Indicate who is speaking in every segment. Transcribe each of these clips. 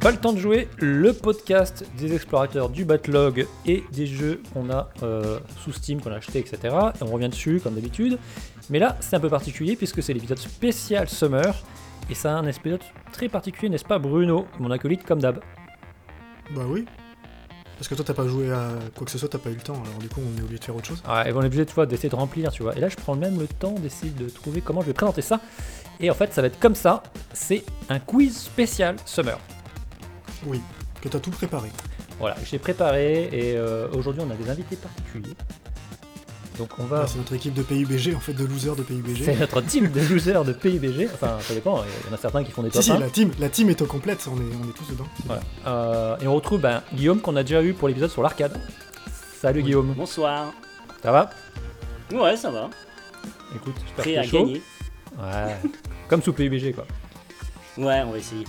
Speaker 1: Pas le temps de jouer, le podcast des explorateurs du backlog et des jeux qu'on a euh, sous Steam, qu'on a acheté, etc. Et on revient dessus comme d'habitude. Mais là, c'est un peu particulier puisque c'est l'épisode spécial Summer. Et c'est un épisode très particulier, n'est-ce pas Bruno, mon acolyte comme d'hab
Speaker 2: Bah oui. Parce que toi, t'as pas joué à quoi que ce soit, t'as pas eu le temps, alors du coup, on est obligé de faire autre chose.
Speaker 1: Ouais, et on est obligé, tu vois, d'essayer de remplir, tu vois. Et là, je prends même le temps d'essayer de trouver comment je vais présenter ça. Et en fait, ça va être comme ça. C'est un quiz spécial Summer.
Speaker 2: Oui, que t'as tout préparé.
Speaker 1: Voilà, j'ai préparé et euh, aujourd'hui, on a des invités particuliers. Donc on va...
Speaker 2: Là, c'est notre équipe de PUBG, en fait, de losers de
Speaker 1: Ah.
Speaker 2: PUBG.
Speaker 1: C'est notre team de losers de PIBG. Enfin, ça dépend. Il y en a certains qui font des
Speaker 2: Si,
Speaker 1: top
Speaker 2: si,
Speaker 1: 1.
Speaker 2: la team, la team est au complète, on est, on est tous dedans.
Speaker 1: Voilà. Euh, et on retrouve ben, Guillaume qu'on a déjà eu pour l'épisode sur l'arcade. Salut Guillaume.
Speaker 3: Bonsoir.
Speaker 1: Ça va
Speaker 3: Ouais, ça va.
Speaker 1: Écoute, j'espère que
Speaker 3: Prêt
Speaker 1: t'es
Speaker 3: à
Speaker 1: chaud.
Speaker 3: gagner.
Speaker 1: Ouais. Comme sous PUBG quoi.
Speaker 3: Ouais, on va essayer.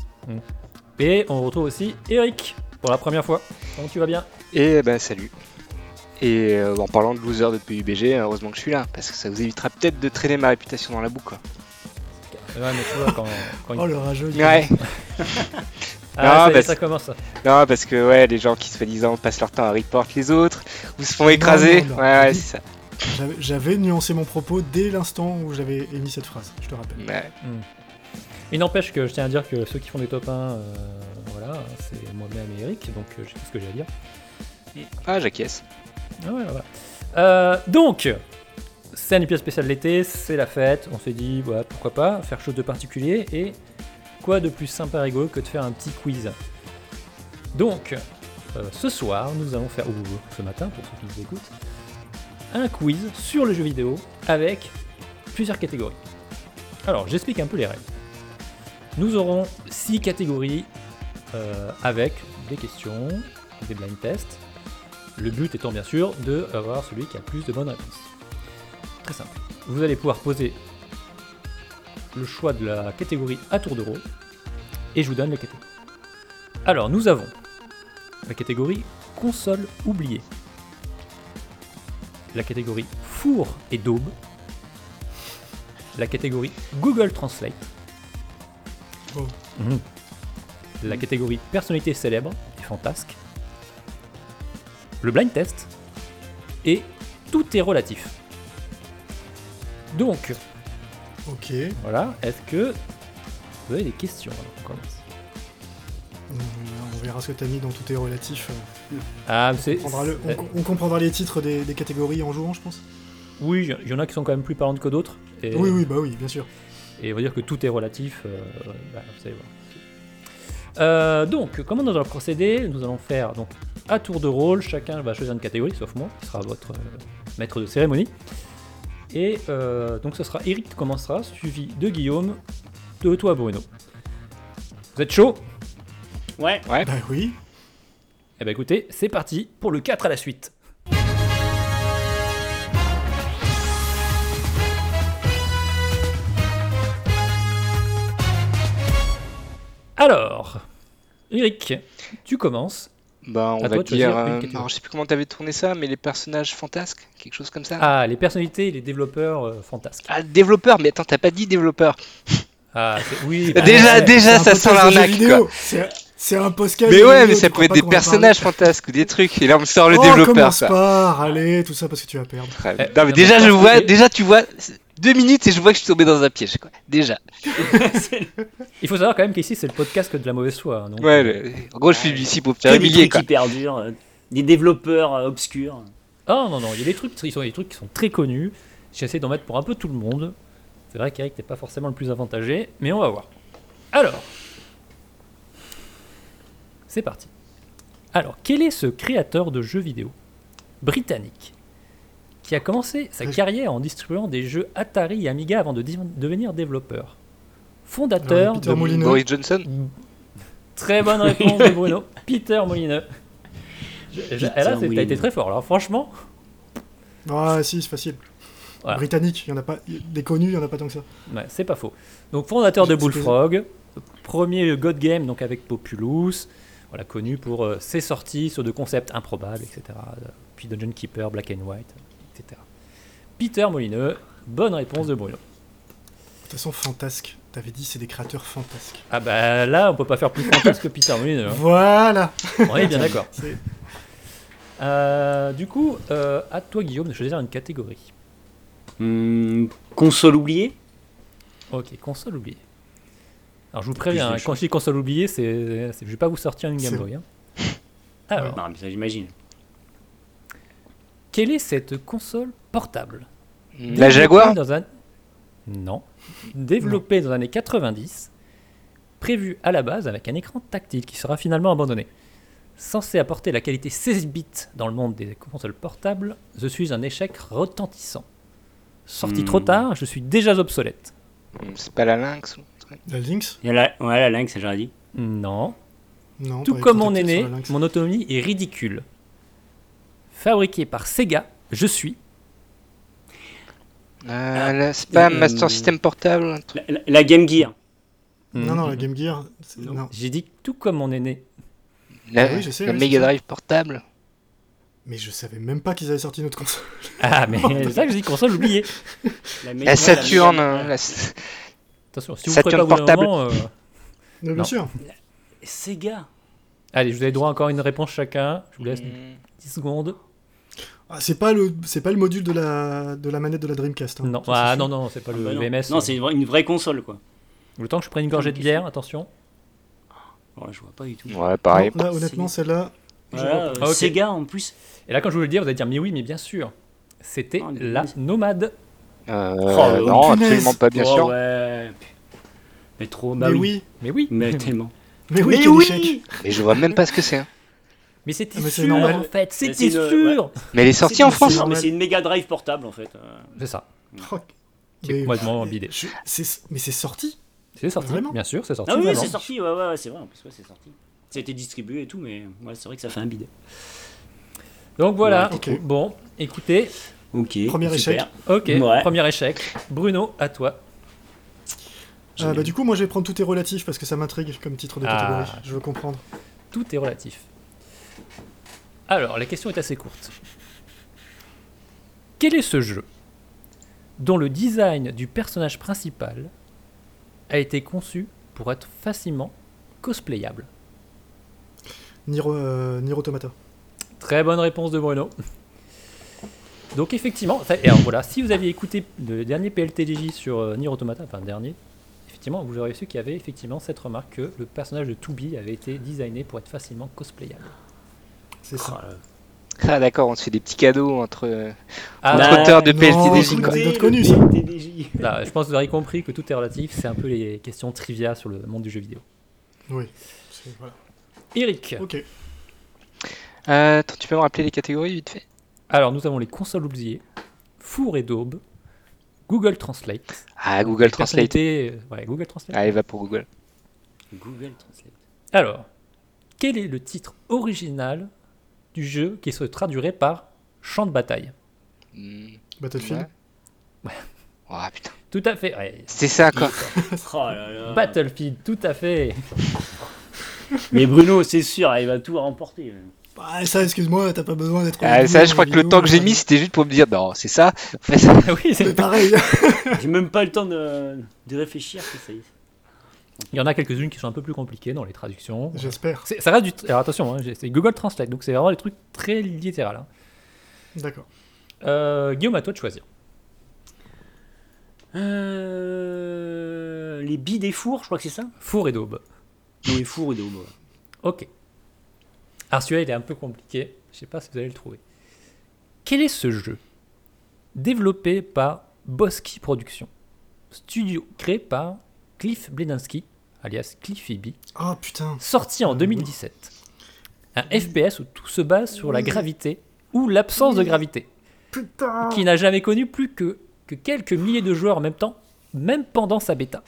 Speaker 1: Et on retrouve aussi Eric pour la première fois. Comment tu vas bien
Speaker 4: Et ben salut. Et euh, en parlant de loser de PUBG, euh, heureusement que je suis là, parce que ça vous évitera peut-être de traîner ma réputation dans la boue quoi.
Speaker 1: Ouais, mais tu vois quand. quand
Speaker 2: Oh le rageux. il-
Speaker 4: Ouais,
Speaker 1: Ah, ça,
Speaker 4: Ah,
Speaker 1: y est,
Speaker 4: bah,
Speaker 1: ça commence.
Speaker 4: non parce que ouais, les gens qui soi-disant passent leur temps à report les autres, ou se font écraser,
Speaker 2: non, non.
Speaker 4: ouais, ouais c'est ça.
Speaker 2: J'avais- J'avais nuancé mon propos dès l'instant où j'avais émis cette phrase, je te rappelle.
Speaker 4: Ouais.
Speaker 1: Il n'empêche que je tiens à dire que ceux qui font des top 1, euh, voilà, c'est moi-même et Eric, donc euh, j'ai tout ce que j'ai à dire.
Speaker 4: Ah j'acquiesce.
Speaker 1: Ah ouais, voilà. Euh, donc, c'est un épisode spécial de l'été, c'est la fête. On s'est dit, ouais, pourquoi pas, faire chose de particulier. Et quoi de plus sympa et rigolo que de faire un petit quiz Donc, euh, ce soir, nous allons faire, ou ce matin pour ceux qui nous écoutent, un quiz sur le jeu vidéo avec plusieurs catégories. Alors, j'explique un peu les règles. Nous aurons six catégories euh, avec des questions, des blind tests. Le but étant bien sûr de avoir celui qui a le plus de bonnes réponses. Très simple. Vous allez pouvoir poser le choix de la catégorie à tour de rôle et je vous donne les catégories. Alors nous avons la catégorie console oubliée, la catégorie four et daube, la catégorie Google Translate,
Speaker 2: Oh.
Speaker 1: Mhm. la catégorie personnalité célèbre et fantasque, le blind test et tout est relatif. Donc,
Speaker 2: Ok,
Speaker 1: voilà, est-ce que vous avez des questions alors, on commence.
Speaker 2: on, euh, on verra ce que t'as mis dans tout est relatif. euh,
Speaker 1: Ah, c'est.
Speaker 2: On comprendra, le- on
Speaker 1: c'est-
Speaker 2: co- on comprendra les titres des, des catégories en jouant, je pense.
Speaker 1: Oui, il y en a qui sont quand même plus parlantes que d'autres. Et,
Speaker 2: Oui, oui, bah oui, bien sûr.
Speaker 1: et on va dire que tout est relatif. euh, bah, vous allez voir. Euh, donc, comment nous allons procéder Nous allons faire donc à tour de rôle. Chacun va choisir une catégorie, sauf moi, qui sera votre euh, maître de cérémonie. Et euh, donc, ce sera Eric qui commencera, suivi de Guillaume, de toi, Bruno. Vous êtes chaud
Speaker 3: Ouais.
Speaker 4: Ouais.
Speaker 2: Bah oui.
Speaker 1: Eh ben écoutez, c'est parti pour le 4 à la suite. Alors, Eric, tu commences.
Speaker 4: Bah on
Speaker 1: À
Speaker 4: va
Speaker 1: toi de
Speaker 4: dire,
Speaker 1: choisir une
Speaker 4: euh,
Speaker 1: catégorie.
Speaker 4: alors je sais plus comment t'avais tourné ça, mais les personnages fantasques, quelque chose comme ça.
Speaker 1: Ah, les personnalités et les développeurs euh, fantasques.
Speaker 4: Ah, développeur, mais attends, t'as pas dit développeur.
Speaker 1: Ah, c'est- oui. bah,
Speaker 4: déjà,
Speaker 1: ouais.
Speaker 4: déjà,
Speaker 2: C'est un
Speaker 4: ça
Speaker 2: podcast
Speaker 4: sent
Speaker 2: de jeux
Speaker 4: l'arnaque
Speaker 2: vidéo.
Speaker 4: quoi.
Speaker 2: C'est- C'est un podcast.
Speaker 4: Mais
Speaker 2: de vidéo,
Speaker 4: ouais,
Speaker 2: tu
Speaker 4: mais ça
Speaker 2: crois
Speaker 4: pourrait être
Speaker 2: pas
Speaker 4: des
Speaker 2: qu'on va parler
Speaker 4: personnages fantasques ou des trucs. Et là, on me sort le
Speaker 2: Oh,
Speaker 4: développeur.
Speaker 2: commence
Speaker 4: quoi.
Speaker 2: par, allez, tout ça parce que tu vas perdre.
Speaker 4: Très bien.
Speaker 1: Eh,
Speaker 4: non, mais
Speaker 1: non,
Speaker 4: Euh, déjà,
Speaker 1: mais
Speaker 4: je
Speaker 1: attends,
Speaker 4: vois,
Speaker 1: c'est-
Speaker 4: déjà, tu vois, c'est deux minutes et je vois que je suis tombé dans un piège, quoi. Déjà.
Speaker 1: Il faut savoir quand même qu'ici, c'est le podcast que de la mauvaise foi. hein, donc,
Speaker 4: Ouais, le- en gros, je suis ici pour me faire
Speaker 3: Que des
Speaker 4: humilier,
Speaker 3: trucs
Speaker 4: quoi.
Speaker 3: hyper durs. euh, des développeurs euh, obscurs.
Speaker 1: Ah non, non, il y a des trucs, ils sont- il y a des trucs qui sont très connus. J'essaie d'en mettre pour un peu tout le monde. C'est vrai qu'Eric n'est pas forcément le plus avantagé, mais on va voir. Alors, c'est parti. Alors, quel est ce créateur de jeux vidéo britannique qui a commencé sa
Speaker 2: Oui.
Speaker 1: carrière en distribuant des jeux Atari et Amiga avant de di- devenir développeur Fondateur
Speaker 2: Alors, Peter
Speaker 1: de...
Speaker 2: Molyneux.
Speaker 4: Boris Johnson
Speaker 1: Très bonne réponse de Bruno. Peter Molineux. Je- je-
Speaker 3: Peter
Speaker 1: là, c'est- t'as été
Speaker 3: Molyneux.
Speaker 1: très fort. Alors, franchement,
Speaker 2: Ah si, c'est facile.
Speaker 1: Voilà.
Speaker 2: Britannique, il y en a pas. y- Des connus, il y en a pas tant que ça.
Speaker 1: Ouais, c'est pas faux. Donc fondateur de
Speaker 2: J'ai- j'ai-
Speaker 1: Bullfrog, premier God Game donc avec Populous, voilà connu pour euh, ses sorties sur de concepts improbables, etc. euh, Puis Dungeon Keeper, Black and White, etc. Peter Molineux, bonne réponse de Bruno.
Speaker 2: De toute façon, fantasque. T'avais dit, c'est des créateurs fantasques.
Speaker 1: Ah bah là, on peut pas faire plus fantasque que Peter Molineux. hein.
Speaker 2: Voilà
Speaker 1: On est bien d'accord.
Speaker 2: C'est-
Speaker 1: Euh, du coup, euh, à toi Guillaume de choisir une catégorie.
Speaker 3: Hmm, console oubliée
Speaker 1: Ok, console oubliée. Alors je vous préviens, hein,
Speaker 4: PlayStation.
Speaker 1: quand je dis console oubliée, c'est, c'est- je vais pas vous sortir une Game
Speaker 2: C'est-
Speaker 1: Boy. hein. Ah Alors,
Speaker 3: Non, mais Ah, bah, ça j'imagine.
Speaker 1: Quelle est cette console portable
Speaker 4: Mm. La Jaguar
Speaker 1: Développée dans un- Non. Développée dans les années 90, prévue à la base avec un écran tactile qui sera finalement abandonné. Censée apporter la qualité 16 bits dans le monde des consoles portables, je suis un échec retentissant. Sorti
Speaker 3: Hmm.
Speaker 1: trop tard, je suis déjà obsolète.
Speaker 4: Hmm, C'est pas la Lynx ou un truc
Speaker 2: La Lynx
Speaker 3: Il y a la... Ouais, la lynx, ça j'aurais dit.
Speaker 1: Non.
Speaker 2: Non.
Speaker 1: Tout
Speaker 2: pas
Speaker 1: comme
Speaker 2: les
Speaker 1: mon
Speaker 2: tentatives
Speaker 1: aîné,
Speaker 2: sur la Lynx.
Speaker 1: mon autonomie est ridicule. Fabriquée par Sega, je suis.
Speaker 4: Euh, la- C'est pas un
Speaker 3: euh,
Speaker 4: Master System portable un truc
Speaker 3: La, la- la Game Gear.
Speaker 2: Non,
Speaker 1: Mm.
Speaker 2: non, la Game Gear. c'est-
Speaker 3: Non.
Speaker 2: Non.
Speaker 1: Hmm. J'ai dit tout comme mon aîné.
Speaker 4: La,
Speaker 2: oui, je sais,
Speaker 4: la
Speaker 2: oui,
Speaker 4: Mega
Speaker 2: c'est ça.
Speaker 4: Drive portable
Speaker 2: Mais je savais même pas qu'ils avaient sorti notre console.
Speaker 1: Ah, mais c'est ça que je dis console oubliée.
Speaker 3: Mega-
Speaker 4: La Saturn
Speaker 3: la-
Speaker 4: hein, la s-
Speaker 1: Attention, si vous prenez
Speaker 4: Saturn
Speaker 1: pas au bout d'un
Speaker 4: portable.
Speaker 1: moment, euh,
Speaker 2: Mais
Speaker 1: Non.
Speaker 2: bien sûr.
Speaker 3: Sega.
Speaker 1: Allez, je vous ai droit encore à une réponse chacun. Je vous laisse
Speaker 4: Hmm,
Speaker 1: 10 secondes.
Speaker 2: Ah, c'est pas le, c'est pas le module de la, de la manette de la Dreamcast. hein.
Speaker 1: Non,
Speaker 2: Ça,
Speaker 1: ah,
Speaker 2: c'est
Speaker 1: non,
Speaker 2: sûr.
Speaker 1: non, c'est pas
Speaker 3: Ah
Speaker 1: le
Speaker 3: bah non.
Speaker 1: VMS.
Speaker 3: Non, c'est une, vraie- une vraie console quoi.
Speaker 1: Le temps que je prenne une gorgée de bière, attention.
Speaker 3: Ouais, Oh, je vois pas du tout.
Speaker 4: Ouais, pareil.
Speaker 2: Non, là, honnêtement, celle-là. je
Speaker 3: Voilà,
Speaker 2: vois
Speaker 3: euh,
Speaker 2: pas.
Speaker 1: Ah, ok.
Speaker 3: Sega en plus.
Speaker 1: Et là, quand je vous le dire, vous allez dire, mais oui, mais bien sûr. C'était
Speaker 3: Oh, mais
Speaker 1: la
Speaker 3: oui.
Speaker 1: nomade.
Speaker 4: Euh,
Speaker 3: Oh,
Speaker 4: non,
Speaker 2: punaise.
Speaker 4: absolument pas, bien
Speaker 3: Oh,
Speaker 4: sûr.
Speaker 3: ouais. Mais trop, bah
Speaker 2: mais
Speaker 3: oui.
Speaker 2: oui.
Speaker 1: Mais oui.
Speaker 3: Mais tellement.
Speaker 2: Mais oui, quel échec.
Speaker 4: Mais je vois même pas ce que c'est. hein.
Speaker 1: Mais c'était
Speaker 2: Ah, mais c'est
Speaker 1: sûr,
Speaker 2: normal.
Speaker 1: en fait. C'était
Speaker 3: c'est une-
Speaker 1: sûr.
Speaker 4: Mais elle est sortie en
Speaker 2: du
Speaker 4: France
Speaker 2: cinéma.
Speaker 3: Non, mais c'est une Mega Drive portable en fait. Euh,
Speaker 1: C'est ça.
Speaker 2: Oh,
Speaker 1: Qui est
Speaker 2: mais-
Speaker 1: complètement bidé.
Speaker 2: je- c'est- Mais c'est sorti.
Speaker 1: C'est sorti.
Speaker 2: Vraiment
Speaker 1: bien sûr, c'est sorti.
Speaker 3: Ah oui,
Speaker 1: vraiment.
Speaker 3: c'est sorti, ouais, ouais, ouais, c'est vrai, en plus, ouais, c'est sorti. Ça a été distribué et tout, mais ouais, c'est vrai que ça fait un bide.
Speaker 1: Donc voilà.
Speaker 2: Ouais, ok.
Speaker 1: Bon, écoutez.
Speaker 3: Ok.
Speaker 2: Premier échec.
Speaker 1: Ok,
Speaker 3: Ouais.
Speaker 1: premier échec. Bruno, à toi.
Speaker 2: Ah, bah, du coup, moi, je vais prendre tout est relatif parce que ça m'intrigue comme titre de
Speaker 1: Ah.
Speaker 2: catégorie. Je veux comprendre.
Speaker 1: Tout est relatif. Alors, la question est assez courte. Quel est ce jeu dont le design du personnage principal a été conçu pour être facilement cosplayable
Speaker 2: Niro, euh, Niro Automata.
Speaker 1: Très bonne réponse de Bruno. Donc effectivement, ça- et alors voilà, si vous aviez écouté le dernier PLTDJ sur euh, Nier Automata, enfin le dernier, effectivement, vous auriez su qu'il y avait effectivement cette remarque que le personnage de Toubi avait été designé pour être facilement cosplayable.
Speaker 2: C'est ça.
Speaker 4: Ah d'accord, on se fait des petits cadeaux entre euh,
Speaker 1: Ah,
Speaker 3: Bah,
Speaker 4: auteurs de
Speaker 2: non,
Speaker 4: PLTDJ.
Speaker 2: c'est
Speaker 4: quoi.
Speaker 2: une anecdote connue, ça.
Speaker 1: Là, je pense que vous aurez compris que tout est relatif, c'est un peu les questions trivia sur le monde du jeu vidéo.
Speaker 2: Oui. Ah, C'est- voilà.
Speaker 1: Eric,
Speaker 2: Ok.
Speaker 4: Euh, attends, tu peux me rappeler les catégories vite fait
Speaker 1: alors nous avons les consoles oubliées, Four et Daube, Google Translate.
Speaker 4: Ah, Google Translate.
Speaker 1: Personnalité- euh, Ouais, Google Translate.
Speaker 4: Allez, va Ah, pour Google.
Speaker 3: Google Translate.
Speaker 1: Alors, quel est le titre original du jeu qui se traduirait par champ de bataille
Speaker 4: Hmm,
Speaker 2: Battlefield.
Speaker 4: ouais. Oh putain.
Speaker 1: Tout à fait, ouais.
Speaker 4: C'était ça quoi.
Speaker 3: Oh là là.
Speaker 1: Battlefield, tout à fait.
Speaker 3: Mais Bruno, c'est sûr, il va tout remporter.
Speaker 2: Bah, ça, excuse-moi, t'as pas besoin d'être.
Speaker 4: Ah,
Speaker 2: au
Speaker 4: ça,
Speaker 2: bout
Speaker 4: je
Speaker 2: dans
Speaker 4: crois
Speaker 2: les
Speaker 4: que le
Speaker 2: vidéos,
Speaker 4: temps que j'ai
Speaker 2: euh,
Speaker 4: mis, c'était juste pour me dire non, c'est ça. Fais ça.
Speaker 1: Ah oui, c'est-
Speaker 2: Mais pareil.
Speaker 3: J'ai même pas le temps de, de réfléchir, que ça y est.
Speaker 1: il y en a quelques-unes qui sont un peu plus compliquées dans les traductions.
Speaker 2: J'espère.
Speaker 1: C'est- Ça reste du. Alors attention, hein, j'ai- c'est Google Translate, donc c'est vraiment des trucs très littéral. hein.
Speaker 2: D'accord.
Speaker 1: Euh, Guillaume, à toi de choisir.
Speaker 3: Euh, les billes des fours, je crois que c'est ça
Speaker 1: Four et daube.
Speaker 3: Ou les fours et des hommes, ouais.
Speaker 1: Ok. Alors celui-là, il est un peu compliqué. Je sais pas si vous allez le trouver. Quel est ce jeu Développé par Bosky Productions. Studio créé par Cliff Bledinski, alias Cliff Eby,
Speaker 2: Ah putain.
Speaker 1: sorti en 2017. Un FPS où tout se base sur la gravité ou l'absence de gravité,
Speaker 2: Putain.
Speaker 1: qui n'a jamais connu plus que, que quelques milliers de joueurs en même temps, même pendant sa bêta.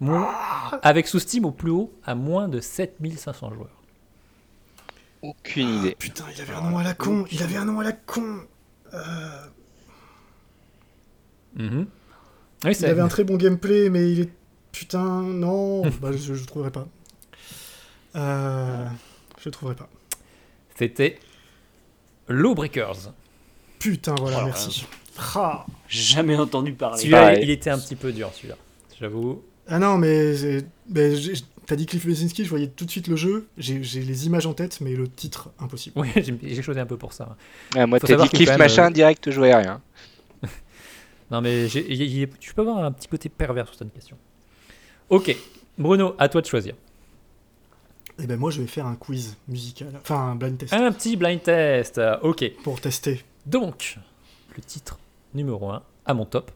Speaker 1: Mo-
Speaker 2: Ah.
Speaker 1: Avec sous Steam au plus haut à moins de 7500 joueurs.
Speaker 4: Aucune idée.
Speaker 2: Putain, il avait un nom à la con. Il avait un nom à la con. Euh,
Speaker 1: Mhm. Oui,
Speaker 2: Il
Speaker 1: ça-
Speaker 2: avait un très bon gameplay, mais il est. Putain, non bah, Je ne trouverai pas. Euh, je le trouverai pas.
Speaker 1: C'était Lawbreakers.
Speaker 2: Putain, voilà,
Speaker 3: Oh,
Speaker 4: euh,
Speaker 2: merci. Ah.
Speaker 3: Jamais entendu parler.
Speaker 1: Celui-là,
Speaker 4: Pareil.
Speaker 1: il était un petit peu dur, celui-là. J'avoue.
Speaker 2: Ah non, mais. c'est- mais j'ai- T'as dit Cliff Bleszinski, je voyais tout de suite le jeu, j'ai j'ai les images en tête, mais le titre, impossible.
Speaker 1: Oui, j'ai- j'ai chaudé un peu pour ça.
Speaker 4: Ouais, Ah, moi,
Speaker 1: Faut
Speaker 4: t'as
Speaker 1: savoir
Speaker 4: dit
Speaker 1: que
Speaker 4: Cliff
Speaker 1: quand même,
Speaker 4: machin,
Speaker 1: euh,
Speaker 4: direct, je jouais à rien.
Speaker 1: Non, mais j'ai- il y- il y- tu peux avoir un petit côté pervers sur cette question. Ok, Bruno, à toi de choisir.
Speaker 2: Et ben moi, je vais faire un quiz musical, enfin un blind test,
Speaker 1: Un petit blind test. euh, Ok,
Speaker 2: pour tester.
Speaker 1: donc, le titre numéro 1 à mon top.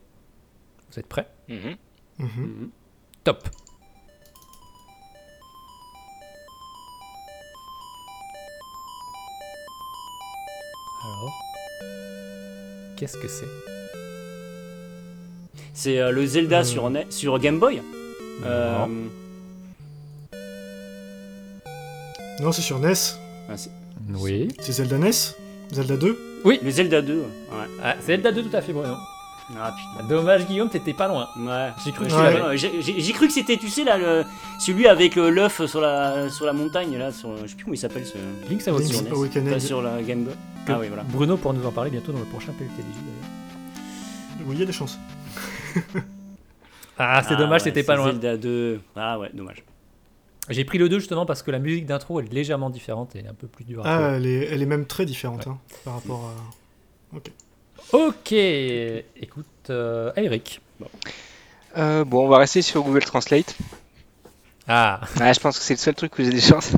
Speaker 1: Vous êtes prêts
Speaker 4: Mhm.
Speaker 2: Mhm.
Speaker 3: Mhm.
Speaker 1: Top. Alors, qu'est-ce que c'est
Speaker 3: C'est euh, le Zelda
Speaker 2: Euh.
Speaker 3: sur, Ne- sur Game Boy Euh,
Speaker 2: Non, c'est sur NES,
Speaker 3: ah, c'est-
Speaker 1: Oui.
Speaker 2: c'est Zelda NES, Zelda 2.
Speaker 3: Le Zelda 2. Ouais.
Speaker 1: Ah, c'est Zelda 2 tout à fait, Bruno.
Speaker 3: Ah putain.
Speaker 1: Dommage, Guillaume, t'étais pas loin.
Speaker 3: Ouais.
Speaker 1: J'ai cru que
Speaker 2: tu l'avais.
Speaker 3: Ouais, j'ai- J'ai j'ai cru que c'était, tu sais, là, le, celui avec euh, l'œuf sur la, sur la montagne, là, sur, je sais plus comment il s'appelle ce.
Speaker 1: Link's Awakening.
Speaker 2: Link's
Speaker 3: sur NES.
Speaker 2: Awakening.
Speaker 3: Pas sur la Game Boy. Ah oui, voilà.
Speaker 1: Bruno pour nous en parler bientôt dans le prochain PLTDJ d'ailleurs.
Speaker 2: Oui, il y a des chances.
Speaker 1: Ah, c'est
Speaker 3: Ah,
Speaker 1: dommage,
Speaker 3: ouais,
Speaker 1: c'était
Speaker 3: c'est
Speaker 1: pas loin.
Speaker 3: Zelda 2. Ah ouais, dommage.
Speaker 1: J'ai pris le 2 justement parce que la musique d'intro elle est légèrement différente et elle est un peu plus dure. à
Speaker 2: Ah, elle est, elle est même très différente
Speaker 1: Ouais.
Speaker 2: hein, par rapport à.
Speaker 1: Ok, écoute, euh, ah, Eric.
Speaker 4: Euh, bon, on va rester sur Google Translate.
Speaker 1: Ah,
Speaker 4: Ah, je pense que c'est le seul truc où j'ai des chances.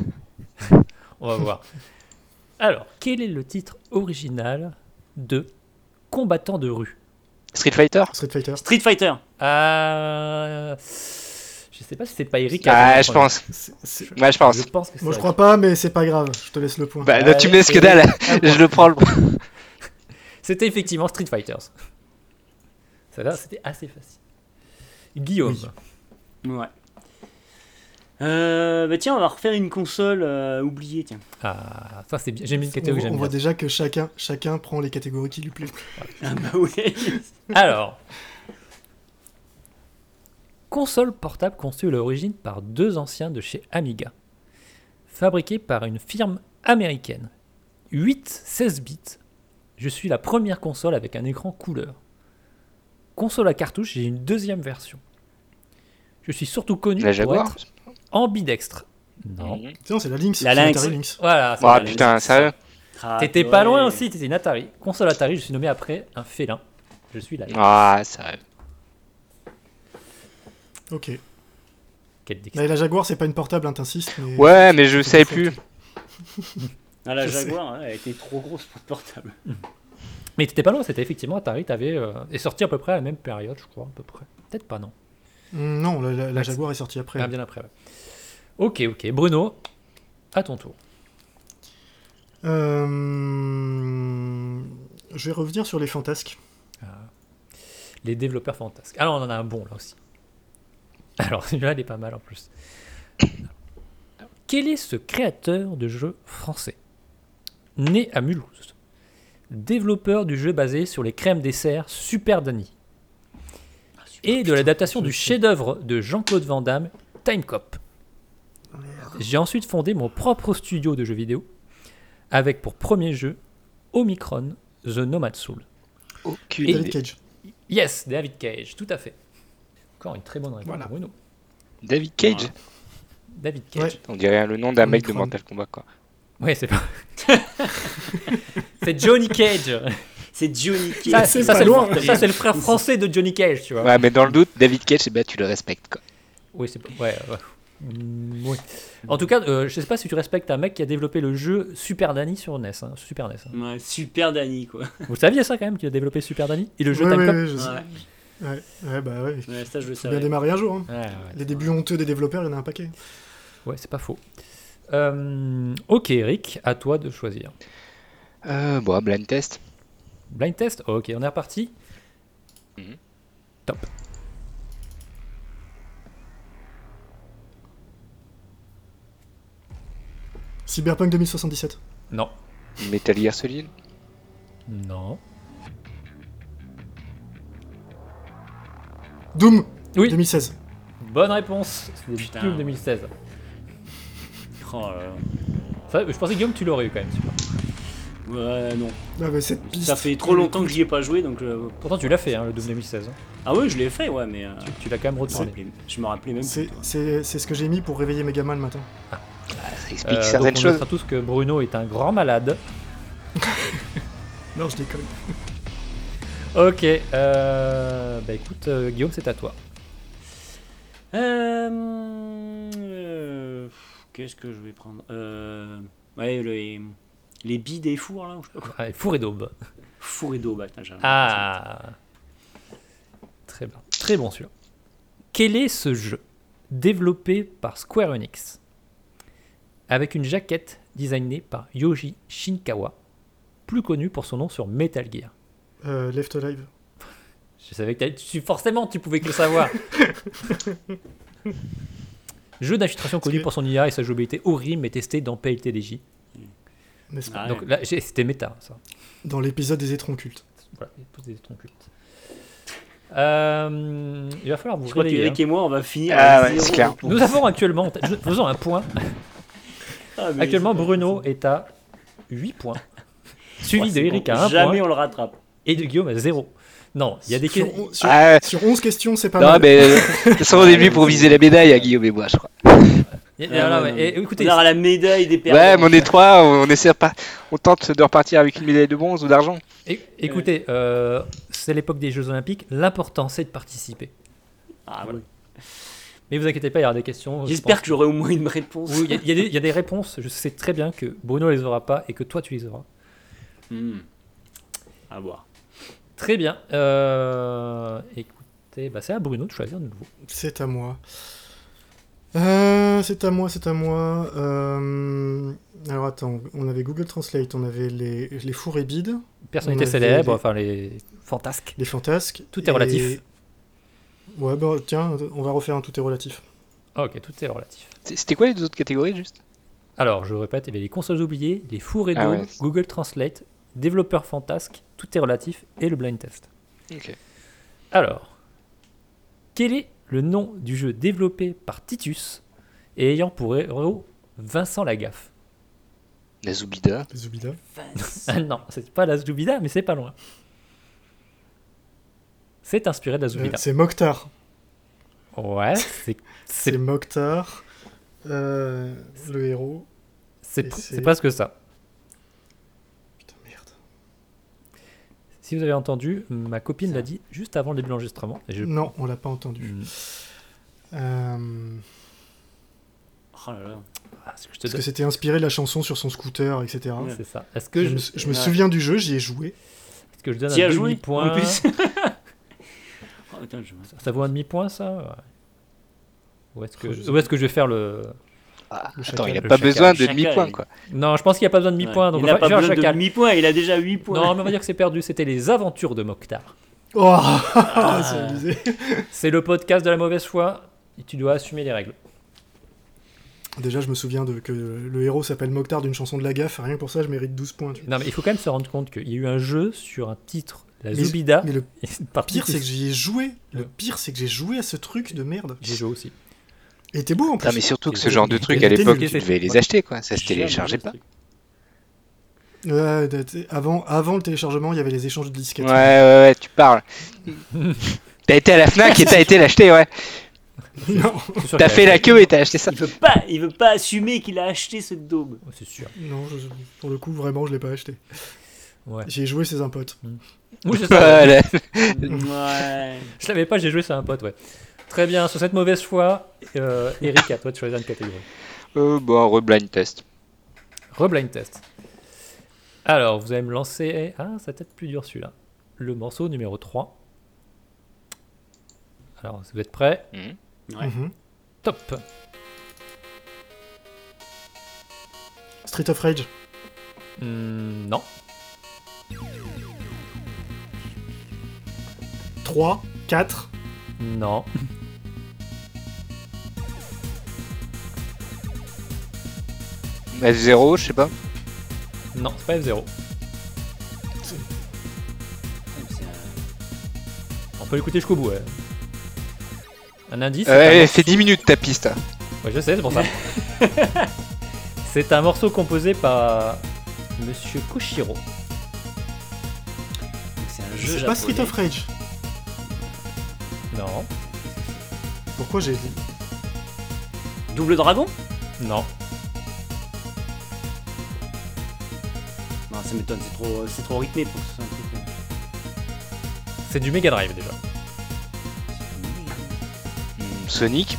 Speaker 1: on va voir. Alors, quel est le titre original de Combattant de rue
Speaker 4: Street Fighter
Speaker 2: Street Fighter.
Speaker 3: Street Fighter.
Speaker 1: Ah, je sais pas si c'est pas Eric. qui a
Speaker 4: Ah,
Speaker 1: répondu
Speaker 4: je
Speaker 1: en premier.
Speaker 4: pense.
Speaker 2: C'est- c'est-
Speaker 4: Ouais, je pense.
Speaker 1: Je pense que c'est
Speaker 2: Moi, je
Speaker 1: Eric.
Speaker 2: crois pas, mais c'est pas grave, je te laisse le point.
Speaker 4: Bah, non, tu me laisses que
Speaker 1: c'est-
Speaker 4: dalle.
Speaker 1: Ah, bon.
Speaker 4: Je le prends le point.
Speaker 1: C'était effectivement Street Fighters. Ça là, c'était assez facile. Guillaume.
Speaker 2: Oui.
Speaker 3: Ouais. Euh, bah tiens, on va refaire une console euh, oubliée, tiens.
Speaker 1: Ah, ça c'est bien. J'aime bien une
Speaker 2: on,
Speaker 1: catégorie.
Speaker 2: on
Speaker 1: j'aime
Speaker 2: voit
Speaker 1: bien.
Speaker 2: déjà que chacun, chacun prend les catégories qui lui plaisent.
Speaker 3: Ah bah oui.
Speaker 1: Alors. Console portable conçue à l'origine par deux anciens de chez Amiga. Fabriquée par une firme américaine. 8 16 bits. Je suis la première console avec un écran couleur. Console à cartouche, j'ai une deuxième version. Je suis surtout connu
Speaker 4: La
Speaker 1: pour
Speaker 4: Jaguar
Speaker 1: être ambidextre. Non.
Speaker 4: Mhm.
Speaker 2: Tiens, c'est la Lynx.
Speaker 3: La
Speaker 2: c'est
Speaker 3: Lynx.
Speaker 2: Atari Lynx.
Speaker 1: Voilà. ça
Speaker 4: Ah,
Speaker 1: va, les-
Speaker 4: putain, sérieux
Speaker 3: Ah,
Speaker 1: T'étais pas
Speaker 3: ouais.
Speaker 1: loin aussi, t'étais une Atari. Console Atari, je suis nommé après un félin. Je suis là.
Speaker 4: Ah, sérieux.
Speaker 2: Ok.
Speaker 1: Quelle
Speaker 2: Là, et la Jaguar, c'est pas une portable, hein, t'insistes. Mais...
Speaker 4: Ouais, mais je
Speaker 2: c'est
Speaker 4: savais
Speaker 2: pas
Speaker 4: plus.
Speaker 3: Ah, la
Speaker 2: Je sais.
Speaker 3: Jaguar, hein, elle était trop grosse pour le portable.
Speaker 1: Mais t'étais pas loin, c'était effectivement Atari, t'avais. euh, est sorti à peu près à la même période, je crois, à peu près. Peut-être pas, non.
Speaker 2: Mm, Non, la, la- la
Speaker 1: Ouais,
Speaker 2: Jaguar est sortie après.
Speaker 1: Ah, bien après, ouais. Ok, ok. Bruno, à ton tour.
Speaker 2: Euh, Je vais revenir sur les fantasques.
Speaker 1: Les développeurs fantasques. Alors, on en a un bon là aussi. Alors, celui-là, il est pas mal en plus. Quel est ce créateur de jeux français Né à Mulhouse. Développeur du jeu basé sur les crèmes dessert Super Danny. et de l'adaptation du chef-d'œuvre de Jean-Claude Van Damme, Time Cop. J'ai ensuite fondé mon propre studio de jeux vidéo avec pour premier jeu Omicron The Nomad Soul.
Speaker 4: Aucune
Speaker 1: Et-
Speaker 2: David
Speaker 4: idée.
Speaker 2: Cage.
Speaker 1: Yes, David Cage, tout à fait. Encore une très bonne réponse,
Speaker 2: Voilà.
Speaker 1: Bruno.
Speaker 4: David Cage
Speaker 3: Voilà.
Speaker 1: David Cage.
Speaker 2: Ouais.
Speaker 4: On dirait le nom d'un mec de
Speaker 2: Omicron.
Speaker 4: Mortal Kombat, quoi.
Speaker 1: Ouais, c'est pas. c'est Johnny Cage.
Speaker 3: C'est Johnny Cage.
Speaker 1: Ça,
Speaker 2: c'est
Speaker 1: ça,
Speaker 2: pas
Speaker 1: Ah, c'est le,
Speaker 2: loin.
Speaker 1: fr- ça, c'est le frère français de Johnny Cage, tu vois.
Speaker 4: Ouais, mais dans le doute, David Cage, eh ben, tu le respectes, quoi.
Speaker 1: Oui, c'est pas- ouais, ouais. Mm, ouais. En tout cas, euh, je sais pas si tu respectes un mec qui a développé le jeu Super Danny sur NES. hein, Super NES. hein.
Speaker 3: Ouais, super Danny, quoi.
Speaker 1: Vous le saviez ça quand même qu'il a développé Super Danny Et le jeu
Speaker 2: ouais,
Speaker 1: Time
Speaker 2: ouais,
Speaker 1: Cop
Speaker 2: ouais, je sais.
Speaker 3: Ouais,
Speaker 2: Ouais, ouais, bah ouais.
Speaker 3: ouais, ça je le
Speaker 2: Faut bien
Speaker 3: savais.
Speaker 2: démarrer un jour. hein.
Speaker 1: Ouais, ouais,
Speaker 2: Les débuts honteux des développeurs, il y en a un paquet.
Speaker 1: ouais, c'est pas faux. Euh, ok, Eric, à toi de choisir.
Speaker 4: Euh, bon, blind test.
Speaker 1: Blind test Ok, on est reparti.
Speaker 2: Cyberpunk 2077.
Speaker 1: Non.
Speaker 4: Metal Gear Solid.
Speaker 1: Non.
Speaker 2: Doom
Speaker 1: Oui.
Speaker 2: 2016.
Speaker 1: Bonne réponse. C'est
Speaker 3: Putain.
Speaker 1: Doom 2016.
Speaker 3: Oh là là.
Speaker 1: Ça, je pensais Guillaume, tu l'aurais eu quand même. celui-là.
Speaker 3: Ouais, non.
Speaker 2: Ah, mais cette piste.
Speaker 3: Ça fait trop longtemps que j'y ai pas joué, donc. euh,
Speaker 1: Pourtant, tu l'as fait, hein, le Doom 2016. hein.
Speaker 3: Ah ouais, je l'ai fait, ouais, mais. euh,
Speaker 1: Tu, tu l'as quand même
Speaker 3: je me
Speaker 1: retourné.
Speaker 3: rappelais- Je me rappelais même. plus.
Speaker 2: C'est- C'est c'est ce que j'ai mis pour réveiller Megaman le matin.
Speaker 4: Ça
Speaker 1: Euh,
Speaker 4: explique
Speaker 1: donc,
Speaker 4: certaines
Speaker 1: on
Speaker 4: choses.
Speaker 1: notera tous que Bruno est un grand malade.
Speaker 2: Non, je déconne.
Speaker 1: Ok, euh, bah écoute, euh, Guillaume, c'est à toi.
Speaker 3: Euh, euh, Qu'est-ce que je vais prendre euh, Ouais, les, les billes des fours, là. ou je sais pas quoi.
Speaker 1: Allez, four et daube.
Speaker 3: Four et d'eau, bah, putain, j'ai un-
Speaker 1: Ah Très bien. Très bon celui-là. Quel est ce jeu développé par Square Enix avec une jaquette designée par Yoji Shinkawa, plus connu pour son nom sur Metal Gear
Speaker 2: Euh, Left Alive.
Speaker 1: Je savais que t'allais- tu, forcément tu pouvais que le savoir. Jeu d'infiltration connu
Speaker 2: que-
Speaker 1: pour son IA et sa jouabilité horrible mais testé dans PLTDJ.
Speaker 2: N'est-ce pas
Speaker 3: Ah,
Speaker 1: Donc
Speaker 3: ouais.
Speaker 1: là, j'ai- c'était méta ça.
Speaker 2: Dans l'épisode des étrons cultes.
Speaker 1: Voilà, il y a tous des troncs cultes. Euh, il va falloir vous
Speaker 3: Je crois
Speaker 1: relayer, hein.
Speaker 3: qu'Eric et moi, on va finir.
Speaker 4: Ah
Speaker 3: à
Speaker 4: ouais,
Speaker 3: zéro.
Speaker 4: c'est clair.
Speaker 1: Nous avons actuellement, je- faisons un point.
Speaker 3: Ah, mais
Speaker 1: Actuellement,
Speaker 3: c'est pas-
Speaker 1: Bruno est à 8 points,
Speaker 3: Ouais,
Speaker 1: suivi
Speaker 3: c'est
Speaker 1: de Eric hein,
Speaker 3: bon.
Speaker 1: à 1
Speaker 3: Jamais
Speaker 1: point
Speaker 3: on le rattrape.
Speaker 1: et de Guillaume à 0. Non, il y a des
Speaker 2: Sur,
Speaker 1: questions.
Speaker 2: on- sur-
Speaker 4: Ah,
Speaker 2: sur 11 questions, c'est pas
Speaker 4: non,
Speaker 2: mal.
Speaker 4: mais euh, ça au début pour viser la médaille à Guillaume et moi, je crois.
Speaker 3: Ah, ouais, non, mais-
Speaker 1: Écoutez,
Speaker 3: on aura la médaille des perdants.
Speaker 4: Ouais, mais on est trois, on essaie pas. On tente de repartir avec une médaille de bronze ou d'argent.
Speaker 1: é- écoutez, euh, c'est l'époque des Jeux Olympiques. L'important, c'est de participer.
Speaker 3: Ah, ouais.
Speaker 1: Mais vous inquiétez pas, il y aura des questions. je
Speaker 3: J'espère
Speaker 1: pense.
Speaker 3: que j'aurai au moins une réponse.
Speaker 1: Oui, il y a- il y, a des- il y a des réponses. Je sais très bien que Bruno les aura pas et que toi, tu les auras.
Speaker 3: Hmm. À voir.
Speaker 1: Très bien. Euh, écoutez, bah, c'est à Bruno de choisir de nouveau.
Speaker 2: C'est à moi. Euh, c'est à moi, c'est à moi. Euh, Alors attends, on avait Google Translate, on avait les, les fours et bides,
Speaker 1: Personnalité
Speaker 2: On avait
Speaker 1: célèbre,
Speaker 2: les-
Speaker 1: enfin les fantasques.
Speaker 2: les fantasques.
Speaker 1: Tout est relatif.
Speaker 2: Ouais, bah tiens, on va refaire un tout est relatif.
Speaker 1: Ok, tout est relatif.
Speaker 4: C'est- C'était quoi les deux autres catégories juste
Speaker 1: Alors, je répète, il y avait les consoles oubliées, les fours et
Speaker 4: Ah
Speaker 1: dômes,
Speaker 4: ouais.
Speaker 1: Google Translate, développeur fantasque, tout est relatif et le blind test.
Speaker 4: Ok.
Speaker 1: Alors, quel est le nom du jeu développé par Titus et ayant pour héros Vincent Lagaffe
Speaker 4: La Zoubida.
Speaker 2: Les Zubida.
Speaker 1: Ah non, c'est pas la Zoubida, mais c'est pas loin. C'est inspiré de la
Speaker 2: Euh,
Speaker 1: Zoubida.
Speaker 2: c'est Mokhtar.
Speaker 1: ouais, c'est-
Speaker 2: C'est
Speaker 1: c'est
Speaker 2: Mokhtar, euh, le héros.
Speaker 1: c'est-
Speaker 2: et
Speaker 1: c'est
Speaker 2: c'est-
Speaker 1: presque ça.
Speaker 2: Putain, merde.
Speaker 1: Si vous avez entendu, ma copine l'a dit juste avant le début de l'enregistrement. et je-
Speaker 2: Non, on l'a pas entendu.
Speaker 1: Hmm.
Speaker 2: Euh,
Speaker 3: Oh là là.
Speaker 1: Ah, ce que je te
Speaker 2: parce que
Speaker 1: donne,
Speaker 2: c'était inspiré de la chanson sur son scooter, etc.
Speaker 1: c'est ça. Est-ce que
Speaker 2: Je,
Speaker 1: je,
Speaker 2: me, je me
Speaker 3: Ouais.
Speaker 2: souviens du jeu, j'y ai joué.
Speaker 1: Est-ce que je donne
Speaker 3: T'y
Speaker 1: un
Speaker 3: as joué
Speaker 1: demi-point
Speaker 3: en plus. Oh, putain, je-
Speaker 1: Ça, ça vaut un demi-point, ça Ouais. Ou est-ce que,
Speaker 2: Oh, Je sais
Speaker 1: ou est-ce que je vais faire le...
Speaker 4: Ah,
Speaker 2: Le
Speaker 4: attends,
Speaker 2: chacal,
Speaker 4: il a
Speaker 1: le
Speaker 4: pas
Speaker 1: chacal.
Speaker 4: besoin de
Speaker 3: Chacal,
Speaker 4: demi-point
Speaker 3: il-
Speaker 4: quoi.
Speaker 1: Non, je pense qu'il n'y a pas besoin de demi-point,
Speaker 3: Ouais.
Speaker 1: donc
Speaker 3: il
Speaker 1: on
Speaker 3: n'a
Speaker 1: va,
Speaker 3: pas
Speaker 1: je vais faire
Speaker 3: besoin de
Speaker 1: chacal.
Speaker 3: demi-point, il a déjà 8 points.
Speaker 1: Non, mais on va dire que c'est perdu, c'était les aventures de Mokhtar.
Speaker 2: Oh,
Speaker 1: Ah.
Speaker 2: c'est abusé.
Speaker 1: C'est le podcast de la mauvaise foi, et tu dois assumer les règles.
Speaker 2: Déjà, je me souviens de, que le héros s'appelle Mokhtar d'une chanson de la gaffe. Rien que pour ça, je mérite 12 points. tu vois.
Speaker 1: Non, mais il faut quand même se rendre compte qu'il y a eu un jeu sur un titre, la
Speaker 2: Mais-
Speaker 1: Zubida,
Speaker 2: Mais le
Speaker 1: par
Speaker 2: pire, c'est que
Speaker 1: Titus.
Speaker 2: j'y ai joué.
Speaker 1: Ah,
Speaker 2: Le
Speaker 1: Ouais.
Speaker 2: pire, c'est que j'ai joué à ce truc de merde.
Speaker 1: J'ai joué aussi.
Speaker 2: Et t'es beau en
Speaker 4: Non,
Speaker 2: plus.
Speaker 4: mais surtout que
Speaker 1: Et
Speaker 4: ce genre de
Speaker 1: et
Speaker 4: truc
Speaker 2: des
Speaker 4: à l'époque,
Speaker 1: tenues.
Speaker 4: tu devais les acheter quoi. Ça se
Speaker 3: Chiant,
Speaker 4: téléchargeait
Speaker 3: ce
Speaker 4: pas.
Speaker 3: truc.
Speaker 2: Ouais, t'es- t'es- avant, avant le téléchargement, il y avait les échanges de
Speaker 4: Ouais,
Speaker 2: disquettes.
Speaker 4: ouais, ouais, tu parles. t'as été à la Fnac et t'as été l'acheter, ouais.
Speaker 2: Non,
Speaker 1: Je suis sûr
Speaker 4: T'as
Speaker 1: qu'il
Speaker 4: fait
Speaker 1: y a-
Speaker 4: la queue et t'as acheté ça.
Speaker 3: Il veut pas, il veut pas assumer qu'il a acheté cette daube.
Speaker 1: Oh, C'est sûr.
Speaker 2: non je- pour le coup, vraiment, je l'ai pas acheté.
Speaker 1: Ouais.
Speaker 2: J'y ai joué, c'est un pote.
Speaker 1: Oui, c'est ça.
Speaker 4: Voilà.
Speaker 3: ouais.
Speaker 1: Je l'avais pas, j'ai joué sur un pote, ouais. Très bien, sur cette mauvaise foi, euh, Eric, à toi de choisir une catégorie.
Speaker 4: Euh, bon, re-blind test.
Speaker 1: Reblind test. Alors, vous allez me lancer. Ah, ça va être plus dur celui-là. Le morceau numéro 3. Alors, si vous êtes prêts,
Speaker 4: Mhm.
Speaker 3: Ouais.
Speaker 2: Mhm.
Speaker 1: top
Speaker 2: Street of Rage.
Speaker 1: Hmm, Non.
Speaker 2: 3, 4,
Speaker 1: Non.
Speaker 4: F0, je sais pas.
Speaker 1: Non, c'est pas F0. On peut l'écouter jusqu'au bout, ouais. Un indice
Speaker 4: Euh,
Speaker 1: c'est un
Speaker 4: eh,
Speaker 1: morceau-
Speaker 4: fais 10 minutes ta piste.
Speaker 1: Ouais, je sais, c'est pour ça. c'est un morceau composé par Monsieur Koshiro.
Speaker 3: C'est un jeu
Speaker 2: C'est pas Street of
Speaker 3: japonais.
Speaker 2: Rage.
Speaker 1: Non,
Speaker 2: Pourquoi j'ai.
Speaker 3: Double Dragon
Speaker 1: non.
Speaker 3: Non, ça m'étonne, c'est trop, c'est trop rythmé pour que ce soit un truc. euh,
Speaker 1: C'est du Mega Drive déjà.
Speaker 4: Hmm, Sonic,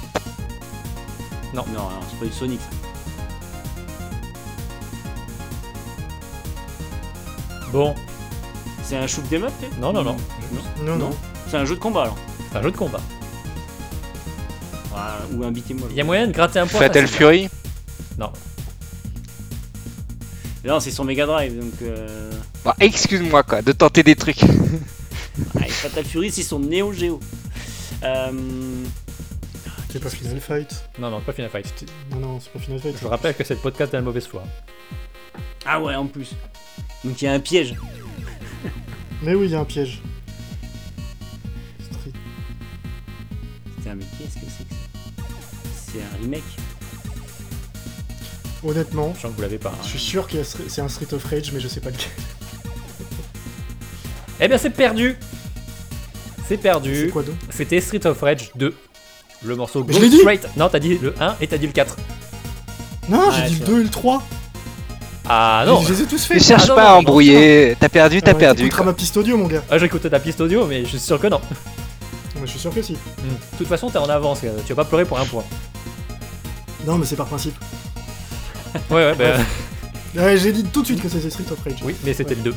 Speaker 3: Non, non, c'est pas du Sonic. ça.
Speaker 1: Bon,
Speaker 3: C'est un shoot des meufs
Speaker 1: non, non, non.
Speaker 2: Non, non.
Speaker 3: Non. C'est un jeu de combat alors.
Speaker 1: C'est un jeu de combat.
Speaker 3: Voilà, ou un beat'em
Speaker 1: Il
Speaker 3: all.
Speaker 1: y a moyen de gratter un point.
Speaker 4: Fatal
Speaker 1: facile.
Speaker 4: Fury.
Speaker 3: Mais Non, c'est sur Mega Drive donc. Euh...
Speaker 4: Bon, Bah, excuse-moi quoi, de tenter des trucs.
Speaker 3: ah, et Fatal Fury, c'est sur Neo Geo. Euh...
Speaker 2: C'est pas Final Fight.
Speaker 1: Non, non, c'est pas Final Fight.
Speaker 2: Non, non, c'est pas Final Fight.
Speaker 1: Je vous rappelle que c'est le podcast de la mauvaise foi.
Speaker 3: Ah ouais, en plus. Donc il y a un piège.
Speaker 2: Mais oui, il y a un piège. Street.
Speaker 3: Putain, mais qu'est-ce que c'est que ça C'est un remake
Speaker 2: Honnêtement,
Speaker 1: Je sens que vous l'avez pas. hein.
Speaker 2: je suis sûr que c'est un Street of Rage, mais je sais pas lequel.
Speaker 1: Eh bien, c'est perdu C'est
Speaker 2: C'est
Speaker 1: perdu.
Speaker 2: quoi donc
Speaker 1: C'était Street of Rage 2. Le morceau
Speaker 2: Mais
Speaker 1: Go
Speaker 2: je l'ai dit
Speaker 1: Straight. Non, t'as dit le 1 et t'as dit le 4.
Speaker 2: Non,
Speaker 3: Ouais,
Speaker 2: j'ai dit
Speaker 3: c'est
Speaker 2: le 2 et le 3.
Speaker 1: Ah non
Speaker 2: Je les ai tous
Speaker 4: Ne
Speaker 2: faits.
Speaker 4: cherche
Speaker 1: non,
Speaker 4: pas
Speaker 1: non,
Speaker 4: à
Speaker 1: non.
Speaker 4: embrouiller, t'as perdu, t'as
Speaker 2: Ah ouais,
Speaker 4: perdu.
Speaker 2: t'écouteras
Speaker 4: quoi.
Speaker 2: ma piste audio, mon gars.
Speaker 1: Ah, J'écoute ta piste audio, mais je suis sûr que non.
Speaker 2: Ouais, Je suis sûr que si.
Speaker 1: Hmm. De toute façon, t'es en avance, euh, tu vas pas pleurer pour un point.
Speaker 2: Non, mais c'est par principe.
Speaker 1: Ouais, ouais, bah,
Speaker 2: Ouais, j'ai dit tout de suite que c'était Street of Rage.
Speaker 1: oui, mais c'était le 2.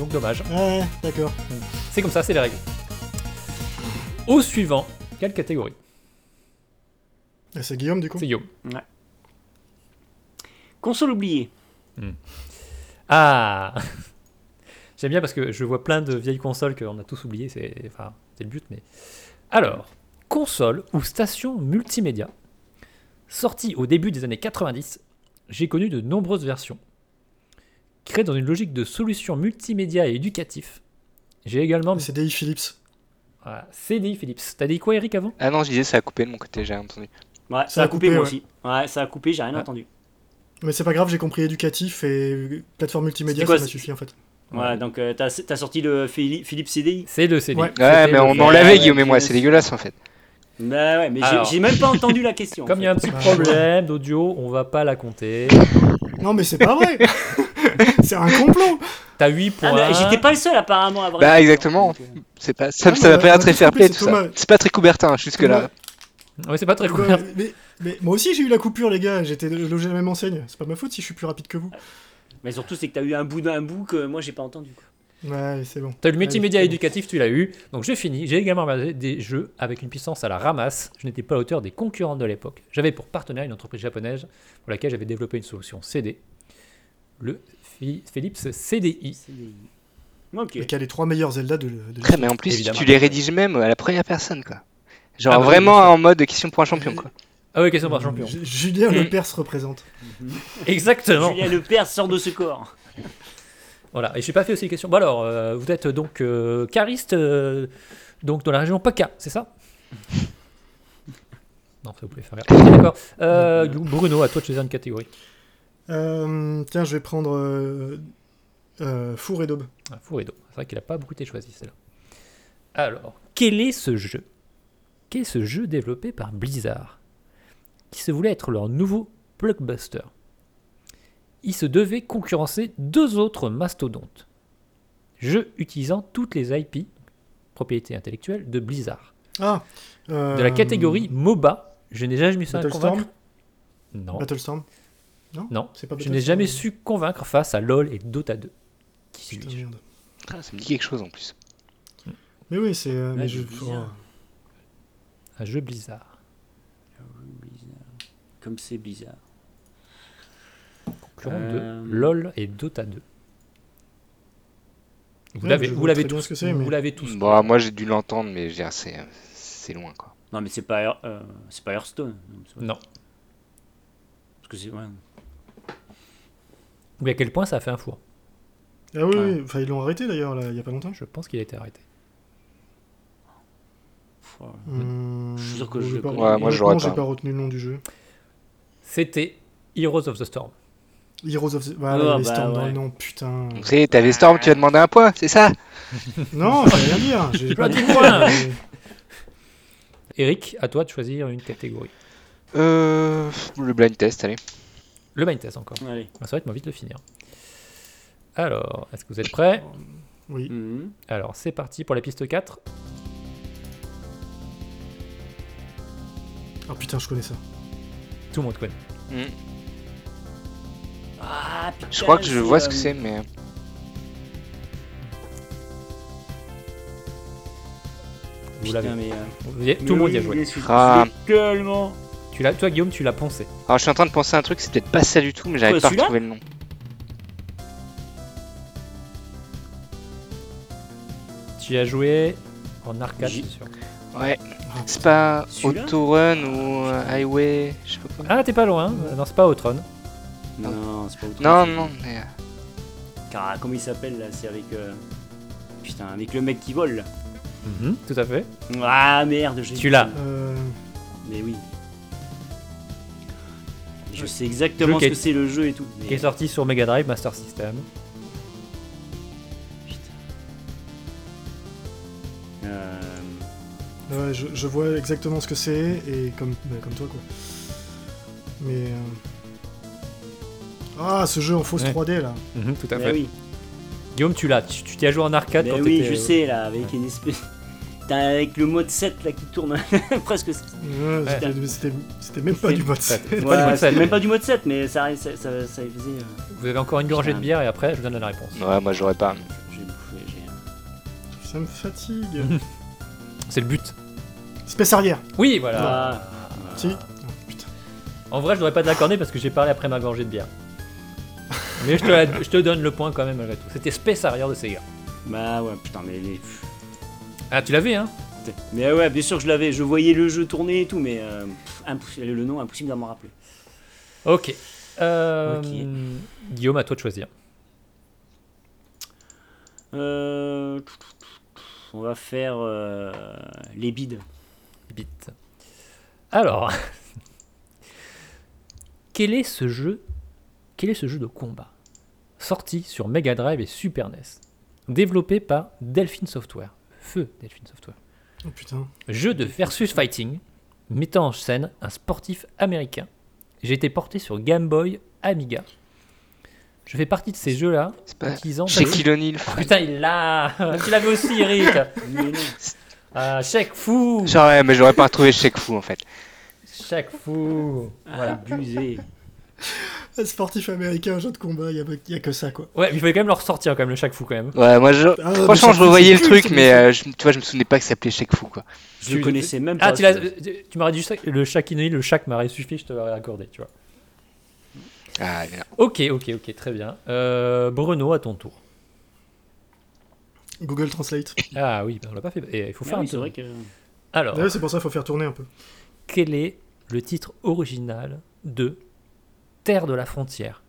Speaker 1: Donc dommage.
Speaker 2: Ouais, d'accord.
Speaker 1: C'est comme ça, c'est les règles. Au suivant, quelle catégorie
Speaker 2: Et C'est Guillaume, du coup
Speaker 1: C'est Guillaume.
Speaker 3: Console oubliée.
Speaker 1: Ah J'aime bien parce que je vois plein de vieilles consoles qu'on a tous oubliées, c'est enfin, c'est le but, mais. Alors, console ou station multimédia, sortie au début des années 90, j'ai connu de nombreuses versions. Créée dans une logique de solution multimédia et éducatif, j'ai également.
Speaker 2: C'est DI Philips.
Speaker 1: Voilà, CD Philips. T'as dit quoi, Eric, avant
Speaker 4: Ah non, je disais ça a coupé de mon côté, j'ai rien entendu.
Speaker 3: Ouais, ça, a coupé, moi aussi. Ouais, ça a coupé, j'ai rien
Speaker 1: Ouais.
Speaker 3: entendu.
Speaker 2: Mais c'est pas grave, j'ai compris éducatif et plateforme multimédia,
Speaker 3: C'était quoi,
Speaker 2: ça m'a
Speaker 3: c'est-
Speaker 2: suffi en fait.
Speaker 3: Ouais, donc euh, t'as t'as sorti le Phili- Philips CDI
Speaker 1: C'est le CD.
Speaker 2: Ouais.
Speaker 4: Ouais,
Speaker 1: C'était
Speaker 4: mais
Speaker 1: le
Speaker 4: on
Speaker 1: CD.
Speaker 4: enlevait
Speaker 3: ouais,
Speaker 4: Guillaume et moi,
Speaker 3: c'est-
Speaker 4: c'est dégueulasse en fait.
Speaker 3: Bah ouais, mais j'ai-
Speaker 1: Alors.
Speaker 3: j'ai même pas entendu la question. en
Speaker 1: Comme il y a un
Speaker 3: fait.
Speaker 1: petit
Speaker 2: Ah.
Speaker 1: problème d'audio, on va pas la compter.
Speaker 2: Non, mais c'est pas vrai C'est un complot
Speaker 1: T'as 8 points.
Speaker 3: Ah, mais j'étais pas le seul apparemment à avoir
Speaker 4: Bah,
Speaker 3: la question,
Speaker 4: exactement.
Speaker 3: donc, euh,
Speaker 4: C'est pas, ça,
Speaker 2: Ah,
Speaker 4: ça
Speaker 2: mais
Speaker 4: va
Speaker 2: on
Speaker 4: pas
Speaker 2: a
Speaker 4: très
Speaker 2: tous
Speaker 4: fair
Speaker 2: coupé,
Speaker 4: play
Speaker 2: c'est
Speaker 4: tout ça.
Speaker 2: Thomas.
Speaker 4: C'est pas très Coubertin hein, jusque là.
Speaker 1: Ouais, c'est pas très couvert.
Speaker 2: Ouais, mais, mais moi aussi j'ai eu la coupure, les gars, j'étais logé à la même enseigne. C'est pas ma faute si je suis plus rapide que vous.
Speaker 3: Mais surtout, c'est que t'as eu un bout d'un bout que moi j'ai pas entendu. quoi.
Speaker 2: Ouais, c'est bon.
Speaker 1: T'as eu le multimédia
Speaker 2: Allez, c'est
Speaker 1: éducatif, tu l'as eu. Donc j'ai fini. J'ai également regardé des jeux avec une puissance à la ramasse. Je n'étais pas à la hauteur des concurrents de l'époque. J'avais pour partenaire une entreprise japonaise pour laquelle j'avais développé une solution CD. Le Phi- Philips CDI.
Speaker 3: CDI. Ok.
Speaker 2: Mais quel est les trois meilleurs Zelda de. de-
Speaker 4: Après, mais en plus,
Speaker 1: Évidemment.
Speaker 4: tu les rédiges même à la première personne quoi. Genre
Speaker 1: Ah bah oui,
Speaker 4: vraiment
Speaker 1: bien sûr.
Speaker 4: en mode question pour un champion quoi.
Speaker 1: Ah oui, question par champion.
Speaker 2: J- Euh, Julien
Speaker 1: Mm.
Speaker 2: Lepers représente.
Speaker 1: Exactement.
Speaker 3: Julien Lepers sort de ce corps.
Speaker 1: Voilà. Et j'ai pas fait aussi les questions. Bon alors, euh, vous êtes donc euh, cariste, euh, donc dans la région PACA, c'est ça Non, ça vous pouvez faire. rire. Ok, D'accord. Euh, Bruno, à toi de choisir une catégorie.
Speaker 2: Euh, tiens, je vais prendre. euh, euh, Four et Daube.
Speaker 1: Ah, four et dos. C'est vrai qu'il n'a pas beaucoup été choisi, celle-là. Alors, quel est ce jeu Quel est ce jeu développé par Blizzard qui se voulait être leur nouveau blockbuster Il se devait concurrencer deux autres mastodontes. Jeux utilisant toutes les IP, propriété intellectuelle, de Blizzard.
Speaker 2: Ah euh,
Speaker 1: De la catégorie MOBA, je n'ai jamais su
Speaker 2: Battlestorm
Speaker 1: convaincre. Non,
Speaker 2: euh, Battlestorm.
Speaker 1: non.
Speaker 2: C'est pas
Speaker 1: Je n'ai
Speaker 2: Battlestorm.
Speaker 1: jamais su convaincre face à LoL et Dota 2. Qui
Speaker 2: Putain,
Speaker 1: suis-je
Speaker 2: merde.
Speaker 4: Ah, ça me dit quelque chose en plus.
Speaker 2: Mais oui, c'est. euh, mais je-
Speaker 3: du Blizzard.
Speaker 1: Un jeu Blizzard.
Speaker 3: Comme c'est bizarre.
Speaker 1: concurrent
Speaker 3: Euh,
Speaker 1: de LOL et Dota 2. Vous
Speaker 2: Ouais,
Speaker 1: l'avez,
Speaker 2: je
Speaker 1: vous
Speaker 2: vois
Speaker 1: l'avez
Speaker 2: très bien
Speaker 1: tous.
Speaker 2: ce que c'est, mais-
Speaker 1: Vous l'avez tous.
Speaker 4: Bon, Bah, moi j'ai dû l'entendre, mais je veux dire, c'est euh, c'est loin quoi.
Speaker 3: Non, mais c'est pas, Hear- euh, c'est pas Hearthstone. Non, c'est vrai.
Speaker 1: Non.
Speaker 3: Parce que c'est. ouais.
Speaker 1: Mais à quel point ça a fait un four
Speaker 2: Ah oui,
Speaker 3: Ouais.
Speaker 2: oui, enfin, ils l'ont arrêté d'ailleurs, là, il y a pas longtemps.
Speaker 1: Je pense qu'il a été arrêté. Mm.
Speaker 3: Pff, voilà.
Speaker 2: Hum,
Speaker 3: Je jure que
Speaker 2: Bon,
Speaker 3: je
Speaker 2: j'ai
Speaker 3: le
Speaker 2: pas
Speaker 3: connais.
Speaker 2: retenu-
Speaker 4: Ouais, moi, je l'aurais
Speaker 2: honnêtement,
Speaker 4: pas.
Speaker 2: j'ai pas retenu le nom du jeu.
Speaker 1: C'était Heroes of the Storm.
Speaker 2: Heroes of the... Bah,
Speaker 3: Ah,
Speaker 2: là, il y avait
Speaker 3: bah,
Speaker 2: Storm dans
Speaker 3: ouais.
Speaker 2: le nom, putain.
Speaker 4: Donc, ça y est, t'avais Storm, tu as demandé un point, c'est ça
Speaker 2: non, je vais rien dire. J'ai pas
Speaker 1: Pas
Speaker 2: dit
Speaker 1: de point.
Speaker 2: mais-
Speaker 1: Eric, à toi de choisir une catégorie.
Speaker 4: Euh. Le blind test, allez.
Speaker 1: Le blind test encore.
Speaker 3: Allez.
Speaker 1: Ah, Ça va être moins vite de finir. Alors, est-ce que vous êtes prêts
Speaker 2: Oui.
Speaker 3: Mhm.
Speaker 1: Alors, c'est parti pour la piste 4.
Speaker 2: Oh putain, je connais ça.
Speaker 1: Tout le monde connaît.
Speaker 4: Hmm.
Speaker 3: Ah, putain,
Speaker 4: Je crois que je vois ce que
Speaker 3: euh,
Speaker 4: c'est, mais.
Speaker 1: Vous
Speaker 3: Putain,
Speaker 1: l'avez.
Speaker 3: mais, euh,
Speaker 1: Vous y-
Speaker 3: mais
Speaker 1: Tout le monde y a
Speaker 3: oui,
Speaker 1: joué.
Speaker 3: bien sûr,
Speaker 4: Ah.
Speaker 3: je l'ai Tellement.
Speaker 1: Tu l'as, toi, Guillaume, tu l'as pensé.
Speaker 4: Alors, je suis en train de penser à un truc, c'est peut-être pas ça du tout, mais j'arrive
Speaker 3: Ouais,
Speaker 4: pas à
Speaker 3: celui-là
Speaker 4: retrouver le nom.
Speaker 1: Tu y as joué en arcade,
Speaker 3: J-
Speaker 1: c'est sûr.
Speaker 4: Ouais,
Speaker 2: Ah,
Speaker 4: c'est pas
Speaker 3: Celui-là
Speaker 4: Autorun ou euh, Highway, je sais pas quoi.
Speaker 1: Ah, t'es pas loin. Non, c'est pas Outrun.
Speaker 3: Non, c'est pas autre
Speaker 4: Non,
Speaker 3: chose.
Speaker 4: non, mais. euh,
Speaker 3: Car, comment il s'appelle là C'est avec. euh, Putain, avec le mec qui vole. là.
Speaker 1: Mhm, Tout à fait.
Speaker 3: Ah merde, j'ai.
Speaker 1: Tu l'as.
Speaker 2: Euh,
Speaker 3: Mais oui. Je sais
Speaker 1: Jeu
Speaker 3: exactement
Speaker 1: qui
Speaker 3: ce
Speaker 1: est-
Speaker 3: que c'est le jeu et tout.
Speaker 1: Qui est
Speaker 3: Mais...
Speaker 1: sorti sur Mega Drive, Master System.
Speaker 3: Euh,
Speaker 2: ouais, je, je vois exactement ce que c'est, et comme, bah, comme toi, quoi. Mais... euh, Ah, ce jeu en fausse
Speaker 1: Ouais.
Speaker 2: 3D, là.
Speaker 1: Mhm, Tout à
Speaker 3: mais oui.
Speaker 1: Guillaume, tu l'as. Tu tu t'y as joué en arcade
Speaker 3: Mais
Speaker 1: quand
Speaker 3: oui,
Speaker 1: t'étais-
Speaker 3: je sais là, avec une espèce. T'as avec le mode 7 là qui tourne presque. ce qui-
Speaker 1: Ouais.
Speaker 2: Ouais, c'était- C'était c'était même pas du mode
Speaker 1: Ça,
Speaker 2: 7.
Speaker 1: c'est pas
Speaker 3: Ouais,
Speaker 1: le mode
Speaker 3: c'est
Speaker 1: sept.
Speaker 3: même pas du mode 7, mais ça, ça, ça, ça faisait. euh,
Speaker 1: Vous avez encore une gorgée de
Speaker 3: Putain.
Speaker 1: bière et après, je vous donne la réponse.
Speaker 4: Ouais, moi j'aurais pas.
Speaker 3: J'ai bouffé, j'ai.
Speaker 2: Ça me fatigue.
Speaker 1: C'est le but.
Speaker 2: Space arrière.
Speaker 1: Oui, voilà.
Speaker 3: Ah,
Speaker 2: Si. Ah, putain.
Speaker 1: En vrai, je devrais pas te l'accorder parce que j'ai parlé après ma gorgée de bière. Mais je te, la- je te donne le point quand même malgré tout. C'était Space Arrière de Sega.
Speaker 3: Bah ouais, putain, mais les.
Speaker 1: Ah, tu l'avais, hein
Speaker 3: putain. Mais ouais, bien sûr que je l'avais, je voyais le jeu tourner et tout, mais. euh, pff, impossible- le nom, impossible d'en me rappeler.
Speaker 1: Ok. Euh,
Speaker 3: Ok.
Speaker 1: Guillaume, à toi de choisir.
Speaker 3: Euh, On va faire euh, les bides.
Speaker 1: Bit. Alors, quel est ce jeu Quel est ce jeu de combat sorti sur Mega Drive et Super NES, développé par Delphine Software, feu Delphine Software,
Speaker 2: Oh, putain.
Speaker 1: jeu de versus fighting mettant en scène un sportif américain. J'ai été porté sur Game Boy Amiga. Je fais partie de ces jeux-là
Speaker 4: C'est pas.
Speaker 1: utilisant.
Speaker 4: Chez Kilonil,
Speaker 1: Putain, il l'a Tu l'avais aussi, Eric
Speaker 3: Mais non.
Speaker 1: Ah, Chaque fou
Speaker 4: Genre, ouais, mais j'aurais pas retrouvé Shake Fu en fait.
Speaker 1: Chaque fou Voilà.
Speaker 3: Abusé.
Speaker 2: Un Sportif américain, un jeu de combat, il y, a que ça, quoi.
Speaker 1: Ouais, mais il fallait quand même leur ressortir quand même, le chaque fou quand même.
Speaker 4: Ouais, moi je.
Speaker 2: Ah, mais ça,
Speaker 4: Franchement, je revoyais le
Speaker 2: c'est-
Speaker 4: truc,
Speaker 2: c'est-
Speaker 4: mais euh, je- tu vois, je me souvenais pas que ça s'appelait Shake Fu quoi.
Speaker 3: Je le
Speaker 1: Tu-
Speaker 3: connaissais même pas.
Speaker 1: Ah, tu, l'as-
Speaker 3: celui-là.
Speaker 1: tu- tu m'aurais dit ça, le chaque inouï, le chaque m'aurait suffi, je te l'aurais accordé, tu vois.
Speaker 4: Ah, mais non.
Speaker 1: Ok, ok, ok, très bien. Euh, Bruno, à ton tour.
Speaker 2: Google Translate.
Speaker 1: Ah oui, ben, on l'a pas fait. Et il faut faire
Speaker 3: Ah
Speaker 1: un
Speaker 3: oui, c'est
Speaker 1: tour.
Speaker 3: vrai que.
Speaker 1: Alors,
Speaker 2: Ouais, c'est pour ça qu'il faut faire tourner un peu.
Speaker 1: quel est le titre original de Terre de la frontière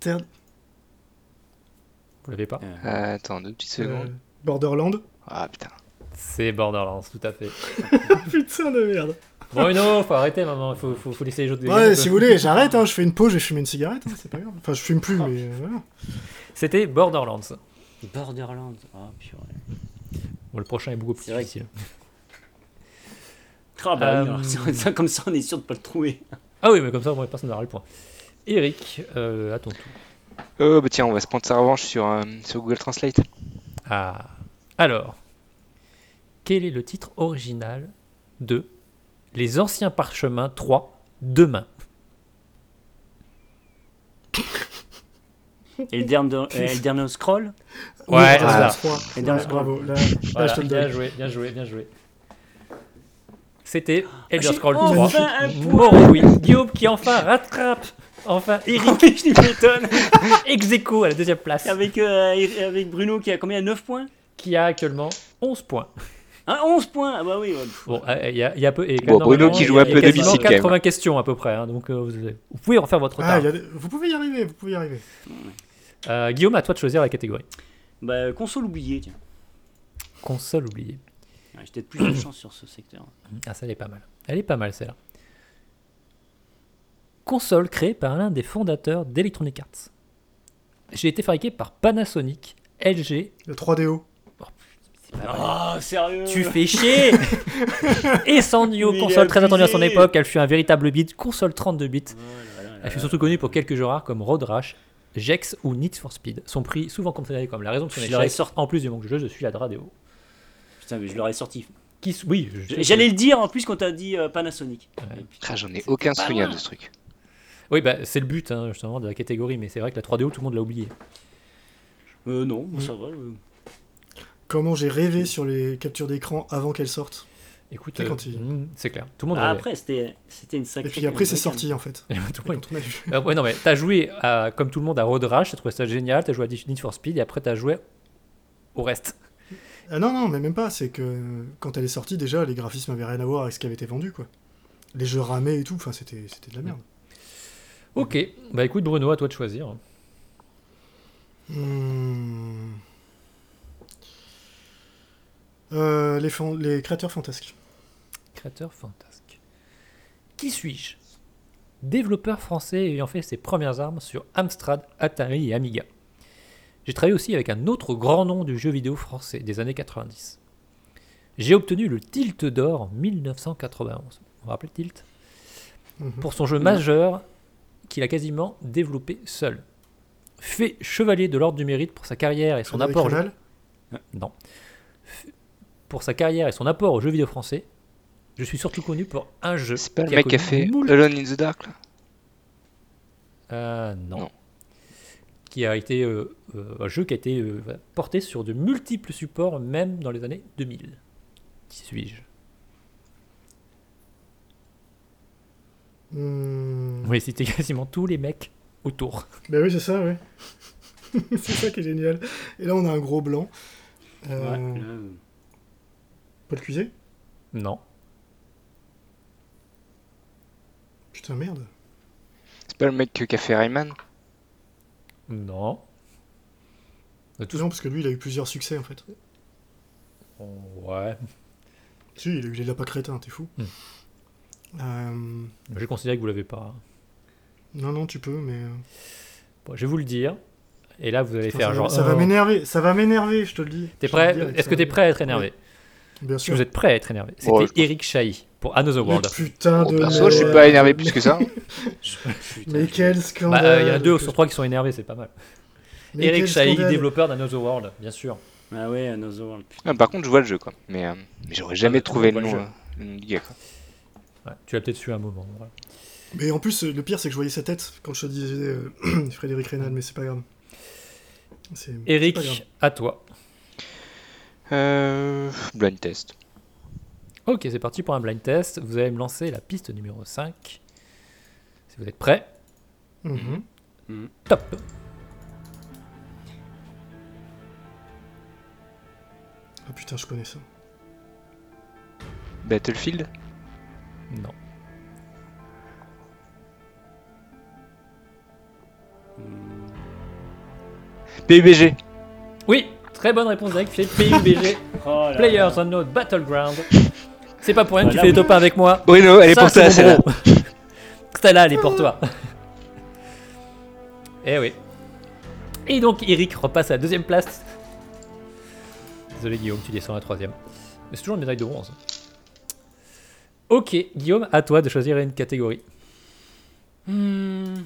Speaker 2: Terre-
Speaker 1: Vous l'avez pas
Speaker 3: Euh,
Speaker 4: Euh, attends, deux petites secondes.
Speaker 2: euh, Borderland.
Speaker 4: Ah putain.
Speaker 1: C'est Borderlands, tout à fait.
Speaker 2: Putain de merde.
Speaker 1: Bruno, faut arrêter maman, faut, faut, faut laisser les autres dégainer un
Speaker 2: Ouais,
Speaker 1: peu.
Speaker 2: si vous voulez, j'arrête, hein, je fais une pause, je vais fumer une cigarette, hein, c'est pas grave. Enfin, je fume plus, mais euh, voilà.
Speaker 1: C'était Borderlands.
Speaker 3: Borderlands. Ah, purée.
Speaker 1: Bon, le prochain est beaucoup plus
Speaker 3: C'est vrai que-
Speaker 1: difficile.
Speaker 3: Ah, bah oui,
Speaker 1: Euh,
Speaker 3: alors, ça- ça, comme ça, on est sûr de pas le trouver.
Speaker 1: Ah oui, mais comme ça, au moins, personne n'aura le point. Eric, euh, à ton tour.
Speaker 4: Euh, bah tiens, on va se prendre sa revanche sur, euh, sur Google Translate.
Speaker 1: Ah. Alors, quel est le titre original de Les Anciens Parchemins 3 Demain
Speaker 3: Et le dernier, euh, le dernier scroll
Speaker 1: Ouais,
Speaker 2: Oui,
Speaker 1: c'est ça.
Speaker 2: trois.
Speaker 3: Et dans
Speaker 2: Ouais,
Speaker 3: le scroll.
Speaker 2: bravo, là, là,
Speaker 1: Voilà,
Speaker 2: Bah, je te le
Speaker 1: bien
Speaker 2: donne.
Speaker 1: joué, bien joué, bien joué. Ah, C'était Elder
Speaker 3: j'ai
Speaker 1: Scrolls 3.
Speaker 3: enfin un
Speaker 1: Mort, oui. Guillaume qui enfin rattrape. Enfin, Eric
Speaker 3: Eric, je m'étonne.
Speaker 1: ex aequo à la deuxième place.
Speaker 3: avec, euh, Eric- avec Bruno qui a combien 9 points
Speaker 1: Qui a actuellement 11 points.
Speaker 3: Hein, 11 points Ah, bah oui. ouais.
Speaker 1: Bon, euh, il y, a- il y a peu. et
Speaker 4: Bon, Bruno
Speaker 1: normalement,
Speaker 4: qui
Speaker 1: il y
Speaker 4: joue
Speaker 1: a-
Speaker 4: un
Speaker 1: il y a
Speaker 4: peu
Speaker 1: quasiment
Speaker 4: difficile, quand même.
Speaker 1: 80 questions à peu près. hein, donc, euh, vous, avez- vous pouvez refaire votre
Speaker 2: Ah,
Speaker 1: retard.
Speaker 2: il y a des- Vous pouvez y arriver, vous pouvez y arriver.
Speaker 1: Euh, Guillaume, à toi de choisir la catégorie.
Speaker 3: Bah, console oubliée, tiens.
Speaker 1: Console oubliée.
Speaker 3: Ouais, J'ai peut-être plus de chance sur ce secteur.
Speaker 1: Ah, ça, elle est pas mal. Elle est pas mal, celle-là. Console créée par l'un des fondateurs d'Electronic Arts. J'ai été fabriquée par Panasonic, LG.
Speaker 2: Le 3DO.
Speaker 1: c'est pas vrai.
Speaker 3: Ah, sérieux
Speaker 1: Tu fais chier Et Sandio,
Speaker 3: Mais il est
Speaker 1: console très attendue à son
Speaker 3: abusé.
Speaker 1: époque, elle fut un véritable bit, console 32 bits.
Speaker 3: Oh là là là
Speaker 1: Elle fut
Speaker 3: là.
Speaker 1: surtout connue pour quelques jeux rares comme Road Rash, Jex ou Need for Speed. Son prix, souvent considéré comme la raison de son
Speaker 3: Je l'aurais
Speaker 1: échec, sort en plus du manque de jeu, je suis la Dradeo.
Speaker 3: Putain, mais je l'aurais sorti.
Speaker 1: Qui, s- oui, je-
Speaker 3: J'allais le dire en plus quand t'as dit euh, Panasonic.
Speaker 1: Ouais.
Speaker 3: Et puis-
Speaker 4: Ah, J'en ai aucun
Speaker 3: pas
Speaker 4: souvenir
Speaker 3: loin.
Speaker 4: de ce truc.
Speaker 1: Oui, bah, c'est le but hein, justement de la catégorie, mais c'est vrai que la 3DO, tout le monde l'a oublié.
Speaker 3: Euh, non, moi, ça va. euh.
Speaker 2: Comment j'ai rêvé sur les captures d'écran avant qu'elles sortent.
Speaker 1: Écoute,
Speaker 2: C'est quand il-
Speaker 1: mm, c'est clair, tout le monde
Speaker 3: Ah,
Speaker 1: l'avait.
Speaker 3: après, c'était c'était une sacrée.
Speaker 2: Et puis après, c'est
Speaker 3: une sacrée-
Speaker 2: sorti en
Speaker 1: Tout
Speaker 2: fait.
Speaker 1: le
Speaker 2: Et
Speaker 1: monde-
Speaker 2: quand on a vu.
Speaker 1: Euh, ouais, non, mais t'as joué à- comme tout le monde à Road Rash, t'as trouvé ça génial, t'as joué à Need for Speed, et après t'as joué au reste.
Speaker 2: Ah non, non, mais même pas. C'est que quand elle est sortie, déjà, les graphismes avaient rien à voir avec ce qui avait été vendu, quoi. Les jeux ramés et tout, enfin, c'était c'était de la merde.
Speaker 1: Ok, bah écoute, Bruno, à toi de choisir.
Speaker 2: Hmm. Euh, les, fan- les créateurs fantasques.
Speaker 1: Créateur fantasque. Qui suis-je Développeur français ayant fait ses premières armes sur Amstrad, Atari et Amiga. J'ai travaillé aussi avec un autre grand nom du jeu vidéo français des années 90. J'ai obtenu le Tilt d'or en 1991. Vous vous rappelez le Tilt
Speaker 2: Mhm.
Speaker 1: Pour son jeu majeur qu'il a quasiment développé seul. Fait chevalier de l'ordre du mérite pour sa carrière et son
Speaker 2: Frédéric
Speaker 1: apport au jeu-
Speaker 2: Renal,
Speaker 1: non. F- Pour sa carrière et son apport aux jeux vidéo français, je suis surtout connu pour un jeu.
Speaker 4: C'est pas le
Speaker 1: qui
Speaker 4: mec qui a
Speaker 1: connu
Speaker 4: fait E.
Speaker 1: moult-
Speaker 4: Alone in the Dark là
Speaker 1: Euh, non.
Speaker 4: Non.
Speaker 1: Qui a été euh, euh, un jeu qui a été euh, voilà, porté sur de multiples supports, même dans les années 2000. Qui suis-je
Speaker 2: Hmm.
Speaker 1: Oui, c'était quasiment tous les mecs autour.
Speaker 2: Ben oui, c'est ça, oui. c'est ça qui est génial. Et là, on a un gros blanc.
Speaker 3: Ouais,
Speaker 2: Euh,
Speaker 3: là, euh,
Speaker 2: Paul Cuisé
Speaker 1: Non.
Speaker 2: Putain, merde.
Speaker 4: C'est pas le mec qui a fait Rayman
Speaker 1: Non. De tous-
Speaker 2: Non, parce que lui, il a eu plusieurs succès, en fait.
Speaker 1: Oh, Ouais.
Speaker 2: Si, il a eu les lapins crétins, hein, t'es fou.
Speaker 1: Hmm.
Speaker 2: Euh,
Speaker 1: Je considère que vous l'avez pas.
Speaker 2: Non, non, tu peux, mais... euh,
Speaker 1: Bon, je vais vous le dire. Et là, vous allez
Speaker 2: putain,
Speaker 1: faire
Speaker 2: ça,
Speaker 1: genre.
Speaker 2: ça va
Speaker 1: oh.
Speaker 2: m'énerver, ça va m'énerver, je te le dis.
Speaker 1: T'es
Speaker 2: Je te le
Speaker 1: prêt
Speaker 2: dis avec
Speaker 1: Est-ce
Speaker 2: ça.
Speaker 1: que t'es prêt à être énervé Est-ce
Speaker 2: Bien
Speaker 1: que
Speaker 2: sûr.
Speaker 1: vous êtes prêt à être énervé C'était
Speaker 4: Ouais, je pense.
Speaker 1: Eric Chahi pour Another
Speaker 2: Mais
Speaker 1: World.
Speaker 2: putain
Speaker 4: Bon,
Speaker 2: de...
Speaker 4: Oh, Perso, je suis
Speaker 2: merde.
Speaker 4: pas énervé plus que ça. hein.
Speaker 3: putain,
Speaker 2: Mais
Speaker 3: je-
Speaker 1: Bah,
Speaker 2: quel
Speaker 1: euh, Il
Speaker 2: scandale
Speaker 1: y en a
Speaker 2: euh,
Speaker 1: deux sur trois qui sont énervés, c'est pas mal.
Speaker 2: Mais
Speaker 1: Eric
Speaker 2: quel
Speaker 1: Chahi,
Speaker 2: scandale.
Speaker 1: développeur d'Another World, bien sûr.
Speaker 3: Ah ouais, Another World. putain.
Speaker 4: Ah, par contre, je vois le jeu quoi. Mais, euh, mais j'aurais
Speaker 1: Ah,
Speaker 4: jamais
Speaker 1: bah,
Speaker 4: trouvé
Speaker 1: on voit
Speaker 4: le
Speaker 1: le
Speaker 4: nom,
Speaker 1: jeu.
Speaker 4: euh, le nom du gars quoi.
Speaker 1: Ouais, tu l'as peut-être su à un moment. voilà.
Speaker 2: Mais en plus, le pire, c'est que je voyais sa tête quand je te disais euh, Frédéric Reynal, mais c'est pas grave. C'est-
Speaker 1: Eric,
Speaker 2: pas grave.
Speaker 1: à toi.
Speaker 4: Euh, blind test.
Speaker 1: Ok, c'est parti pour un blind test. Vous allez me lancer la piste numéro 5. Si vous êtes prêts,
Speaker 2: Mhm.
Speaker 4: Mm.
Speaker 1: top
Speaker 2: Ah putain, je connais ça.
Speaker 4: Battlefield
Speaker 1: Non.
Speaker 3: Hmm.
Speaker 4: PUBG
Speaker 1: Oui, très bonne réponse d'Eric, c'est PUBG
Speaker 3: Oh là là.
Speaker 1: Players Unknown Battleground. C'est pas pour rien que tu
Speaker 3: Voilà,
Speaker 1: fais les
Speaker 3: oui.
Speaker 1: top 1 avec moi.
Speaker 4: Bruno, elle est
Speaker 1: Ça,
Speaker 4: pour
Speaker 1: c'est
Speaker 4: toi
Speaker 1: mon
Speaker 4: celle-là.
Speaker 1: gros. Celle-là, elle est pour toi. Eh oui. Et donc, Eric repasse à la deuxième place. Désolé, Guillaume, tu descends à la troisième. Mais c'est toujours une médaille de bronze. Ok, Guillaume, à toi de choisir une catégorie.
Speaker 3: Hmm.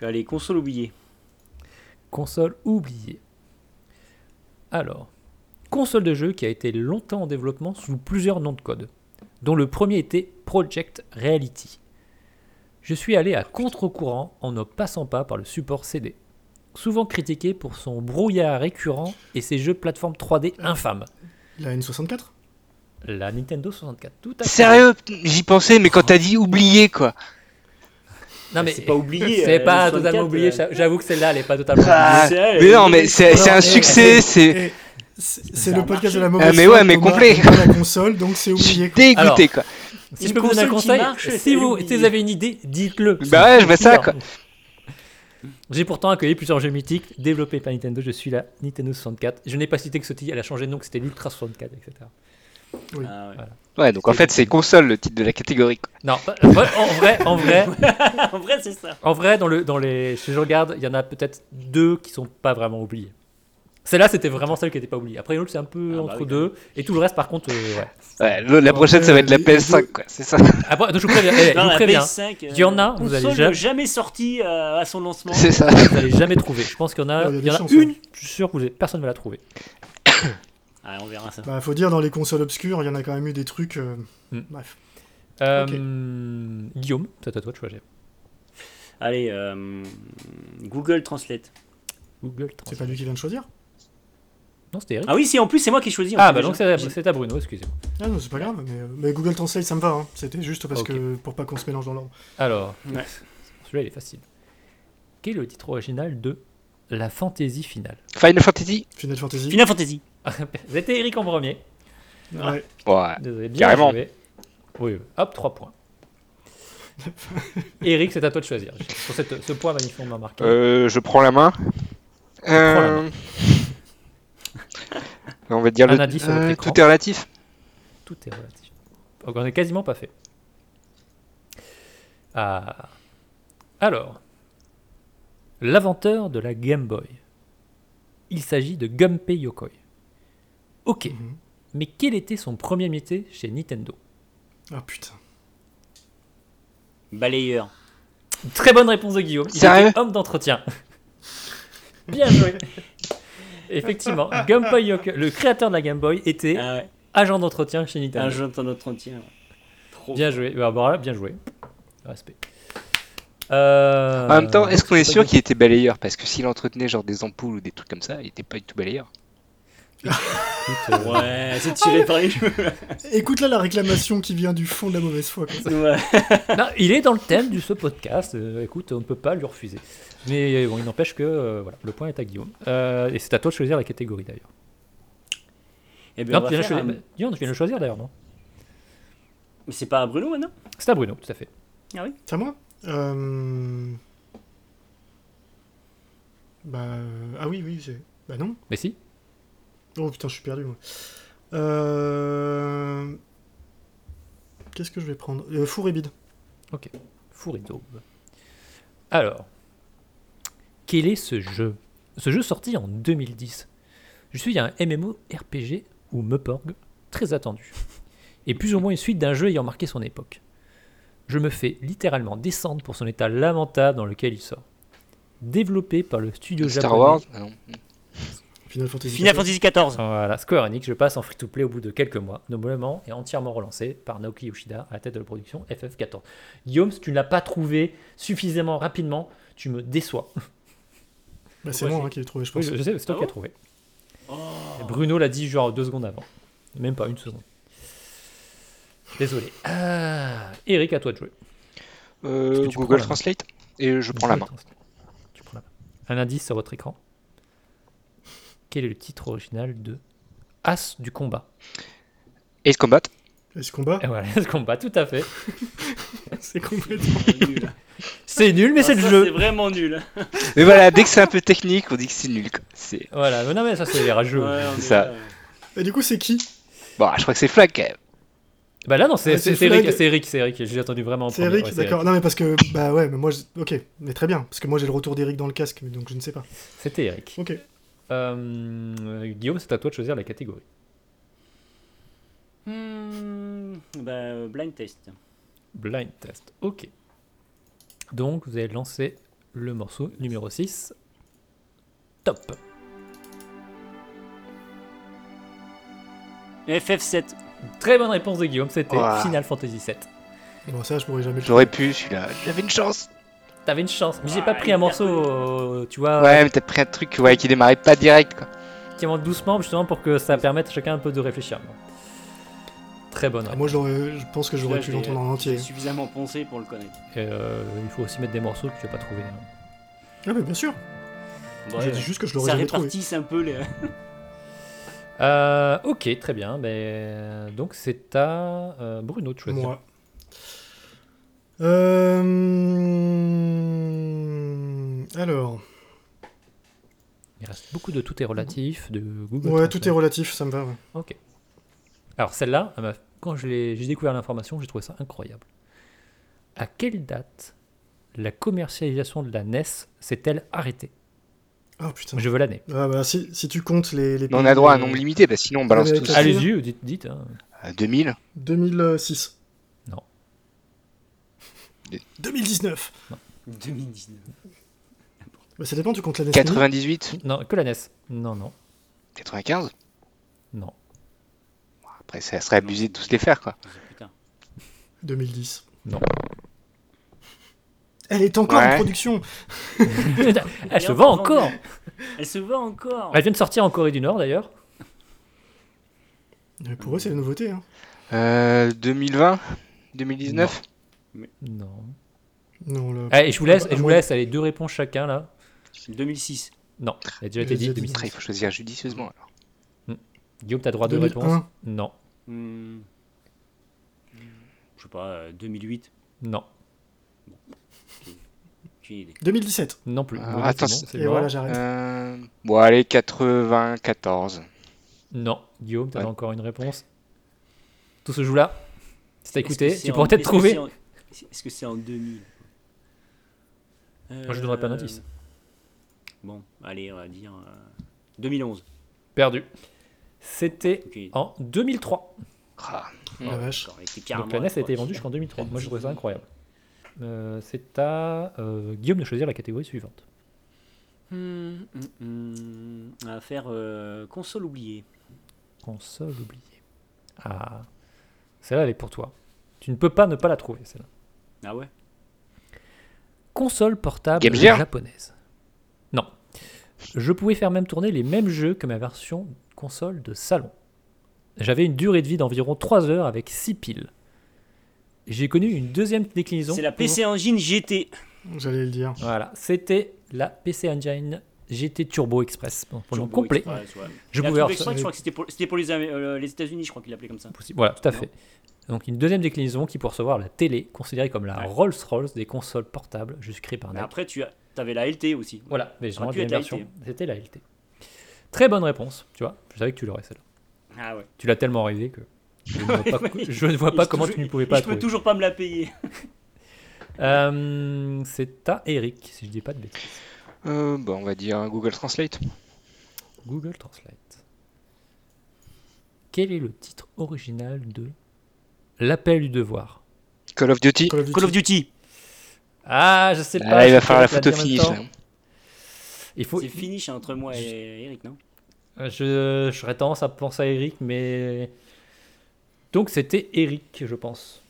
Speaker 3: Allez, console oubliée.
Speaker 1: Console oubliée. Alors, console de jeu qui a été longtemps en développement sous plusieurs noms de code, dont le premier était Project Reality. Je suis allé à contre-courant en ne passant pas par le support CD, souvent critiqué pour son brouillard récurrent et ses jeux plateforme 3D infâmes.
Speaker 2: La N64
Speaker 1: La Nintendo 64, tout à fait.
Speaker 4: Sérieux, j'y pensais, mais quand t'as dit oublié quoi.
Speaker 1: Non mais
Speaker 3: C'est pas oublié.
Speaker 1: c'est
Speaker 3: euh,
Speaker 1: pas
Speaker 3: 64,
Speaker 1: totalement oublié,
Speaker 3: euh.
Speaker 1: j'avoue que celle-là elle est pas totalement oubliée.
Speaker 4: Ah,
Speaker 3: c'est elle,
Speaker 4: mais
Speaker 3: elle
Speaker 4: non,
Speaker 3: est
Speaker 4: mais c'est c'est un
Speaker 2: Alors,
Speaker 4: succès, c'est.
Speaker 2: Et C'est c'est
Speaker 3: Ça a
Speaker 2: le podcast
Speaker 3: marché.
Speaker 2: de la mauvaise
Speaker 4: Ah, mais
Speaker 2: foi,
Speaker 4: ouais, mais
Speaker 2: Thomas,
Speaker 4: complet.
Speaker 2: on a la console, donc c'est
Speaker 4: Je suis
Speaker 2: oublié.
Speaker 1: Alors,
Speaker 4: dégoûté quoi.
Speaker 1: Si
Speaker 3: Une
Speaker 1: je peux vous donner un
Speaker 3: console qui
Speaker 1: conseil,
Speaker 3: marche,
Speaker 1: si
Speaker 3: c'est
Speaker 1: vous,
Speaker 3: oublié.
Speaker 1: si vous avez une idée, dites-le.
Speaker 4: Bah ouais, je vois ça,
Speaker 1: Pire. J'ai pourtant accueilli plusieurs jeux mythiques développés par Nintendo. Je suis la Nintendo 64. Je n'ai pas cité que ce titre, elle a changé de nom, que c'était l'Ultra 64, etc.
Speaker 2: Oui.
Speaker 3: Ah, ouais.
Speaker 4: Ouais, donc en fait, c'est console le titre de la catégorie. quoi.
Speaker 1: Non, pas- en vrai, en vrai, en vrai,
Speaker 3: en vrai, c'est ça.
Speaker 1: en vrai, dans, le, dans les. Si je regarde, il y en a peut-être deux qui sont pas vraiment oubliés. Celle-là, c'était vraiment celle qui n'était pas oubliée. Après, l'autre, c'est un peu
Speaker 3: Ah bah
Speaker 1: entre
Speaker 3: oui, quand
Speaker 1: deux. Et tout le reste, par contre, euh, ouais.
Speaker 4: Ah Ouais, le- la prochaine, ça va être la PS5, quoi. C'est ça.
Speaker 1: Après, donc, je vous préviens. eh, je
Speaker 3: Non,
Speaker 1: vous
Speaker 3: la
Speaker 1: préviens.
Speaker 3: PS5,
Speaker 1: Il y en a, vous allez
Speaker 3: console
Speaker 1: jamais-
Speaker 3: jamais sortie euh, à son lancement.
Speaker 4: C'est ça.
Speaker 1: vous n'allez jamais trouver. Je pense qu'il y en a,
Speaker 2: Ouais, il y a
Speaker 1: il
Speaker 2: des
Speaker 1: y en a
Speaker 2: chances, hein.
Speaker 1: une, je suis sûr que vous avez- personne ne va la trouver.
Speaker 3: Ah, on verra ça.
Speaker 2: Bah, faut dire, dans les consoles obscures, il y en a quand même eu des trucs. euh,
Speaker 1: Hmm.
Speaker 2: Bref.
Speaker 1: Euh,
Speaker 2: Ok.
Speaker 1: Guillaume, c'est à toi de choisir.
Speaker 3: Allez, euh, Google Translate.
Speaker 1: Google
Speaker 2: C'est
Speaker 1: Translate.
Speaker 2: pas lui qui vient de choisir
Speaker 1: Non, c'était Eric.
Speaker 3: Ah oui, si en plus, c'est moi qui choisis. en
Speaker 1: Ah,
Speaker 3: fait,
Speaker 1: bah
Speaker 3: déjà.
Speaker 1: donc c'est à, c'est à Bruno, excusez-moi.
Speaker 2: Ah non, c'est pas grave, mais, euh, mais Google Translate, ça me va. hein. C'était juste parce
Speaker 1: Ok.
Speaker 2: que pour pas qu'on se mélange dans l'ordre.
Speaker 1: Alors,
Speaker 3: Ouais.
Speaker 1: celui-là il est facile. Quel est le titre original de La fantaisie finale
Speaker 4: Final Fantasy
Speaker 2: Final Fantasy.
Speaker 3: Final Fantasy.
Speaker 1: C'était Eric en premier.
Speaker 2: Ouais.
Speaker 4: Ouais.
Speaker 1: Désolé, bien
Speaker 4: Carrément.
Speaker 1: joué. Oui, hop, 3 points. Eric, c'est à toi de choisir. Pour cette- ce point magnifiquement marqué.
Speaker 4: Euh, je prends la main.
Speaker 1: la
Speaker 4: Euh, On va dire
Speaker 1: Un
Speaker 4: le...
Speaker 1: indice sur votre écran.
Speaker 4: Euh, tout est relatif.
Speaker 1: Tout est relatif. Donc on est quasiment pas fait. Ah. Alors, l'inventeur de la Game Boy. Il s'agit de Gunpei Yokoi. Ok,
Speaker 2: Mhm.
Speaker 1: mais quel était son premier métier chez Nintendo
Speaker 2: Ah putain.
Speaker 3: Balayeur.
Speaker 1: Très bonne réponse de Guillaume. Il
Speaker 4: Sérieux
Speaker 1: était homme d'entretien. Bien joué. Effectivement, Gunpei Yokoi, le créateur de la Game Boy, était
Speaker 3: Ah ouais.
Speaker 1: agent d'entretien chez Nintendo.
Speaker 3: Un jeu de ton entretien. ouais. Trop.
Speaker 1: Bien joué. Bah, bah, bien joué. Respect. Euh,
Speaker 4: En même temps, est-ce qu'on est
Speaker 1: c'est pas
Speaker 4: sûr
Speaker 1: bien.
Speaker 4: qu'il était balayeur Parce que s'il entretenait genre des ampoules ou des trucs comme ça, il était pas du tout balayeur.
Speaker 1: Écoute, euh,
Speaker 3: Ouais, c'est tiré par les cheveux.
Speaker 2: Écoute là la réclamation qui vient du fond de la mauvaise foi. quoi.
Speaker 3: Ouais.
Speaker 1: non, il est dans le thème de ce podcast. euh, écoute, on ne peut pas lui refuser. Mais euh, bon, il n'empêche que euh, voilà, le point est à Guillaume. Euh, et c'est à toi de choisir la catégorie d'ailleurs.
Speaker 3: Eh bien,
Speaker 1: Non,
Speaker 3: on va
Speaker 1: tu viens de
Speaker 3: faire
Speaker 1: choisir,
Speaker 3: un-
Speaker 1: bah, Guillaume, tu viens de le choisir d'ailleurs, non
Speaker 3: Mais C'est pas à Bruno maintenant
Speaker 1: C'est à Bruno, tout à fait.
Speaker 2: C'est à moi Euh, Bah. euh, Ah oui, oui, j'ai. Bah non.
Speaker 1: Mais si
Speaker 2: Oh putain, je suis perdu moi. Euh, Qu'est-ce que je vais prendre euh, Four et bide.
Speaker 1: Four et daube. Alors, quel est ce jeu Ce jeu sorti en 2010. Je suis un MMORPG ou Meporg très attendu. Et plus ou moins une suite d'un jeu ayant marqué son époque. Je me fais littéralement descendre pour son état lamentable dans lequel il sort. Développé par le studio
Speaker 4: Star
Speaker 1: japonais.
Speaker 4: Wars Ah non.
Speaker 2: Final Fantasy.
Speaker 3: Final
Speaker 2: 14.
Speaker 3: Fantasy XIV.
Speaker 1: Voilà, Square Enix, je passe en free-to-play au bout de quelques mois. Normalement, est entièrement relancé par Naoki Yoshida à la tête de la production FF14. Guillaume, si tu ne l'as pas trouvé suffisamment rapidement, tu me déçois.
Speaker 2: Bah, c'est
Speaker 1: Ouais,
Speaker 2: moi
Speaker 1: c'est-
Speaker 2: hein, qui l'ai trouvé, je
Speaker 1: Oui,
Speaker 2: pense.
Speaker 1: je, je sais, c'est toi
Speaker 3: Ah
Speaker 1: qui
Speaker 3: bon
Speaker 1: as trouvé.
Speaker 3: Oh.
Speaker 1: Bruno l'a dit genre deux secondes avant. Même pas une seconde. Désolé. Ah, Eric, à toi de jouer.
Speaker 4: Euh,
Speaker 1: Est-ce que tu prends
Speaker 4: Google
Speaker 1: la main
Speaker 4: Translate et je prends la main.
Speaker 1: Tu prends la main. Un indice sur votre écran. Quel est le titre original de As du combat
Speaker 4: Ace Combat.
Speaker 2: Est-ce combat
Speaker 1: Et voilà, As combat, tout à fait.
Speaker 2: C'est complètement.
Speaker 3: Nul.
Speaker 1: C'est nul, mais
Speaker 3: Ah,
Speaker 1: c'est le
Speaker 3: ça,
Speaker 1: jeu.
Speaker 3: C'est vraiment nul.
Speaker 4: Mais voilà, dès que c'est un peu technique, on dit que c'est nul. quoi. C'est...
Speaker 1: Voilà, mais non, mais ça, c'est les rageux.
Speaker 3: Ouais, on est
Speaker 4: ça.
Speaker 3: là.
Speaker 2: Et du coup, c'est qui
Speaker 4: Bon, je crois que c'est flag quand même.
Speaker 1: Bah là, non, c'est
Speaker 2: Ah, c'est
Speaker 1: c'est- c'est Eric,
Speaker 2: Flag.
Speaker 1: c'est Eric, c'est Eric. J'ai attendu vraiment en
Speaker 2: C'est
Speaker 1: premier.
Speaker 2: Eric
Speaker 1: Ouais, c'est
Speaker 2: D'accord. Non, mais parce que. Bah ouais, mais moi. je- Ok, mais très bien. Parce que moi, j'ai le retour d'Eric dans le casque, mais donc je ne sais pas.
Speaker 1: C'était Eric.
Speaker 2: Ok.
Speaker 1: Euh, euh, Guillaume, c'est à toi de choisir la catégorie.
Speaker 3: Hmm, bah, euh, blind test.
Speaker 1: Blind test. Ok. Donc, vous allez lancer le morceau numéro 6. Top.
Speaker 3: FF7.
Speaker 1: Très bonne réponse de Guillaume, c'était
Speaker 4: Ouah.
Speaker 1: Final Fantasy VII.
Speaker 2: Bon, ça, je pourrais jamais le
Speaker 4: J'aurais pu celui-là. J'avais une chance.
Speaker 1: T'avais une chance, mais j'ai pas
Speaker 3: Ouais,
Speaker 1: pris un
Speaker 3: il
Speaker 1: morceau,
Speaker 3: a
Speaker 1: euh, tu vois,
Speaker 4: Ouais, mais t'as pris un truc ouais, qui démarrait pas direct. Quoi.
Speaker 1: qui monte doucement, justement pour que ça permette à chacun un peu de réfléchir. Bon. Très bonne
Speaker 2: Ah,
Speaker 1: réponse.
Speaker 2: moi, j'aurais- je pense que j'aurais
Speaker 3: Là,
Speaker 2: pu
Speaker 3: j'ai-
Speaker 2: l'entendre en entier.
Speaker 3: J'ai suffisamment pensé pour le connaître.
Speaker 1: Et, euh, il faut aussi mettre des morceaux que tu n'as pas hein. trouvé.
Speaker 2: Ah, mais bien sûr.
Speaker 3: Bon,
Speaker 2: j'ai
Speaker 3: ouais.
Speaker 2: dit juste que je l'aurais
Speaker 3: Ça
Speaker 2: jamais trouvé.
Speaker 3: répartisse un peu les.
Speaker 1: Euh, ok, très bien. Mais... Donc c'est à euh, Bruno de choisir.
Speaker 2: Moi. Euh... Alors,
Speaker 1: Il reste beaucoup de tout est relatif, de Google.
Speaker 2: ouais,
Speaker 1: Translate.
Speaker 2: tout est relatif, ça me va. ouais.
Speaker 1: Ok. Alors celle-là, elle m'a- quand je l'ai- j'ai découvert l'information, j'ai trouvé ça incroyable. À quelle date la commercialisation de la NES s'est-elle arrêtée
Speaker 2: Ah putain.
Speaker 1: Je veux E l'année.
Speaker 2: Ah, bah, si, si tu comptes les. les
Speaker 4: Mais on
Speaker 2: pays,
Speaker 4: a droit à un
Speaker 2: euh,
Speaker 4: nombre limité, parce que sinon on balance
Speaker 1: Ah,
Speaker 2: mais
Speaker 4: tous. Ah,
Speaker 2: t'as-
Speaker 4: Allez.
Speaker 1: Allez-y, dites. dites hein.
Speaker 4: 2000
Speaker 2: 2006.
Speaker 1: Non.
Speaker 4: Des-
Speaker 2: 2019.
Speaker 3: 2019.
Speaker 2: Bah, ça dépend, tu comptes la NES Mini
Speaker 4: 98
Speaker 1: Non, que la NES. Non, non,
Speaker 4: 95
Speaker 1: non.
Speaker 4: Après, ça serait abusé de tous les faire, quoi.
Speaker 3: Je dis, Putain.
Speaker 2: 2010.
Speaker 1: Non.
Speaker 2: Elle est encore en
Speaker 4: Ouais.
Speaker 2: production.
Speaker 1: elle se vend encore
Speaker 3: Elle se voit encore.
Speaker 1: Elle vient de sortir en Corée du Nord d'ailleurs.
Speaker 2: Mais pour eux, c'est la nouveauté. Hein.
Speaker 4: Euh, 2020 2019
Speaker 1: Non.
Speaker 2: Non, le...
Speaker 1: Allez, Eh, je vous laisse,
Speaker 2: Ah bah,
Speaker 1: je vous
Speaker 2: moi-
Speaker 1: laisse, allez, deux réponses chacun là.
Speaker 3: 2006.
Speaker 1: Non, elle a déjà
Speaker 2: Je
Speaker 1: été
Speaker 2: les ai
Speaker 1: dit.
Speaker 2: dit.
Speaker 1: Dimitri.
Speaker 4: Putain, il faut choisir judicieusement. alors.
Speaker 1: Guillaume, t'as droit à deux
Speaker 2: 2001.
Speaker 1: réponses Non,
Speaker 3: Hmm. Je sais pas, euh, 2008.
Speaker 1: non,
Speaker 3: Aucune
Speaker 1: Bah,
Speaker 3: idée.
Speaker 2: 2017.
Speaker 1: non plus.
Speaker 4: Ah,
Speaker 1: Vous dites,
Speaker 4: attends,
Speaker 1: c'est bon, c'est
Speaker 2: Et
Speaker 1: mort.
Speaker 2: voilà, j'arrête.
Speaker 4: Euh, bon, allez, 94.
Speaker 1: Non, Guillaume, t'as
Speaker 4: Ouais.
Speaker 1: encore une réponse. Tout se joue là. Si t'as écouté,
Speaker 3: Est-ce que c'est
Speaker 1: tu
Speaker 3: en-
Speaker 1: pourrais peut-être
Speaker 3: est-ce que
Speaker 1: trouver.
Speaker 3: c'est en- Est-ce que c'est en 2000
Speaker 1: Moi, je donnerai pas d'indice.
Speaker 3: Euh, Bon, allez, on va dire euh, 2011.
Speaker 1: Perdu. C'était
Speaker 3: Ok.
Speaker 1: en 2003.
Speaker 4: Ah,
Speaker 2: La vache.
Speaker 3: D'accord, elle était
Speaker 1: Donc
Speaker 3: carrément
Speaker 1: la NES a
Speaker 3: à
Speaker 1: été
Speaker 3: l'époque.
Speaker 1: vendue jusqu'en 2003. Moi, je trouvais ça incroyable. Euh, c'est à euh, Guillaume de choisir la catégorie suivante.
Speaker 3: Hmm, hmm, hmm. On va faire euh, console oubliée.
Speaker 1: Console oubliée. Ah, celle-là, elle est pour toi. Tu ne peux pas ne pas la trouver, celle-là.
Speaker 3: Ah ouais
Speaker 1: Console portable
Speaker 4: Game Gear
Speaker 1: japonaise. Non. Je pouvais faire même tourner les mêmes jeux que ma version console de salon. J'avais une durée de vie d'environ 3 heures avec 6 piles. J'ai connu une deuxième déclinaison.
Speaker 3: C'est la PC Engine GT.
Speaker 2: J'allais le dire.
Speaker 1: Voilà, c'était la PC Engine GT Turbo Express. Bon, Pour le nom
Speaker 3: Turbo
Speaker 1: complet.
Speaker 3: Express,
Speaker 1: Je
Speaker 3: ouais. La
Speaker 1: pouvais
Speaker 3: Turbo
Speaker 1: avoir ça-
Speaker 3: Express, je crois que c'était pour, c'était pour les, Amé- euh, les États-Unis, je crois qu'il l'appelait comme ça.
Speaker 1: possible. Voilà, tout à
Speaker 3: Non.
Speaker 1: fait. Donc une deuxième déclinaison qui pour recevoir la télé, considérée comme la
Speaker 3: Ouais.
Speaker 1: Rolls-Royce des consoles portables, juste créée par
Speaker 3: Mais
Speaker 1: Dell.
Speaker 3: après, tu as, avais la LT aussi.
Speaker 1: Voilà, mais j'ai
Speaker 3: J'aurais pu
Speaker 1: la
Speaker 3: être la
Speaker 1: version.
Speaker 3: LT.
Speaker 1: C'était la LT. Très bonne réponse, tu vois. Je savais que tu l'aurais celle-là.
Speaker 3: Ah ouais.
Speaker 1: Tu l'as tellement rêvé que je ne vois pas,
Speaker 3: oui.
Speaker 1: je ne vois
Speaker 3: Et
Speaker 1: pas
Speaker 3: je
Speaker 1: comment
Speaker 3: toujours-
Speaker 1: tu ne pouvais pas
Speaker 3: Je peux
Speaker 1: trouver.
Speaker 3: toujours pas me la payer.
Speaker 1: Euh, c'est à Eric, si je dis pas de bêtises.
Speaker 4: Euh, bah, on va dire Google Translate.
Speaker 1: Google Translate. Quel est le titre original de L'appel du devoir
Speaker 4: Call of Duty.
Speaker 2: Call of Duty.
Speaker 3: Call of Duty.
Speaker 1: Ah, je sais
Speaker 4: Ah,
Speaker 1: pas.
Speaker 4: là, il
Speaker 1: je
Speaker 4: va
Speaker 1: sais
Speaker 4: falloir la hein.
Speaker 1: pas te
Speaker 4: photo
Speaker 1: dire en même
Speaker 4: finish.
Speaker 1: temps.
Speaker 4: là.
Speaker 1: Il faut.
Speaker 3: C'est finish entre moi et Eric, non
Speaker 1: euh, Je, j'aurais tendance à penser à Eric, mais donc c'était Eric, je pense.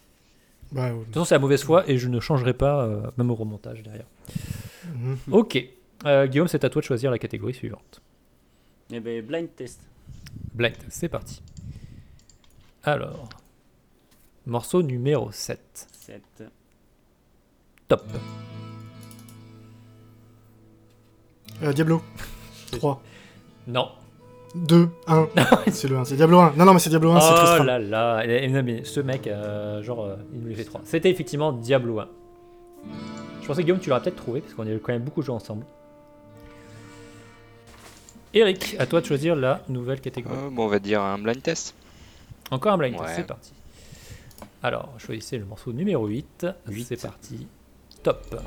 Speaker 2: Bah, ouais.
Speaker 1: De toute façon, c'est la mauvaise foi et je ne changerai pas, euh, même au remontage derrière.
Speaker 2: Mhm.
Speaker 1: Ok. Euh, Guillaume, c'est à toi de choisir la catégorie suivante.
Speaker 3: Eh ben, blind test.
Speaker 1: Blind, c'est parti. Alors, morceau numéro 7.
Speaker 3: Cette-
Speaker 1: Top.
Speaker 2: Euh, Diablo. 3,
Speaker 1: Non.
Speaker 2: 2, 1. c'est le 1, c'est Diablo 1. Non, non, mais c'est Diablo 1, Ah, c'est
Speaker 1: Ah
Speaker 2: hein.
Speaker 1: oh
Speaker 2: Tristram.
Speaker 1: là là. Et- et non, mais ce mec, euh, genre, euh, il nous les fait 3. C'était effectivement Diablo 1. Je pensais, Guillaume, tu l'aurais peut-être trouvé, parce qu'on a quand même beaucoup joué ensemble. Eric, à toi de choisir la nouvelle catégorie.
Speaker 4: Euh, bon, on va dire un blind test.
Speaker 1: Encore un blind test,
Speaker 4: Ouais.
Speaker 1: c'est parti. Alors, choisissez le morceau numéro 8.
Speaker 3: Huit.
Speaker 1: C'est parti. Top.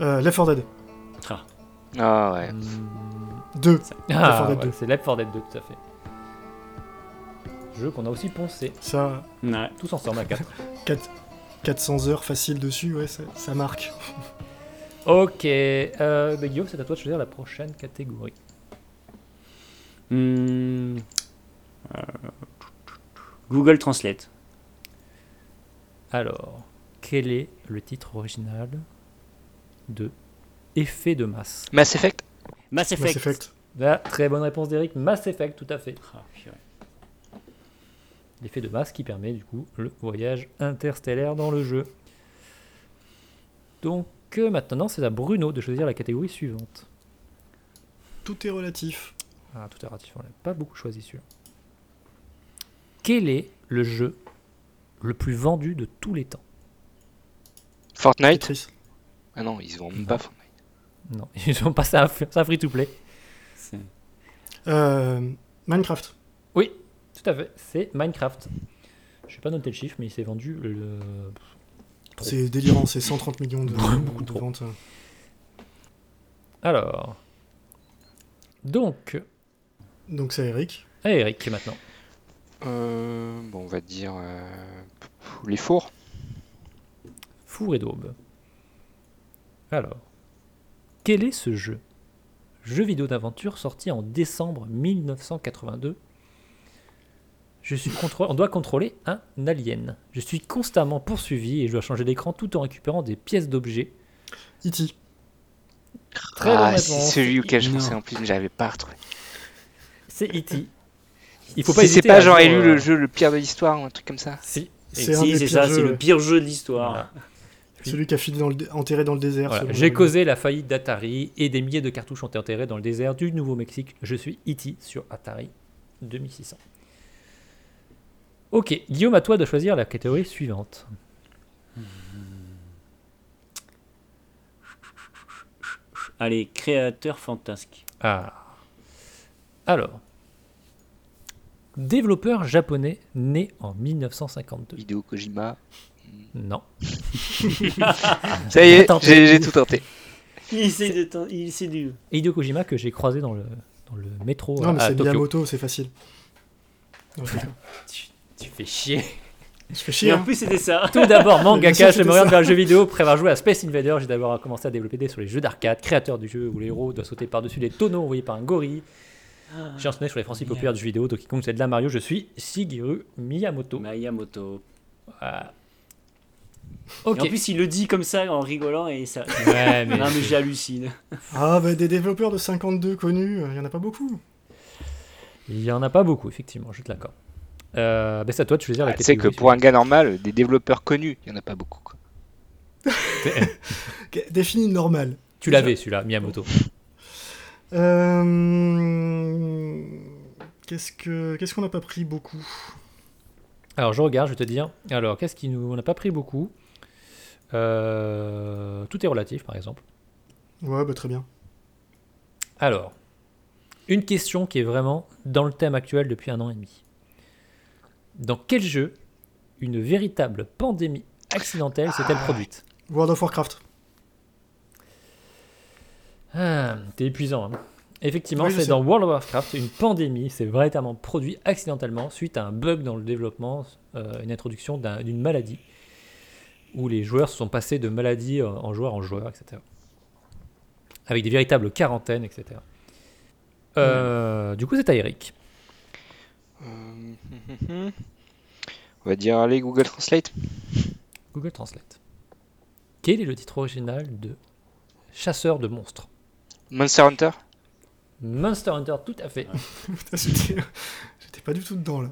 Speaker 2: Euh, Left 4 Dead.
Speaker 3: Ah,
Speaker 4: Ah ouais.
Speaker 1: Mm.
Speaker 2: 2. Left 4
Speaker 1: Ah,
Speaker 2: Dead
Speaker 1: ouais,
Speaker 2: 2.
Speaker 1: c'est Left 4 Dead 2, tout à fait. Jeu qu'on a aussi poncé,
Speaker 2: Ça,
Speaker 3: ouais.
Speaker 1: tous ensemble à 4.
Speaker 2: 4, 400 heures facile dessus, ouais, ça, ça marque.
Speaker 1: ok, euh, bah, Guillaume, c'est à toi de choisir la prochaine catégorie.
Speaker 3: Hmm. Euh, Google Translate.
Speaker 1: Alors, quel est le titre original de Effet de masse
Speaker 4: Mass Effect.
Speaker 3: Mass Effect.
Speaker 2: Mass Effect.
Speaker 1: La très bonne réponse d'Eric, Mass Effect, tout à fait.
Speaker 3: Ah, purée.
Speaker 1: L'effet de masse qui permet du coup le voyage interstellaire dans le jeu. Donc euh, maintenant c'est à Bruno de choisir la catégorie suivante.
Speaker 2: Tout est relatif.
Speaker 1: Ah tout est relatif, on n'a pas beaucoup choisi celui-là. Quel est le jeu le plus vendu de tous les temps.
Speaker 4: Fortnite
Speaker 2: Tetris.
Speaker 4: Ah non, ils se
Speaker 1: Mm.
Speaker 4: vendent même pas Fortnite.
Speaker 1: Non, ils ont passé un, un free-to-play.
Speaker 3: C'est-
Speaker 2: Euh, Minecraft.
Speaker 1: Oui, tout à fait, c'est Minecraft. Je n'ai pas noté le chiffre, mais il s'est vendu le... Trop.
Speaker 2: C'est délirant, c'est 130 millions de,
Speaker 1: Beaucoup
Speaker 2: de
Speaker 1: trop.
Speaker 2: ventes.
Speaker 1: Alors... Donc,
Speaker 2: Donc c'est Eric.
Speaker 1: à Eric maintenant.
Speaker 4: Euh, bon, on va dire euh, les fours.
Speaker 1: Four et d'aube. Alors, quel est ce jeu Jeu vidéo d'aventure sorti en décembre 1982. Je suis contrôlé, on doit contrôler un alien. Je suis constamment poursuivi et je dois changer d'écran tout en récupérant des pièces d'objets.
Speaker 2: E.T.
Speaker 1: Très bonne
Speaker 4: ah, c'est
Speaker 1: réponse.
Speaker 4: celui auquel je
Speaker 3: Non.
Speaker 4: pensais en plus, mais j'avais pas retrouvé.
Speaker 1: C'est E.T. Il
Speaker 4: Si c'est
Speaker 1: hésiter
Speaker 4: pas
Speaker 1: à
Speaker 4: genre
Speaker 1: dire,
Speaker 4: élu
Speaker 1: euh,
Speaker 4: le jeu le pire de l'histoire ou un truc comme ça.
Speaker 1: Si.
Speaker 3: Et
Speaker 2: C'est un
Speaker 3: si,
Speaker 2: des
Speaker 3: c'est
Speaker 2: pires
Speaker 3: ça,
Speaker 2: jeux,
Speaker 3: c'est le
Speaker 2: ouais.
Speaker 3: pire jeu de l'histoire.
Speaker 1: Voilà.
Speaker 2: Celui qui a filé dans le dé- enterré dans le désert.
Speaker 1: Voilà.
Speaker 2: selon
Speaker 1: J'ai
Speaker 2: le-
Speaker 1: causé la faillite d'Atari et des milliers de cartouches ont été enterrées dans le désert du Nouveau-Mexique. Je suis E.T. sur Atari 2600. Ok, Guillaume, à toi de choisir la catégorie suivante.
Speaker 3: Allez, créateur fantasque.
Speaker 1: Ah. Alors, développeur japonais né en 1952.
Speaker 4: Hideo Kojima.
Speaker 1: Non.
Speaker 4: Ça y est,
Speaker 1: Attends,
Speaker 4: j'ai j'ai tout tenté.
Speaker 3: Il essaie de. t'en- Il essaie de.
Speaker 1: Hideo Kojima que j'ai croisé dans le, dans le métro
Speaker 2: Non, mais
Speaker 1: à
Speaker 2: c'est
Speaker 1: Tokyo.
Speaker 2: Miyamoto, c'est facile. Non, je rigole.
Speaker 1: Tu, tu fais chier.
Speaker 2: Je fais
Speaker 3: Et
Speaker 2: chier.
Speaker 3: en
Speaker 2: hein.
Speaker 3: plus, c'était ça.
Speaker 1: Tout d'abord,
Speaker 2: Bien
Speaker 1: mangaka,
Speaker 2: sûr,
Speaker 1: je me
Speaker 2: c'était
Speaker 1: oriente
Speaker 2: ça.
Speaker 1: vers le jeu vidéo. Après avoir joué à Space Invader, j'ai d'abord commencé à développer des sur les jeux d'arcade, créateur du jeu où les héros doivent sauter par-dessus les tonneaux envoyés par un gorille. J'ai enchaîné sur les principes populaires du jeu vidéo, Donkey Kong, c'est de la Mario, je suis Shigeru Miyamoto. Ah.
Speaker 3: Miyamoto.
Speaker 1: Voilà.
Speaker 3: Et en
Speaker 1: Ok.
Speaker 3: plus, il le dit comme ça en rigolant et ça.
Speaker 1: Ouais, mais-
Speaker 3: non, mais j'hallucine.
Speaker 2: Ah, bah des développeurs de 52 connus, il y en a pas beaucoup.
Speaker 1: Il n'y en a pas beaucoup, effectivement, je te l'accorde. Euh, ben c'est à toi de choisir la
Speaker 4: Ah, tu sais que pour un gars normal, des développeurs connus, il y en a pas beaucoup. quoi.
Speaker 2: Qu- Définis normal.
Speaker 1: Tu l'avais celui-là, Miyamoto.
Speaker 2: Euh, Qu'est-ce que qu'est-ce qu'on n'a pas pris beaucoup
Speaker 1: Alors je regarde, je vais te dire. Alors qu'est-ce qui nous. On n'a pas pris beaucoup. Euh, Tout est relatif, par exemple.
Speaker 2: Ouais, bah très bien.
Speaker 1: Alors, une question qui est vraiment dans le thème actuel depuis un an et demi. Dans quel jeu une véritable pandémie accidentelle s'est-elle
Speaker 4: Ah.
Speaker 1: produite
Speaker 2: World of Warcraft.
Speaker 1: Ah, T'es épuisant. hein. Effectivement,
Speaker 2: Oui, je
Speaker 1: c'est
Speaker 2: sais.
Speaker 1: dans World of Warcraft, une pandémie s'est véritablement produite accidentellement suite à un bug dans le développement, euh, une introduction d'un- d'une maladie, où les joueurs se sont passés de maladie euh, en joueur en joueur, etc. Avec des véritables quarantaines, etc. Euh, Du coup, c'est à Eric.
Speaker 4: Euh, hum, hum, hum. On va dire allez Google Translate.
Speaker 1: Google Translate. Quel est le titre original de Chasseur de monstres
Speaker 4: Monster Hunter.
Speaker 1: Monster Hunter, tout à fait.
Speaker 2: Putain, J'étais j'étais pas du tout dedans là.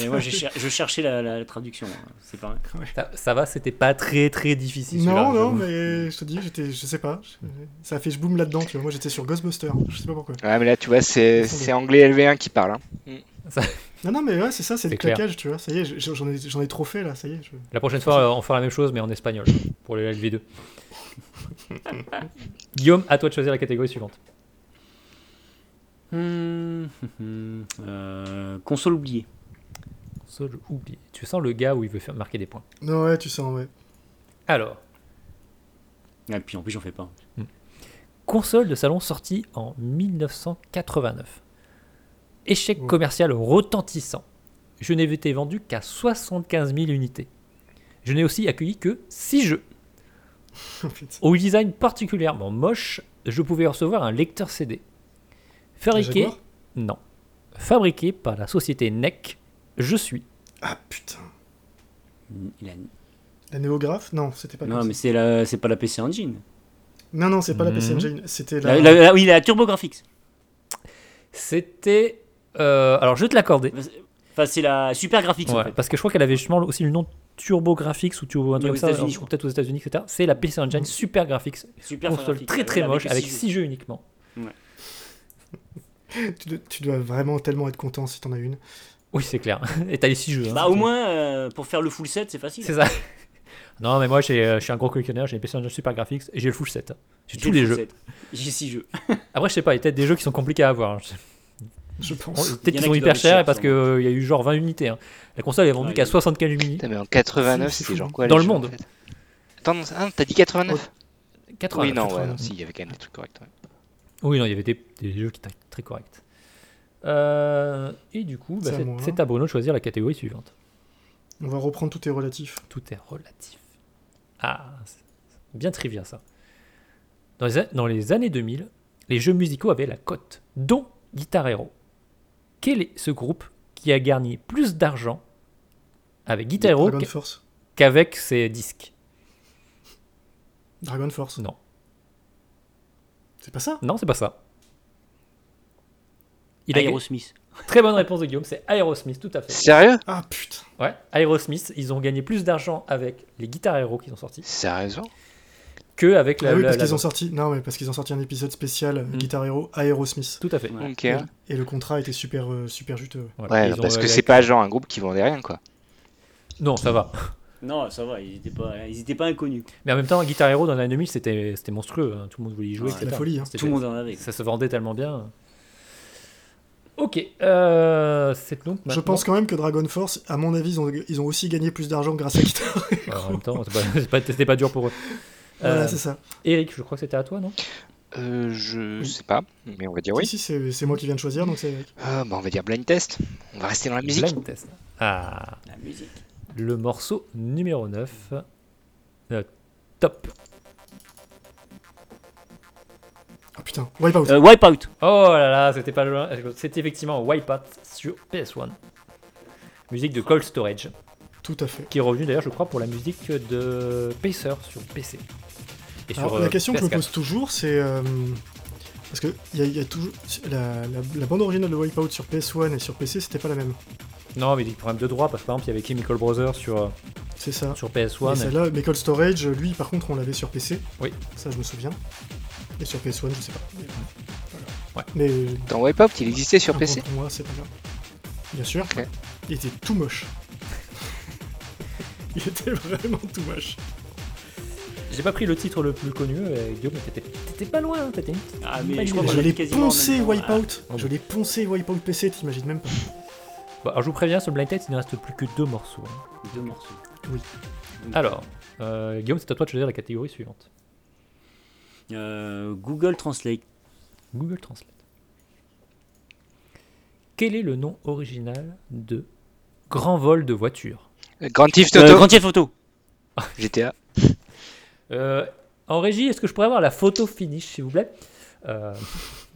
Speaker 3: Et moi, j'ai cher- je cherchais la, la traduction. hein. C'est pas mal.
Speaker 1: Ça, ça va, c'était pas très très difficile.
Speaker 2: Non,
Speaker 1: celui-là,
Speaker 2: non,
Speaker 1: j'avoue.
Speaker 2: mais je te dis, j'étais, je sais pas. je- ça a fait je boom là-dedans, tu vois. Moi, j'étais sur Ghostbusters. Je sais pas pourquoi.
Speaker 4: Ouais, mais là, tu vois, c'est
Speaker 2: Ils sont
Speaker 4: c'est anglais LV1 qui parle. hein.
Speaker 2: Non, non, mais ouais, c'est ça, c'est
Speaker 1: C'est
Speaker 2: le
Speaker 1: clair.
Speaker 2: claquage, tu vois. Ça y est, je- j'en ai, j'en ai trop fait là, ça y est. je-
Speaker 1: La prochaine fois, euh, on fera la même chose, mais en espagnol, pour le LV2. Guillaume, à toi de choisir la catégorie suivante.
Speaker 3: Hum, hum, hum. Euh, console oubliée.
Speaker 1: Ça, je oublie. Tu sens le gars où il veut faire marquer des points.
Speaker 2: Non, ouais, tu sens, ouais.
Speaker 1: Alors,
Speaker 3: Ah, Et puis en plus, j'en fais pas.
Speaker 1: console de salon sortie en 1989. Échec
Speaker 2: Oh.
Speaker 1: commercial retentissant. Je n'ai été vendu qu'à 75 000 unités. Je n'ai aussi accueilli que 6 jeux.
Speaker 2: En fait.
Speaker 1: Au design particulièrement moche, je pouvais recevoir un lecteur CD.
Speaker 2: Un
Speaker 1: Fabriqué
Speaker 2: Jaguar
Speaker 1: Non. Fabriqué par la société NEC, je suis.
Speaker 2: Ah putain.
Speaker 3: Il a-
Speaker 2: La néographe Non, c'était pas.
Speaker 3: Non,
Speaker 2: comme
Speaker 3: mais
Speaker 2: ça.
Speaker 3: c'est la... c'est pas la PC Engine.
Speaker 2: Non, non, c'est pas la PC
Speaker 1: Mhm.
Speaker 2: Engine. C'était
Speaker 3: La-
Speaker 2: la.
Speaker 3: la- la- oui, la TurboGrafx.
Speaker 1: C'était. euh, alors je vais te l'accorder.
Speaker 3: Enfin, c'est la Super Graphics
Speaker 1: Ouais,
Speaker 3: en fait.
Speaker 1: Parce que je crois qu'elle avait justement aussi le nom Turbo Graphics ou Turbo un
Speaker 3: Mais
Speaker 1: truc
Speaker 3: aux
Speaker 1: comme ça, Mm.
Speaker 3: États-Unis, je
Speaker 1: ou
Speaker 3: crois.
Speaker 1: peut-être aux États-Unis, etc. C'est la PC Engine Super Graphics
Speaker 3: Super
Speaker 1: console
Speaker 3: Graphics,
Speaker 1: très très
Speaker 3: avec
Speaker 1: moche avec
Speaker 3: six
Speaker 1: 6 jeux uniquement.
Speaker 2: Tu, dois- tu dois vraiment tellement être content si t'en as une.
Speaker 1: Oui, c'est clair. Et t'as les 6 jeux. hein.
Speaker 3: Bah, au moins, euh, pour faire le full set, c'est facile.
Speaker 1: C'est ça. Non, mais moi, j'ai, euh, je suis un gros collectionneur, j'ai les personnages super graphiques et j'ai le full set. J'ai tous
Speaker 3: le
Speaker 1: les
Speaker 3: full
Speaker 1: jeux.
Speaker 3: set. J'ai 6 jeux.
Speaker 1: Après, je sais pas, il y a peut-être des jeux qui sont compliqués à avoir. Je-
Speaker 2: Je pense.
Speaker 1: Peut-être
Speaker 3: y en a
Speaker 1: qu'ils sont
Speaker 3: qui
Speaker 1: hyper
Speaker 3: doivent être
Speaker 1: chers
Speaker 3: chers,
Speaker 1: parce qu'il y a eu genre 20 unités. hein. La console est vendue
Speaker 3: Ouais,
Speaker 1: qu'à
Speaker 3: il y a-
Speaker 1: 75 unités.
Speaker 4: Putain, mais en 89,
Speaker 2: C'est
Speaker 4: c'était
Speaker 2: fou.
Speaker 4: genre quoi
Speaker 1: Dans
Speaker 4: les
Speaker 1: le
Speaker 4: jeux,
Speaker 1: monde.
Speaker 4: en fait Attends, non, c'est- ah, non, t'as dit 89
Speaker 1: 80,
Speaker 4: Oui, non, ouais,
Speaker 1: 80.
Speaker 4: non, si, il y avait quand même des trucs corrects. ouais.
Speaker 1: Oui, non, il y avait des, des jeux qui étaient très corrects. Euh, et du coup, bah,
Speaker 2: C'est à
Speaker 1: c'est
Speaker 2: moi.
Speaker 1: c'est à Bruno de choisir la catégorie suivante.
Speaker 2: On va reprendre tout est relatif.
Speaker 1: Tout est relatif. Ah, c'est bien trivia ça. Dans les, a- dans les années 2000, les jeux musicaux avaient la cote, dont Guitar Hero. Quel est ce groupe qui a gagné plus d'argent avec Guitar Hero
Speaker 2: Dragon
Speaker 1: qu'-
Speaker 2: Force.
Speaker 1: qu'avec ses disques
Speaker 2: Dragon Force.
Speaker 1: Non.
Speaker 2: C'est pas ça
Speaker 1: Non, c'est pas ça. Il a
Speaker 3: Aerosmith.
Speaker 1: Très bonne réponse de Guillaume, c'est Aerosmith, tout à fait.
Speaker 4: Sérieux
Speaker 2: Ah putain.
Speaker 1: Ouais, Aerosmith, ils ont gagné plus d'argent avec les Guitar Hero qui sont sortis
Speaker 4: Sérieusement
Speaker 1: que avec la.
Speaker 2: Ah oui,
Speaker 1: la-
Speaker 2: parce
Speaker 1: la-
Speaker 2: qu'ils ont sorti. Non, mais parce qu'ils ont sorti un épisode spécial euh,
Speaker 1: Hmm.
Speaker 2: Guitar Hero Aerosmith.
Speaker 1: Tout à fait.
Speaker 3: Ouais.
Speaker 4: Ok.
Speaker 2: Et,
Speaker 4: Ouais,
Speaker 2: et le contrat était super euh, super juteux.
Speaker 1: Voilà. Ils ont,
Speaker 4: parce
Speaker 1: euh,
Speaker 4: que c'est pas genre un groupe qui vendait rien, quoi.
Speaker 1: Non, ça va.
Speaker 3: Non, ça va, ils étaient pas, ils étaient pas inconnus.
Speaker 1: Mais en même temps, Guitar Hero dans l'année 2000, c'était c'était monstrueux. hein. Tout le monde voulait y jouer.
Speaker 3: Ouais,
Speaker 1: etc.
Speaker 2: la folie, hein.
Speaker 1: C'était-
Speaker 3: Tout le monde en avait.
Speaker 1: Ça se vendait tellement bien. Ok, euh, c'est donc.
Speaker 2: Je pense quand même que Dragon Force, à mon avis, ils ont, ils ont aussi gagné plus d'argent grâce à Guitar. Hero.
Speaker 1: que. Ah, En même temps, c'est pas- c'est pas- c'était pas, dur pour eux.
Speaker 2: voilà,
Speaker 1: Euh,
Speaker 2: c'est ça.
Speaker 1: Eric, je crois que c'était à toi, non
Speaker 4: Euh, je
Speaker 2: Oui.
Speaker 4: sais pas, mais on va dire
Speaker 2: Oui.
Speaker 4: eh oui.
Speaker 2: Si, si, c'est c'est moi qui viens de choisir, donc c'est.
Speaker 4: Mm. Ah, bah, on va dire blind test. On va rester dans la musique.
Speaker 1: Blind test. Ah,
Speaker 3: La musique.
Speaker 1: le morceau numéro 9. euh, top.
Speaker 2: Ah putain, Wipeout.
Speaker 3: Euh, Wipeout.
Speaker 1: Oh là là, c'était pas loin. C'était effectivement Wipeout sur PS1. Musique de Cold Storage,
Speaker 2: Tout à fait.
Speaker 1: qui est revenue d'ailleurs, je crois, pour la musique de Pacer sur PC. Et
Speaker 2: Alors,
Speaker 1: euh,
Speaker 2: la question que je me
Speaker 1: PS4.
Speaker 2: pose toujours, c'est. euh, parce que il y, a- il y a toujours. La, la- la bande originale de Wipeout sur PS1 et sur PC, c'était pas la même.
Speaker 1: Non, mais des problèmes de droit, parce que par exemple, il y avait Chemical Brothers sur, euh,
Speaker 2: C'est ça.
Speaker 1: sur
Speaker 2: Et
Speaker 1: PS1.
Speaker 2: celle-là, Ah. mais Cold Storage, lui, par contre, on l'avait sur PC.
Speaker 1: Oui.
Speaker 2: Ça, je me souviens. Et sur PS1, je sais pas. Mais,
Speaker 1: Ouais.
Speaker 2: voilà. Mais,
Speaker 4: Dans Wipeout, il existait sur
Speaker 2: un
Speaker 4: PC.
Speaker 2: point Pour moi, c'est pas grave. Bien sûr.
Speaker 4: Ok.
Speaker 2: Il était tout moche. il était vraiment tout moche.
Speaker 3: Oh,
Speaker 1: J'ai pas pris le titre le plus connu, euh, et Guillaume, mais t'étais- t'étais pas loin, hein, t'étais une petite-
Speaker 3: Ah,
Speaker 1: Pas
Speaker 3: mais je
Speaker 1: du
Speaker 3: crois
Speaker 1: tout.
Speaker 3: qu'on
Speaker 2: je
Speaker 1: l'a
Speaker 2: l'ai
Speaker 3: l'avait quasiment en
Speaker 2: poncé
Speaker 3: même temps.
Speaker 2: Wipeout.
Speaker 1: Ah.
Speaker 2: Je l'ai poncé Wipeout PC, t'imagines même pas.
Speaker 1: Bon, alors je vous préviens, sur le blind test, il ne reste plus que deux morceaux. hein.
Speaker 3: Ah, Deux morceaux.
Speaker 1: Alors, euh, Guillaume, c'est à toi de choisir la catégorie suivante.
Speaker 3: Euh, Google Translate.
Speaker 1: Google Translate. Quel est le nom original de Grand vol de voiture
Speaker 4: Euh, Grand Theft
Speaker 3: Euh,
Speaker 4: Auto.
Speaker 3: Grand Theft Auto.
Speaker 4: GTA.
Speaker 1: Euh, En régie, est-ce que je pourrais avoir la photo finish, s'il vous plaît Euh,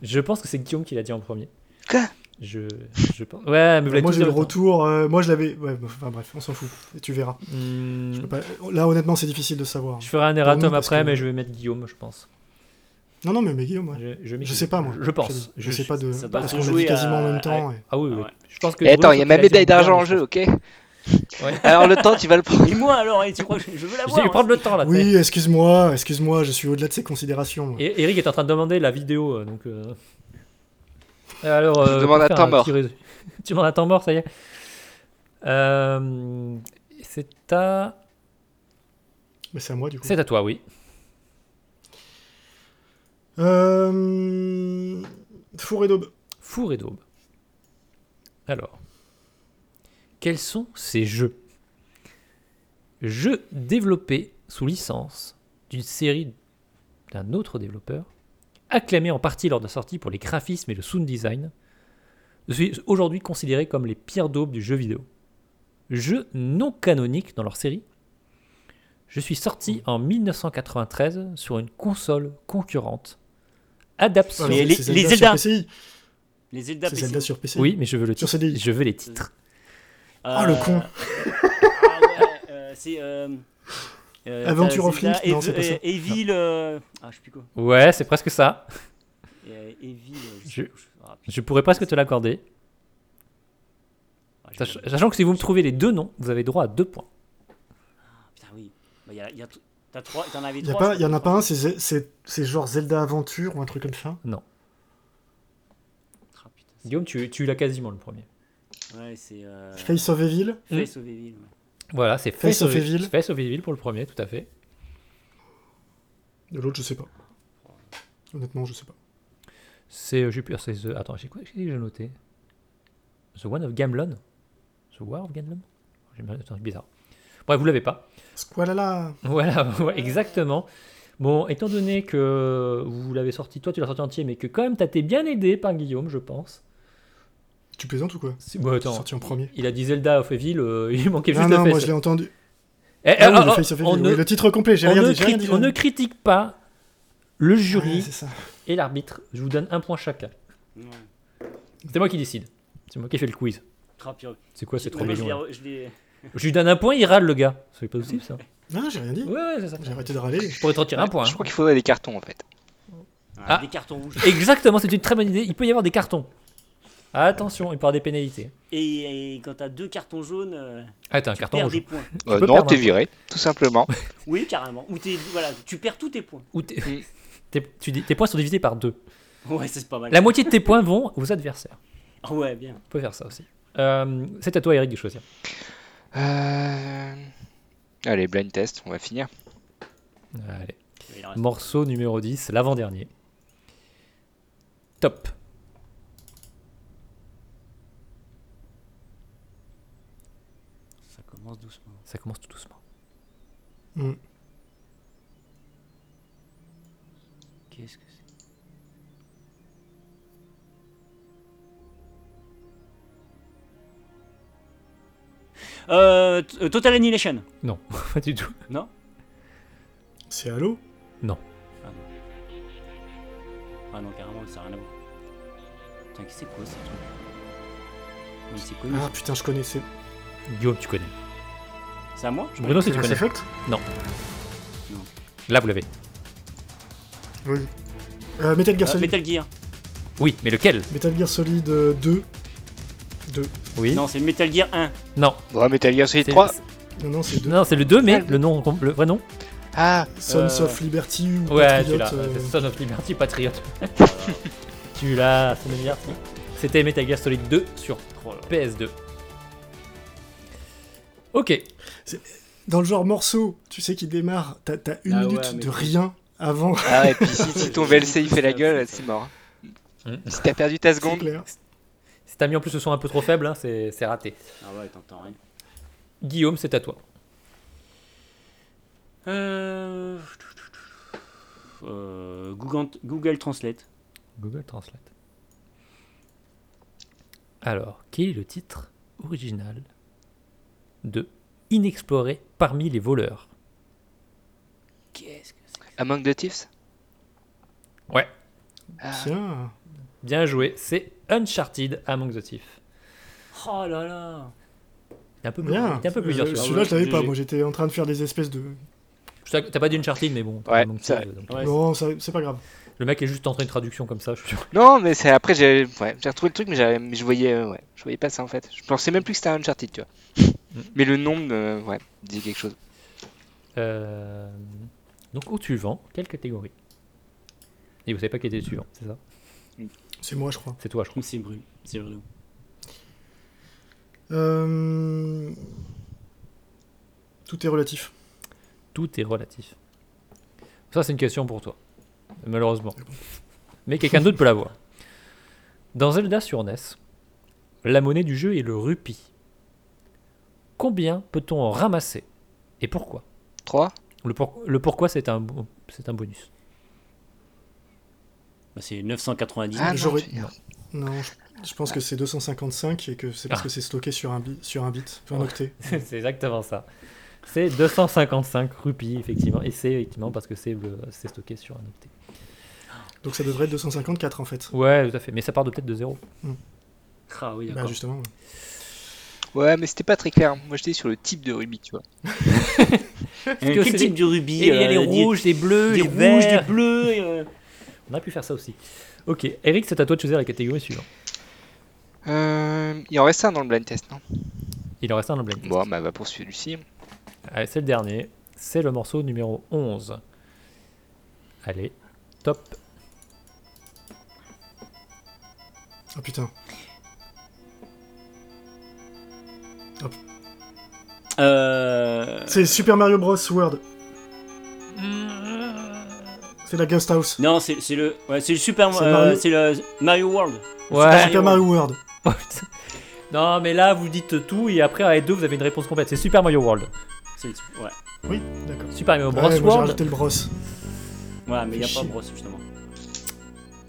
Speaker 1: Je pense que c'est Guillaume qui l'a dit en premier.
Speaker 4: Quoi
Speaker 1: je, je pense. Ouais, mais vous l'avez
Speaker 2: moi
Speaker 1: tous
Speaker 2: j'ai
Speaker 1: en
Speaker 2: eu le
Speaker 1: même temps.
Speaker 2: retour, euh, moi je l'avais. Ouais, bah, enfin bref, on s'en fout, Et tu verras.
Speaker 1: Hmm,
Speaker 2: Je peux pas- Là honnêtement c'est difficile de savoir.
Speaker 1: je ferai un erratum
Speaker 2: parce
Speaker 1: après,
Speaker 2: que-
Speaker 1: mais je vais mettre Guillaume, je pense.
Speaker 2: Non non mais, mais Guillaume, ouais.
Speaker 1: Je, je mets
Speaker 2: je
Speaker 1: Guillaume.
Speaker 2: sais pas moi.
Speaker 1: Je pense.
Speaker 2: Je, sais pas de.
Speaker 3: ça doit
Speaker 2: Parce
Speaker 3: se
Speaker 2: qu'on l'a
Speaker 3: jouer
Speaker 2: dit quasiment
Speaker 3: à-
Speaker 2: en même temps. ouais.
Speaker 1: Ah oui,
Speaker 3: Ah
Speaker 1: oui.
Speaker 3: ouais.
Speaker 1: Je pense que
Speaker 4: Et Eh, attends,
Speaker 1: Bruno,
Speaker 4: il y a
Speaker 1: tu
Speaker 4: ma
Speaker 1: l'as dit
Speaker 4: médaille d'argent en
Speaker 1: dernier,
Speaker 4: jeu, ok Alors le temps, tu vas le prendre.
Speaker 3: Et moi alors, eh, tu crois que je je veux la
Speaker 1: Je vais
Speaker 3: voir
Speaker 1: prendre le temps là. t'sais.
Speaker 2: Oui, excuse-moi, excuse-moi, je suis au-delà de ces considérations. moi.
Speaker 1: Et Eric est en train de demander la vidéo, euh, donc. euh. Alors.
Speaker 4: Je
Speaker 1: euh,
Speaker 4: demande
Speaker 1: pour
Speaker 4: un
Speaker 1: faire
Speaker 4: temps mort.
Speaker 1: petit rés- tu demandes un temps mort, ça y est. Euh, c'est à.
Speaker 2: Mais c'est à moi du coup.
Speaker 1: C'est à toi, oui.
Speaker 2: Euh... Four et daube.
Speaker 1: Four et daube. Alors. Quels sont ces jeux Jeux développés sous licence d'une série d'un autre développeur, acclamés en partie lors de la sortie pour les graphismes et le sound design, suis aujourd'hui considérés comme les pires daubes du jeu vidéo. Jeux non canoniques dans leur série. Je suis sorti en 1993 sur une console concurrente. Adaptation.
Speaker 2: Ah,
Speaker 3: Mais
Speaker 2: non,
Speaker 3: les-
Speaker 2: c'est
Speaker 3: les
Speaker 2: sur
Speaker 3: Zelda.
Speaker 2: PCI.
Speaker 3: Les Zelda Euh,
Speaker 2: C'est
Speaker 3: PC.
Speaker 2: Zelda sur PC.
Speaker 1: Oui, mais je veux le
Speaker 2: Sur
Speaker 1: titre.
Speaker 2: CDI.
Speaker 1: Je veux les titres.
Speaker 2: Ah, le con.
Speaker 3: Ah ouais, euh, c'est. euh, euh,
Speaker 2: Adventure
Speaker 3: t'as
Speaker 2: of
Speaker 3: Zelda,
Speaker 2: Link, non,
Speaker 3: Ev-
Speaker 2: c'est pas ça.
Speaker 3: euh, Evil. euh, Ah, je sais plus quoi.
Speaker 1: Ouais, c'est presque ça.
Speaker 3: Euh, Evil. euh, je sais
Speaker 1: Je-
Speaker 3: plus. Ah, putain,
Speaker 1: Je pourrais presque te l'accorder.
Speaker 3: ah, j'ai
Speaker 1: Sach-
Speaker 3: pas-
Speaker 1: Sachant que si vous me trouvez les deux noms, vous avez droit à deux points.
Speaker 3: Putain, oui. Bah, y a, y a t- t'as trois, t'en avais
Speaker 2: Il y, a
Speaker 3: trois.
Speaker 2: pas,
Speaker 3: je
Speaker 2: y en a
Speaker 3: crois.
Speaker 2: pas un, c'est Ze- c'est c'est genre Zelda Aventure ou un truc comme ça.
Speaker 3: Ah, putain, c'est-
Speaker 1: Guillaume, tu, tu l'as quasiment le premier.
Speaker 3: Ouais, c'est. euh,
Speaker 2: Face of Evil.
Speaker 3: Face of Evil, ouais.
Speaker 1: Voilà, c'est
Speaker 2: Face of Evil.
Speaker 1: Face of Evil pour le premier, tout à fait.
Speaker 2: De l'autre, je sais pas. Honnêtement, je sais pas.
Speaker 1: C'est euh, j'ai pu- c'est The attends, j'ai quoi j'ai dit que j'ai noté The One of Gamlon. The War of Gamlon. J'ai mal- attends, c'est bizarre. Bref, vous l'avez pas.
Speaker 2: Squalala
Speaker 1: Voilà, ouais, exactement. Bon, étant donné que vous l'avez sorti, toi tu l'as sorti entier, mais que quand même t'as été bien aidé par Guillaume, je pense.
Speaker 2: Tu plaisantes ou quoi
Speaker 1: C'est- Bon,
Speaker 2: C'est
Speaker 1: attends,
Speaker 2: sorti en premier.
Speaker 1: il a dit Zelda of Evil, euh, il manquait
Speaker 2: Non,
Speaker 1: juste
Speaker 2: non,
Speaker 1: le
Speaker 2: moi
Speaker 1: face.
Speaker 2: je l'ai entendu.
Speaker 1: Eh, eh,
Speaker 2: Ah oui,
Speaker 1: ah,
Speaker 2: le
Speaker 1: ah,
Speaker 2: Face of
Speaker 1: on
Speaker 2: Evil,
Speaker 1: ne-
Speaker 2: oui, le titre complet, j'ai
Speaker 1: on
Speaker 2: rien
Speaker 1: ne
Speaker 2: dit, j'ai rien dit,
Speaker 1: crit-
Speaker 2: j'ai
Speaker 1: on ne
Speaker 2: rien dit.
Speaker 1: critique pas le
Speaker 2: Ouais,
Speaker 1: jury
Speaker 2: c'est ça.
Speaker 1: et l'arbitre. Je vous donne un point chacun.
Speaker 3: Ouais.
Speaker 1: C'est moi qui décide. C'est moi qui fais le quiz.
Speaker 3: Trap, il-
Speaker 1: C'est quoi cette
Speaker 3: Moi, je
Speaker 1: rébellion
Speaker 3: l'ai- je l'ai-
Speaker 1: Je lui donne un point, il râle le gars. C'est pas possible ça.
Speaker 2: Non, j'ai rien dit.
Speaker 1: Ouais, ouais, c'est ça.
Speaker 2: J'ai arrêté de râler.
Speaker 1: Je pourrais te retirer un point.
Speaker 4: Je
Speaker 1: hein.
Speaker 4: crois qu'il faudrait des cartons en fait.
Speaker 1: Ah.
Speaker 3: Des cartons rouges.
Speaker 1: Exactement, c'est une très bonne idée. Il peut y avoir des cartons. Attention, il peut y avoir des pénalités.
Speaker 3: Et, et quand t'as deux cartons jaunes, euh,
Speaker 1: Ah, t'as un
Speaker 3: tu
Speaker 1: carton
Speaker 3: perds
Speaker 1: rouge.
Speaker 3: des points.
Speaker 4: Euh,
Speaker 1: peux
Speaker 4: non,
Speaker 1: perdre
Speaker 4: t'es
Speaker 1: un
Speaker 4: viré, tout simplement.
Speaker 3: Oui, carrément. Ou t'es- voilà, tu perds tous tes points.
Speaker 1: Ou t'es-
Speaker 4: Mm.
Speaker 1: t'es- tu dis- tes points sont divisés par deux.
Speaker 3: Ouais, ça, c'est pas mal.
Speaker 1: La moitié de tes points vont aux adversaires.
Speaker 3: Ah ouais, bien.
Speaker 1: On peut faire ça aussi. Euh, c'est à toi, Eric, de choisir.
Speaker 4: Euh, Allez, blind test, on va finir.
Speaker 1: Allez.
Speaker 3: Mais il en reste-
Speaker 1: Morceau numéro 10, l'avant-dernier. Top.
Speaker 3: Ça commence doucement.
Speaker 1: Ça commence tout doucement.
Speaker 3: Qu'est-ce que c'est Euh, t- euh, Total Annihilation.
Speaker 1: Pas du tout.
Speaker 2: C'est Halo
Speaker 3: Ah non, carrément, ça n'a rien à voir. Putain, c'est quoi ce truc Mais c'est connu.
Speaker 2: Ah putain, je connaissais.
Speaker 1: Guillaume, tu connais.
Speaker 3: C'est à moi
Speaker 1: Bruno, si tu
Speaker 2: Mass
Speaker 1: connais.
Speaker 2: Effect
Speaker 1: Là, vous l'avez.
Speaker 2: Oui. Euh, Metal Gear
Speaker 3: Euh,
Speaker 2: Solid.
Speaker 3: Metal Gear.
Speaker 1: Oui, mais lequel
Speaker 2: Metal Gear Solid euh, 2. 2.
Speaker 1: Oui.
Speaker 3: Non, c'est Metal Gear 1.
Speaker 1: Non.
Speaker 4: Bon, Metal Gear Solid
Speaker 1: C'est-
Speaker 4: 3.
Speaker 2: Non, non, c'est 2.
Speaker 1: Non, c'est le 2, mais le, nom, le vrai nom
Speaker 4: Ah,
Speaker 2: Sons
Speaker 3: Euh,
Speaker 2: of Liberty ou
Speaker 1: Ouais,
Speaker 2: Patriot,
Speaker 1: tu l'as.
Speaker 2: euh,
Speaker 1: C'est Son of Liberty, Patriot. tu l'as, Son of Liberty. C'était Metal Gear Solid 2 sur PS2. Ok,
Speaker 2: Dans le genre morceau, tu sais qui démarre, t'as t'as une
Speaker 3: Ah ouais,
Speaker 2: minute
Speaker 3: mais-
Speaker 2: de rien avant.
Speaker 4: ah et puis si, si ton VLC il fait la gueule, c'est mort. hein.
Speaker 1: Hmm.
Speaker 4: Si t'as perdu ta
Speaker 2: C'est
Speaker 4: seconde,
Speaker 2: clair.
Speaker 1: si t'as mis en plus le son un peu trop faible, hein, c'est c'est raté.
Speaker 3: Ah ouais, t'entends rien.
Speaker 1: Guillaume, c'est à toi.
Speaker 3: Euh... euh, Google, Google Translate.
Speaker 1: Google Translate. Alors, quel est le titre original de Inexploré parmi les voleurs
Speaker 3: Qu'est-ce que c'est
Speaker 4: Among the Thieves
Speaker 1: Ouais.
Speaker 4: Ah,
Speaker 2: Tiens.
Speaker 1: Bien joué, c'est Uncharted Among the Thief.
Speaker 3: Oh là là
Speaker 1: Il y a un peu, plus-
Speaker 2: Bien.
Speaker 1: il y a un peu plusieurs.
Speaker 2: Euh,
Speaker 1: celui-là.
Speaker 2: Celui-là, je l'avais pas.
Speaker 3: GG.
Speaker 2: Moi, j'étais en train de faire des espèces de.
Speaker 1: T'as t'as pas dit Uncharted, mais bon.
Speaker 4: Ouais,
Speaker 1: Among the
Speaker 4: c'est
Speaker 1: Thieves, donc,
Speaker 3: Ouais,
Speaker 2: non, ça- c'est pas grave.
Speaker 1: Le mec est juste entré une traduction comme ça, je suis sûr.
Speaker 4: Non, mais c'est après j'ai ouais, j'ai retrouvé le truc, mais j'avais- mais je voyais euh, ouais, je voyais pas ça en fait. Je pensais même plus que c'était un Uncharted, tu vois.
Speaker 1: Mm.
Speaker 4: Mais le nom, me- ouais, dit quelque chose.
Speaker 1: Euh, Donc, au suivant, quelle catégorie Et vous savez pas qui était le suivant, c'est ça
Speaker 2: C'est moi, je crois.
Speaker 1: C'est toi, je crois.
Speaker 3: C'est Bruno. C'est Bruno.
Speaker 2: Euh, Tout est relatif.
Speaker 1: Tout est relatif. Ça, c'est une question pour toi, malheureusement. Mais quelqu'un d'autre peut l'avoir. Dans Zelda sur NES, la monnaie du jeu est le rupie. Combien peut-on en ramasser Et pourquoi
Speaker 4: 3
Speaker 1: le, pour- le pourquoi, c'est un, bo- c'est un bonus.
Speaker 3: Bah, c'est 990.
Speaker 4: Ah, non,
Speaker 2: j'aurais-
Speaker 4: tu- non.
Speaker 2: Non, je, je pense que c'est 255 et que c'est parce
Speaker 1: Ah.
Speaker 2: que c'est stocké sur un, bi- sur un bit, sur un
Speaker 1: Ouais.
Speaker 2: octet.
Speaker 1: c'est exactement ça. C'est 255 rupies, effectivement. Et c'est effectivement parce que c'est le- c'est stocké sur E un octet.
Speaker 2: Donc ça devrait être 254 en fait.
Speaker 1: Ouais, tout à fait. Mais ça part de peut-être de zéro.
Speaker 3: Ah oui,
Speaker 2: Bah
Speaker 3: d'accord.
Speaker 2: justement. ouais.
Speaker 4: Ouais, mais c'était pas très clair. Moi, j'étais sur le type de rubis, tu vois.
Speaker 3: Euh,
Speaker 1: que
Speaker 3: Quel
Speaker 1: c'est-
Speaker 3: type de rubis
Speaker 1: Et il y a les
Speaker 3: euh, des-
Speaker 1: rouges, les bleus,
Speaker 3: des
Speaker 1: les
Speaker 3: rouges,
Speaker 1: verts.
Speaker 3: des bleus. et, euh,
Speaker 1: On a pu faire ça aussi. Ok, Eric, c'est à toi de choisir la catégorie suivante.
Speaker 4: Euh, il en reste un dans le blind test, non
Speaker 1: Il en reste un dans le blind test.
Speaker 4: Bon, bah va poursuivre Lucie.
Speaker 1: Allez, c'est le dernier. C'est le morceau numéro 11. Allez, top.
Speaker 2: Ah putain.
Speaker 3: Euh,
Speaker 2: C'est Super Mario Bros. World. C'est la Guest House.
Speaker 3: Non, c'est c'est le, ouais, c'est le Super
Speaker 2: C'est
Speaker 3: euh,
Speaker 2: Mario-
Speaker 3: c'est le Mario World.
Speaker 1: Ah, Ouais.
Speaker 2: Super Mario World.
Speaker 1: non, mais là, vous dites tout et après, à les deux, vous avez une réponse complète. C'est Super Mario World.
Speaker 3: C'est le- ouais.
Speaker 2: Oui, d'accord.
Speaker 1: Super Mario Bros.
Speaker 2: Ouais, moi, j'ai
Speaker 1: World.
Speaker 2: rajouté le Bros.
Speaker 3: Voilà, mais il n'y a
Speaker 2: Chier.
Speaker 3: pas Bros justement.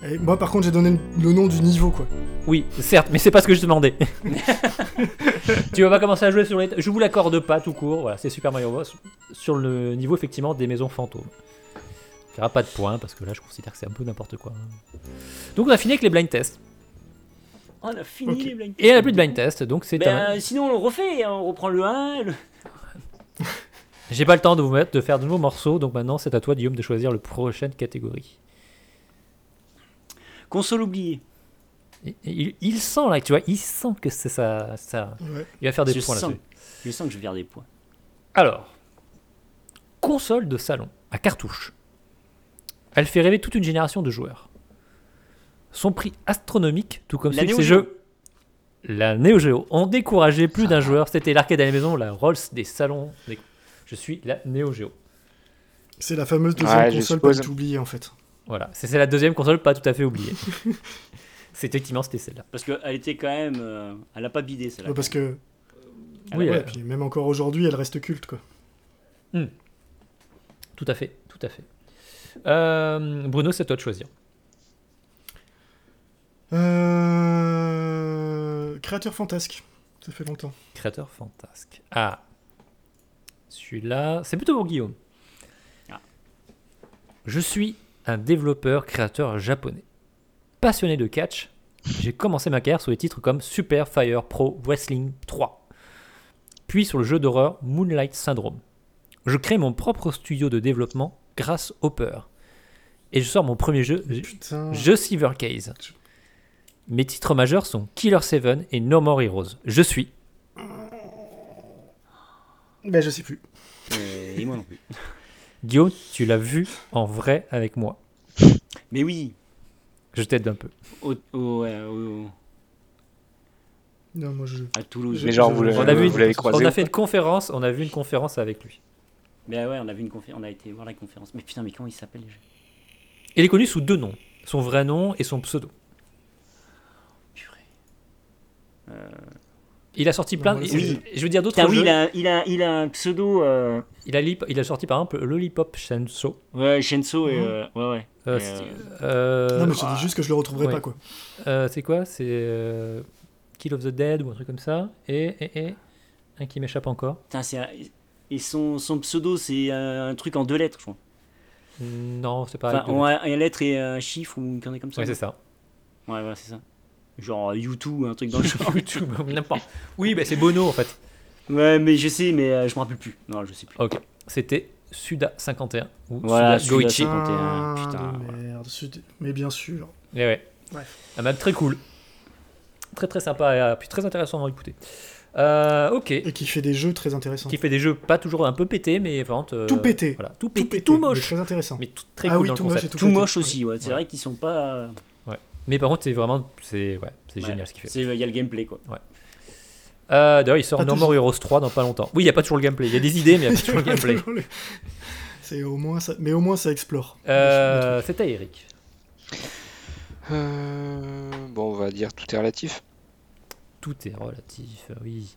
Speaker 2: Et moi, par contre, j'ai donné le- le nom du niveau, quoi.
Speaker 1: Oui, certes, mais c'est pas ce que je te demandais. tu vas pas commencer à jouer sur les. Je vous l'accorde pas tout court. Voilà, c'est Super Mario Bros. Sur le niveau effectivement des maisons fantômes. Il n'y aura pas de points parce que là, je considère que c'est un peu n'importe quoi. Donc on a fini avec les blind tests
Speaker 3: On a fini
Speaker 2: Ok.
Speaker 3: les blind
Speaker 1: et on a plus de blind tests. Donc c'est.
Speaker 3: Ben,
Speaker 1: un-
Speaker 3: euh, sinon, on le refait, hein, on reprend le 1. le-
Speaker 1: J'ai pas le temps de vous mettre de faire de nouveaux morceaux. Donc maintenant, c'est à toi, Guillaume, de choisir le prochaine catégorie.
Speaker 3: Console oubliée.
Speaker 1: Et- et Il, il sent là, tu vois, il sent que c'est ça, ça.
Speaker 2: Ouais.
Speaker 1: Il va faire des
Speaker 3: je,
Speaker 1: points
Speaker 3: sens,
Speaker 1: là-dessus.
Speaker 3: je sens que je vais faire des points.
Speaker 1: Alors, console de salon à cartouche. Elle fait rêver toute une génération de joueurs. Son prix astronomique, tout comme
Speaker 3: La
Speaker 1: celui de
Speaker 3: Neo
Speaker 1: ces
Speaker 3: Geo. Ah.
Speaker 1: jeux, la Neo Geo, ont découragé plus d'un joueur. C'était l'arcade à la maison, la Rolls des salons. des- Je suis la Neo Geo.
Speaker 2: C'est la fameuse deuxième
Speaker 4: Ouais, je
Speaker 2: console pas
Speaker 4: suppose.
Speaker 2: du tout oubliée, en fait.
Speaker 1: Voilà, c'est c'est la deuxième console pas tout à fait oubliée. c'est effectivement c'était celle-là.
Speaker 3: Parce qu'elle était quand même. euh, elle n'a pas bidé celle-là.
Speaker 2: Ouais, parce que,
Speaker 1: Oui,
Speaker 2: Ah ouais,
Speaker 1: euh,
Speaker 2: puis même encore aujourd'hui, elle reste culte, quoi.
Speaker 1: tout à fait, tout à fait. Euh, Bruno, c'est à toi de choisir.
Speaker 2: Euh... Créateur fantasque. Ça fait longtemps.
Speaker 1: Créateur fantasque. Ah, celui-là, c'est plutôt pour Guillaume.
Speaker 3: Ah.
Speaker 1: Je suis un développeur créateur japonais. Passionné de catch, j'ai commencé ma carrière sur des titres comme Super Fire Pro Wrestling 3, puis sur le jeu d'horreur Moonlight Syndrome. Je crée mon propre studio de développement grâce au peur. Et je sors mon premier jeu,
Speaker 2: Putain.
Speaker 1: je Silver Case. Mes titres majeurs sont Killer 7 et No More Heroes. Je suis
Speaker 2: Ben, je sais plus.
Speaker 3: Euh, et moi non plus.
Speaker 1: Guillaume, tu l'as vu en vrai avec moi.
Speaker 3: Mais oui,
Speaker 1: Je t'aide un peu.
Speaker 3: au, au- ouais, au-
Speaker 2: Non, moi, je...
Speaker 3: à Toulouse.
Speaker 4: Mais genre, vous
Speaker 2: On
Speaker 4: le-
Speaker 1: On a, vu
Speaker 4: vous l'avez
Speaker 1: une- on
Speaker 4: croisé.
Speaker 1: a
Speaker 4: ou
Speaker 1: fait une conférence, on a vu une conférence avec lui.
Speaker 3: Ben ouais, on a vu une conférence, on a été voir la conférence. Mais putain, mais comment il s'appelle déjà
Speaker 1: Il est connu sous deux noms, son vrai nom et son pseudo.
Speaker 3: Purée.
Speaker 1: Il a sorti
Speaker 2: Non,
Speaker 1: plein.
Speaker 2: moi,
Speaker 1: il-
Speaker 2: c'est-
Speaker 1: Je veux dire d'autres
Speaker 3: Putain, oui,
Speaker 1: jeux.
Speaker 3: il a, il, a, il a un pseudo. euh,
Speaker 1: Il a, li- il a sorti par exemple Lollipop Shenso.
Speaker 3: Ouais, Shenso et. euh, Ouais, ouais.
Speaker 1: Euh,
Speaker 3: Et,
Speaker 1: c'est-
Speaker 3: euh,
Speaker 1: euh,
Speaker 2: non, mais je te dis juste que je le retrouverai
Speaker 1: ouais.
Speaker 2: pas, quoi.
Speaker 1: euh, c'est quoi C'est euh, Kill of the Dead ou un truc comme ça. Et, et, et un qui m'échappe encore.
Speaker 3: Putain, c'est. un- Et son, son pseudo, c'est euh, un truc en deux lettres, je crois.
Speaker 1: Non, c'est pas.
Speaker 3: Enfin,
Speaker 1: avec deux
Speaker 3: en
Speaker 1: lettres.
Speaker 3: un, une lettre et un chiffre ou qu'on est comme ça.
Speaker 1: Ouais, c'est ça.
Speaker 3: Ouais, ouais, c'est ça. Genre euh, U2, un truc dans le genre.
Speaker 1: YouTube, n'importe. Oui, bah, c'est Bono en fait.
Speaker 3: ouais, mais je sais, mais euh, je me rappelle plus. Non, je sais plus.
Speaker 1: Ok, c'était Suda 51 ou
Speaker 3: Voilà,
Speaker 1: Suda
Speaker 3: Suda
Speaker 1: Goichi.
Speaker 3: J'ai compté un, putain,
Speaker 2: de
Speaker 3: voilà.
Speaker 2: Ah, merde. sud- Mais bien sûr.
Speaker 1: Eh ouais.
Speaker 2: Ouais.
Speaker 1: Un map très cool. Très très sympa et euh, puis très intéressant à écouter. Euh, ok,
Speaker 2: Et qui fait des jeux très intéressants.
Speaker 1: qui fait des jeux pas toujours un peu pétés, mais vraiment. euh,
Speaker 2: Tout pété.
Speaker 1: Voilà, tout
Speaker 2: Tout
Speaker 1: pété, tout,
Speaker 2: pété, mais
Speaker 1: moche.
Speaker 2: Très intéressant.
Speaker 1: Mais tout très
Speaker 2: Ah
Speaker 1: cool
Speaker 2: oui,
Speaker 1: dans le
Speaker 2: tout moche
Speaker 1: concept.
Speaker 2: et tout
Speaker 3: Tout
Speaker 2: pété.
Speaker 3: moche aussi, ouais. C'est vrai qu'ils sont pas. euh,
Speaker 1: Mais par contre, c'est vraiment. C'est ouais, c'est
Speaker 3: Ouais.
Speaker 1: génial ce qu'il fait.
Speaker 3: C'est- Il y a le gameplay, quoi.
Speaker 1: Euh, D'ailleurs, il sort
Speaker 2: Pas
Speaker 1: No
Speaker 2: toujours.
Speaker 1: More Heroes 3 dans pas longtemps. Oui, il n'y a pas toujours le gameplay. Il y a des idées, mais il n'y a pas toujours le gameplay.
Speaker 2: C'est au moins ça, mais au moins ça explore.
Speaker 1: Euh, c'est à Eric.
Speaker 4: Euh, Bon, on va dire tout est relatif.
Speaker 1: Tout est relatif, oui.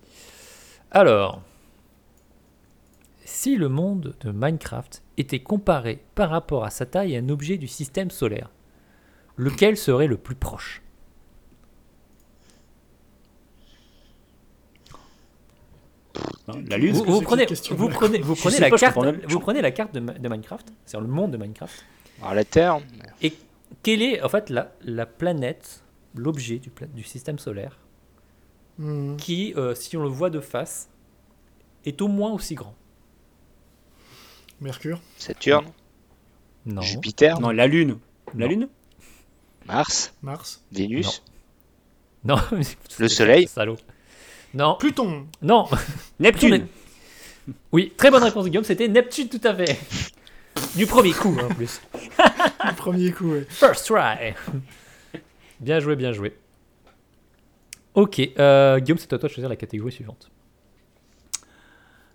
Speaker 1: Alors, si le monde de Minecraft était comparé par rapport à sa taille à un objet du système solaire, lequel serait le plus proche
Speaker 3: Non, Hein, la lune
Speaker 1: vous,
Speaker 2: Est-ce que
Speaker 1: vous
Speaker 2: c'est
Speaker 1: prenez,
Speaker 2: une question
Speaker 1: vous
Speaker 2: de-
Speaker 1: prenez, vous
Speaker 3: Je
Speaker 1: prenez
Speaker 3: sais
Speaker 1: la
Speaker 3: pas, je
Speaker 1: carte,
Speaker 3: comprends même- je
Speaker 1: vous prenez la carte de, Ma- de Minecraft, c'est-à-dire le monde de Minecraft.
Speaker 4: Alors, la Terre,
Speaker 1: Et quelle est en fait la, la planète, l'objet du, pla- du système solaire,
Speaker 2: Hmm.
Speaker 1: qui, euh, si on le voit de face, est au moins aussi grand
Speaker 2: Mercure.
Speaker 4: Saturne,
Speaker 1: Non.
Speaker 4: Jupiter,
Speaker 3: Non, la lune. La
Speaker 1: Non.
Speaker 3: lune
Speaker 4: Mars,
Speaker 2: Mars.
Speaker 4: Vénus,
Speaker 1: Non.
Speaker 4: Le Soleil
Speaker 1: Salaud. Non.
Speaker 2: Pluton.
Speaker 1: Non.
Speaker 3: Neptune
Speaker 1: Oui, très bonne réponse Guillaume, c'était Neptune tout à fait. Du premier coup hein, en plus.
Speaker 2: Le premier coup. ouais.
Speaker 1: First try. Bien joué, bien joué. Ok, euh, Guillaume, c'est à toi de choisir la catégorie suivante.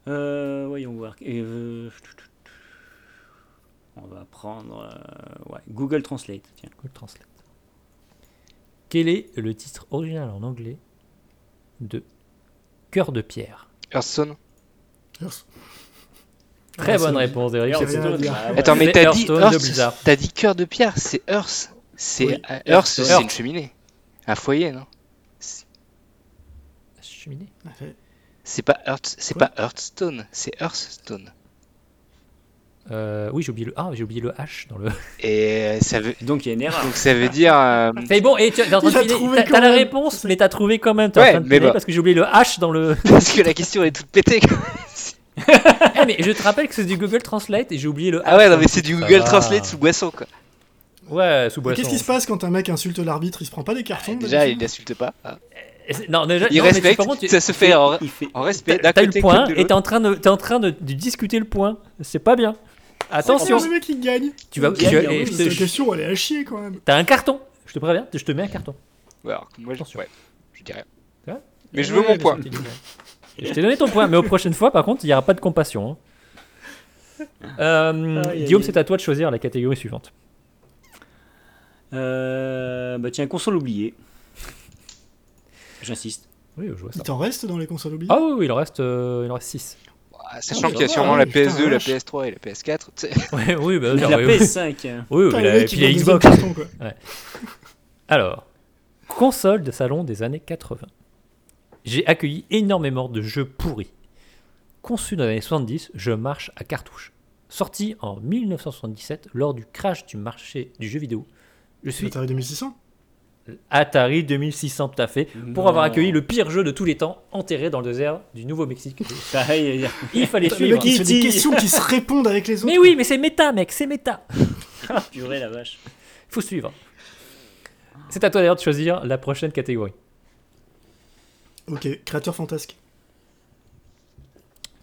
Speaker 3: Euh, voyons voir. Et, euh, on va prendre euh, ouais, Google Translate. Tiens.
Speaker 1: Google Translate. Quel est le titre original en anglais de Cœur de pierre
Speaker 4: Hearthstone.
Speaker 1: Très
Speaker 2: Ah,
Speaker 1: bonne
Speaker 2: c'est-
Speaker 1: réponse, derrière.
Speaker 2: c'est rien à dire.
Speaker 3: Ah
Speaker 4: Attends, mais
Speaker 1: C'est
Speaker 4: t'as dit,
Speaker 1: Hearthstone de
Speaker 4: Hearth-
Speaker 1: Blizzard.
Speaker 4: t'as dit cœur de pierre, c'est Earth. C'est
Speaker 3: Oui,
Speaker 4: euh, Earth,
Speaker 3: Hearth,
Speaker 4: c'est
Speaker 3: Hearth.
Speaker 4: une cheminée. Un foyer, non
Speaker 1: Ah, Cheminée
Speaker 4: C'est pas Earth, c'est
Speaker 2: Quoi
Speaker 4: pas Hearthstone, c'est Hearthstone.
Speaker 1: Euh, oui, j'ai oublié le A, j'ai oublié le H dans le.
Speaker 4: Et euh, ça veut,
Speaker 3: Donc il y a une
Speaker 1: Ah.
Speaker 3: erreur.
Speaker 4: donc ça veut dire. euh,
Speaker 1: C'est bon, et tu t'es en train de
Speaker 2: Il a
Speaker 1: filer-
Speaker 2: trouvé
Speaker 1: t'as-
Speaker 2: quand
Speaker 1: t'as la
Speaker 2: même.
Speaker 1: réponse, mais t'as trouvé quand même. T'es en
Speaker 4: Ouais,
Speaker 1: train de
Speaker 4: mais
Speaker 1: filer
Speaker 4: bah.
Speaker 1: parce que j'ai oublié le H dans le.
Speaker 4: parce que la question elle est toute pétée. quoi.
Speaker 1: Eh, mais je te rappelle que c'est du Google Translate et j'ai oublié le H.
Speaker 4: Ah ouais, non mais c'est du
Speaker 1: Ça
Speaker 4: Google
Speaker 1: va.
Speaker 4: Translate sous boisson quoi. Ah.
Speaker 1: Ouais, sous
Speaker 2: Mais
Speaker 1: boisson.
Speaker 2: Qu'est-ce qui se passe quand un mec insulte l'arbitre Il se prend pas des cartons
Speaker 4: Déjà, il
Speaker 2: d'habitude
Speaker 4: n'insulte pas. hein.
Speaker 1: Non, déjà,
Speaker 4: Il
Speaker 1: non, mais tu-
Speaker 4: respecte,
Speaker 1: par contre, tu-
Speaker 4: ça se fait en,
Speaker 3: Il fait...
Speaker 4: en
Speaker 1: T'as
Speaker 4: respect d'un
Speaker 1: t'as eu
Speaker 4: côté
Speaker 1: le
Speaker 4: comme
Speaker 1: point
Speaker 4: de
Speaker 1: et t'es
Speaker 4: l'autre.
Speaker 1: en train de, t'es en train de, de discuter le point. C'est pas bien. Attention,
Speaker 2: Le mec il gagne
Speaker 1: tu vas.
Speaker 3: Ok,
Speaker 1: tu vas-
Speaker 3: bien,
Speaker 1: et
Speaker 3: oui,
Speaker 1: je
Speaker 2: Cette
Speaker 1: te- je-
Speaker 2: question elle est à chier quand même
Speaker 1: T'as un carton. Je te préviens, je te mets un carton.
Speaker 4: Ouais, alors que moi, je,
Speaker 1: Attention. Ah
Speaker 4: ouais, je dis rien.
Speaker 1: C'est vrai
Speaker 4: Mais je veux mon point.
Speaker 1: Je t'ai donné ton point, mais aux prochaines fois, par contre, il n'y aura pas de compassion. hein. Euh,
Speaker 3: Aïe, aïe,
Speaker 1: Guillaume,
Speaker 3: aïe.
Speaker 1: c'est à toi de choisir la catégorie suivante.
Speaker 3: Euh, bah tiens, console oubliée. J'insiste.
Speaker 1: Oui, je vois ça.
Speaker 2: Il t'en reste dans les consoles oubliées
Speaker 1: Ah oui, oui, il en reste, euh, il en reste 6.
Speaker 4: Bah,
Speaker 3: ça
Speaker 4: Sachant qu'il y
Speaker 3: va,
Speaker 4: a sûrement la
Speaker 2: putain,
Speaker 4: PS2, la
Speaker 2: vache.
Speaker 4: PS3 et la PS4. tu sais.
Speaker 1: Ouais, oui, bah,
Speaker 3: La
Speaker 1: genre, oui, oui,
Speaker 3: PS5. hein.
Speaker 1: oui,
Speaker 2: Putain,
Speaker 1: oui,
Speaker 2: le
Speaker 1: la-
Speaker 2: mec,
Speaker 1: puis il
Speaker 2: il
Speaker 1: y a
Speaker 2: gagne deuxième
Speaker 1: Xbox.
Speaker 2: carton, quoi.
Speaker 1: Alors, console de salon des années 80. J'ai accueilli énormément de jeux pourris. Conçu dans les années 70, je marche à cartouche. Sorti en 1977 lors du crash du marché du jeu vidéo, je suis
Speaker 2: Atari 2600
Speaker 1: Atari 2600 tout à fait, pour
Speaker 3: Non.
Speaker 1: avoir accueilli le pire jeu de tous les temps enterré dans le désert du Nouveau-Mexique.
Speaker 3: Ça y est,
Speaker 1: Il fallait
Speaker 2: Le
Speaker 1: suivre.
Speaker 2: mec il se fait des
Speaker 3: Kitty.
Speaker 2: questions qui se répondent avec les autres
Speaker 1: Mais oui, mais c'est méta, mec, c'est méta.
Speaker 3: purée la vache.
Speaker 1: Faut suivre. C'est à toi d'ailleurs de choisir la prochaine catégorie.
Speaker 2: Ok, créateur fantasque.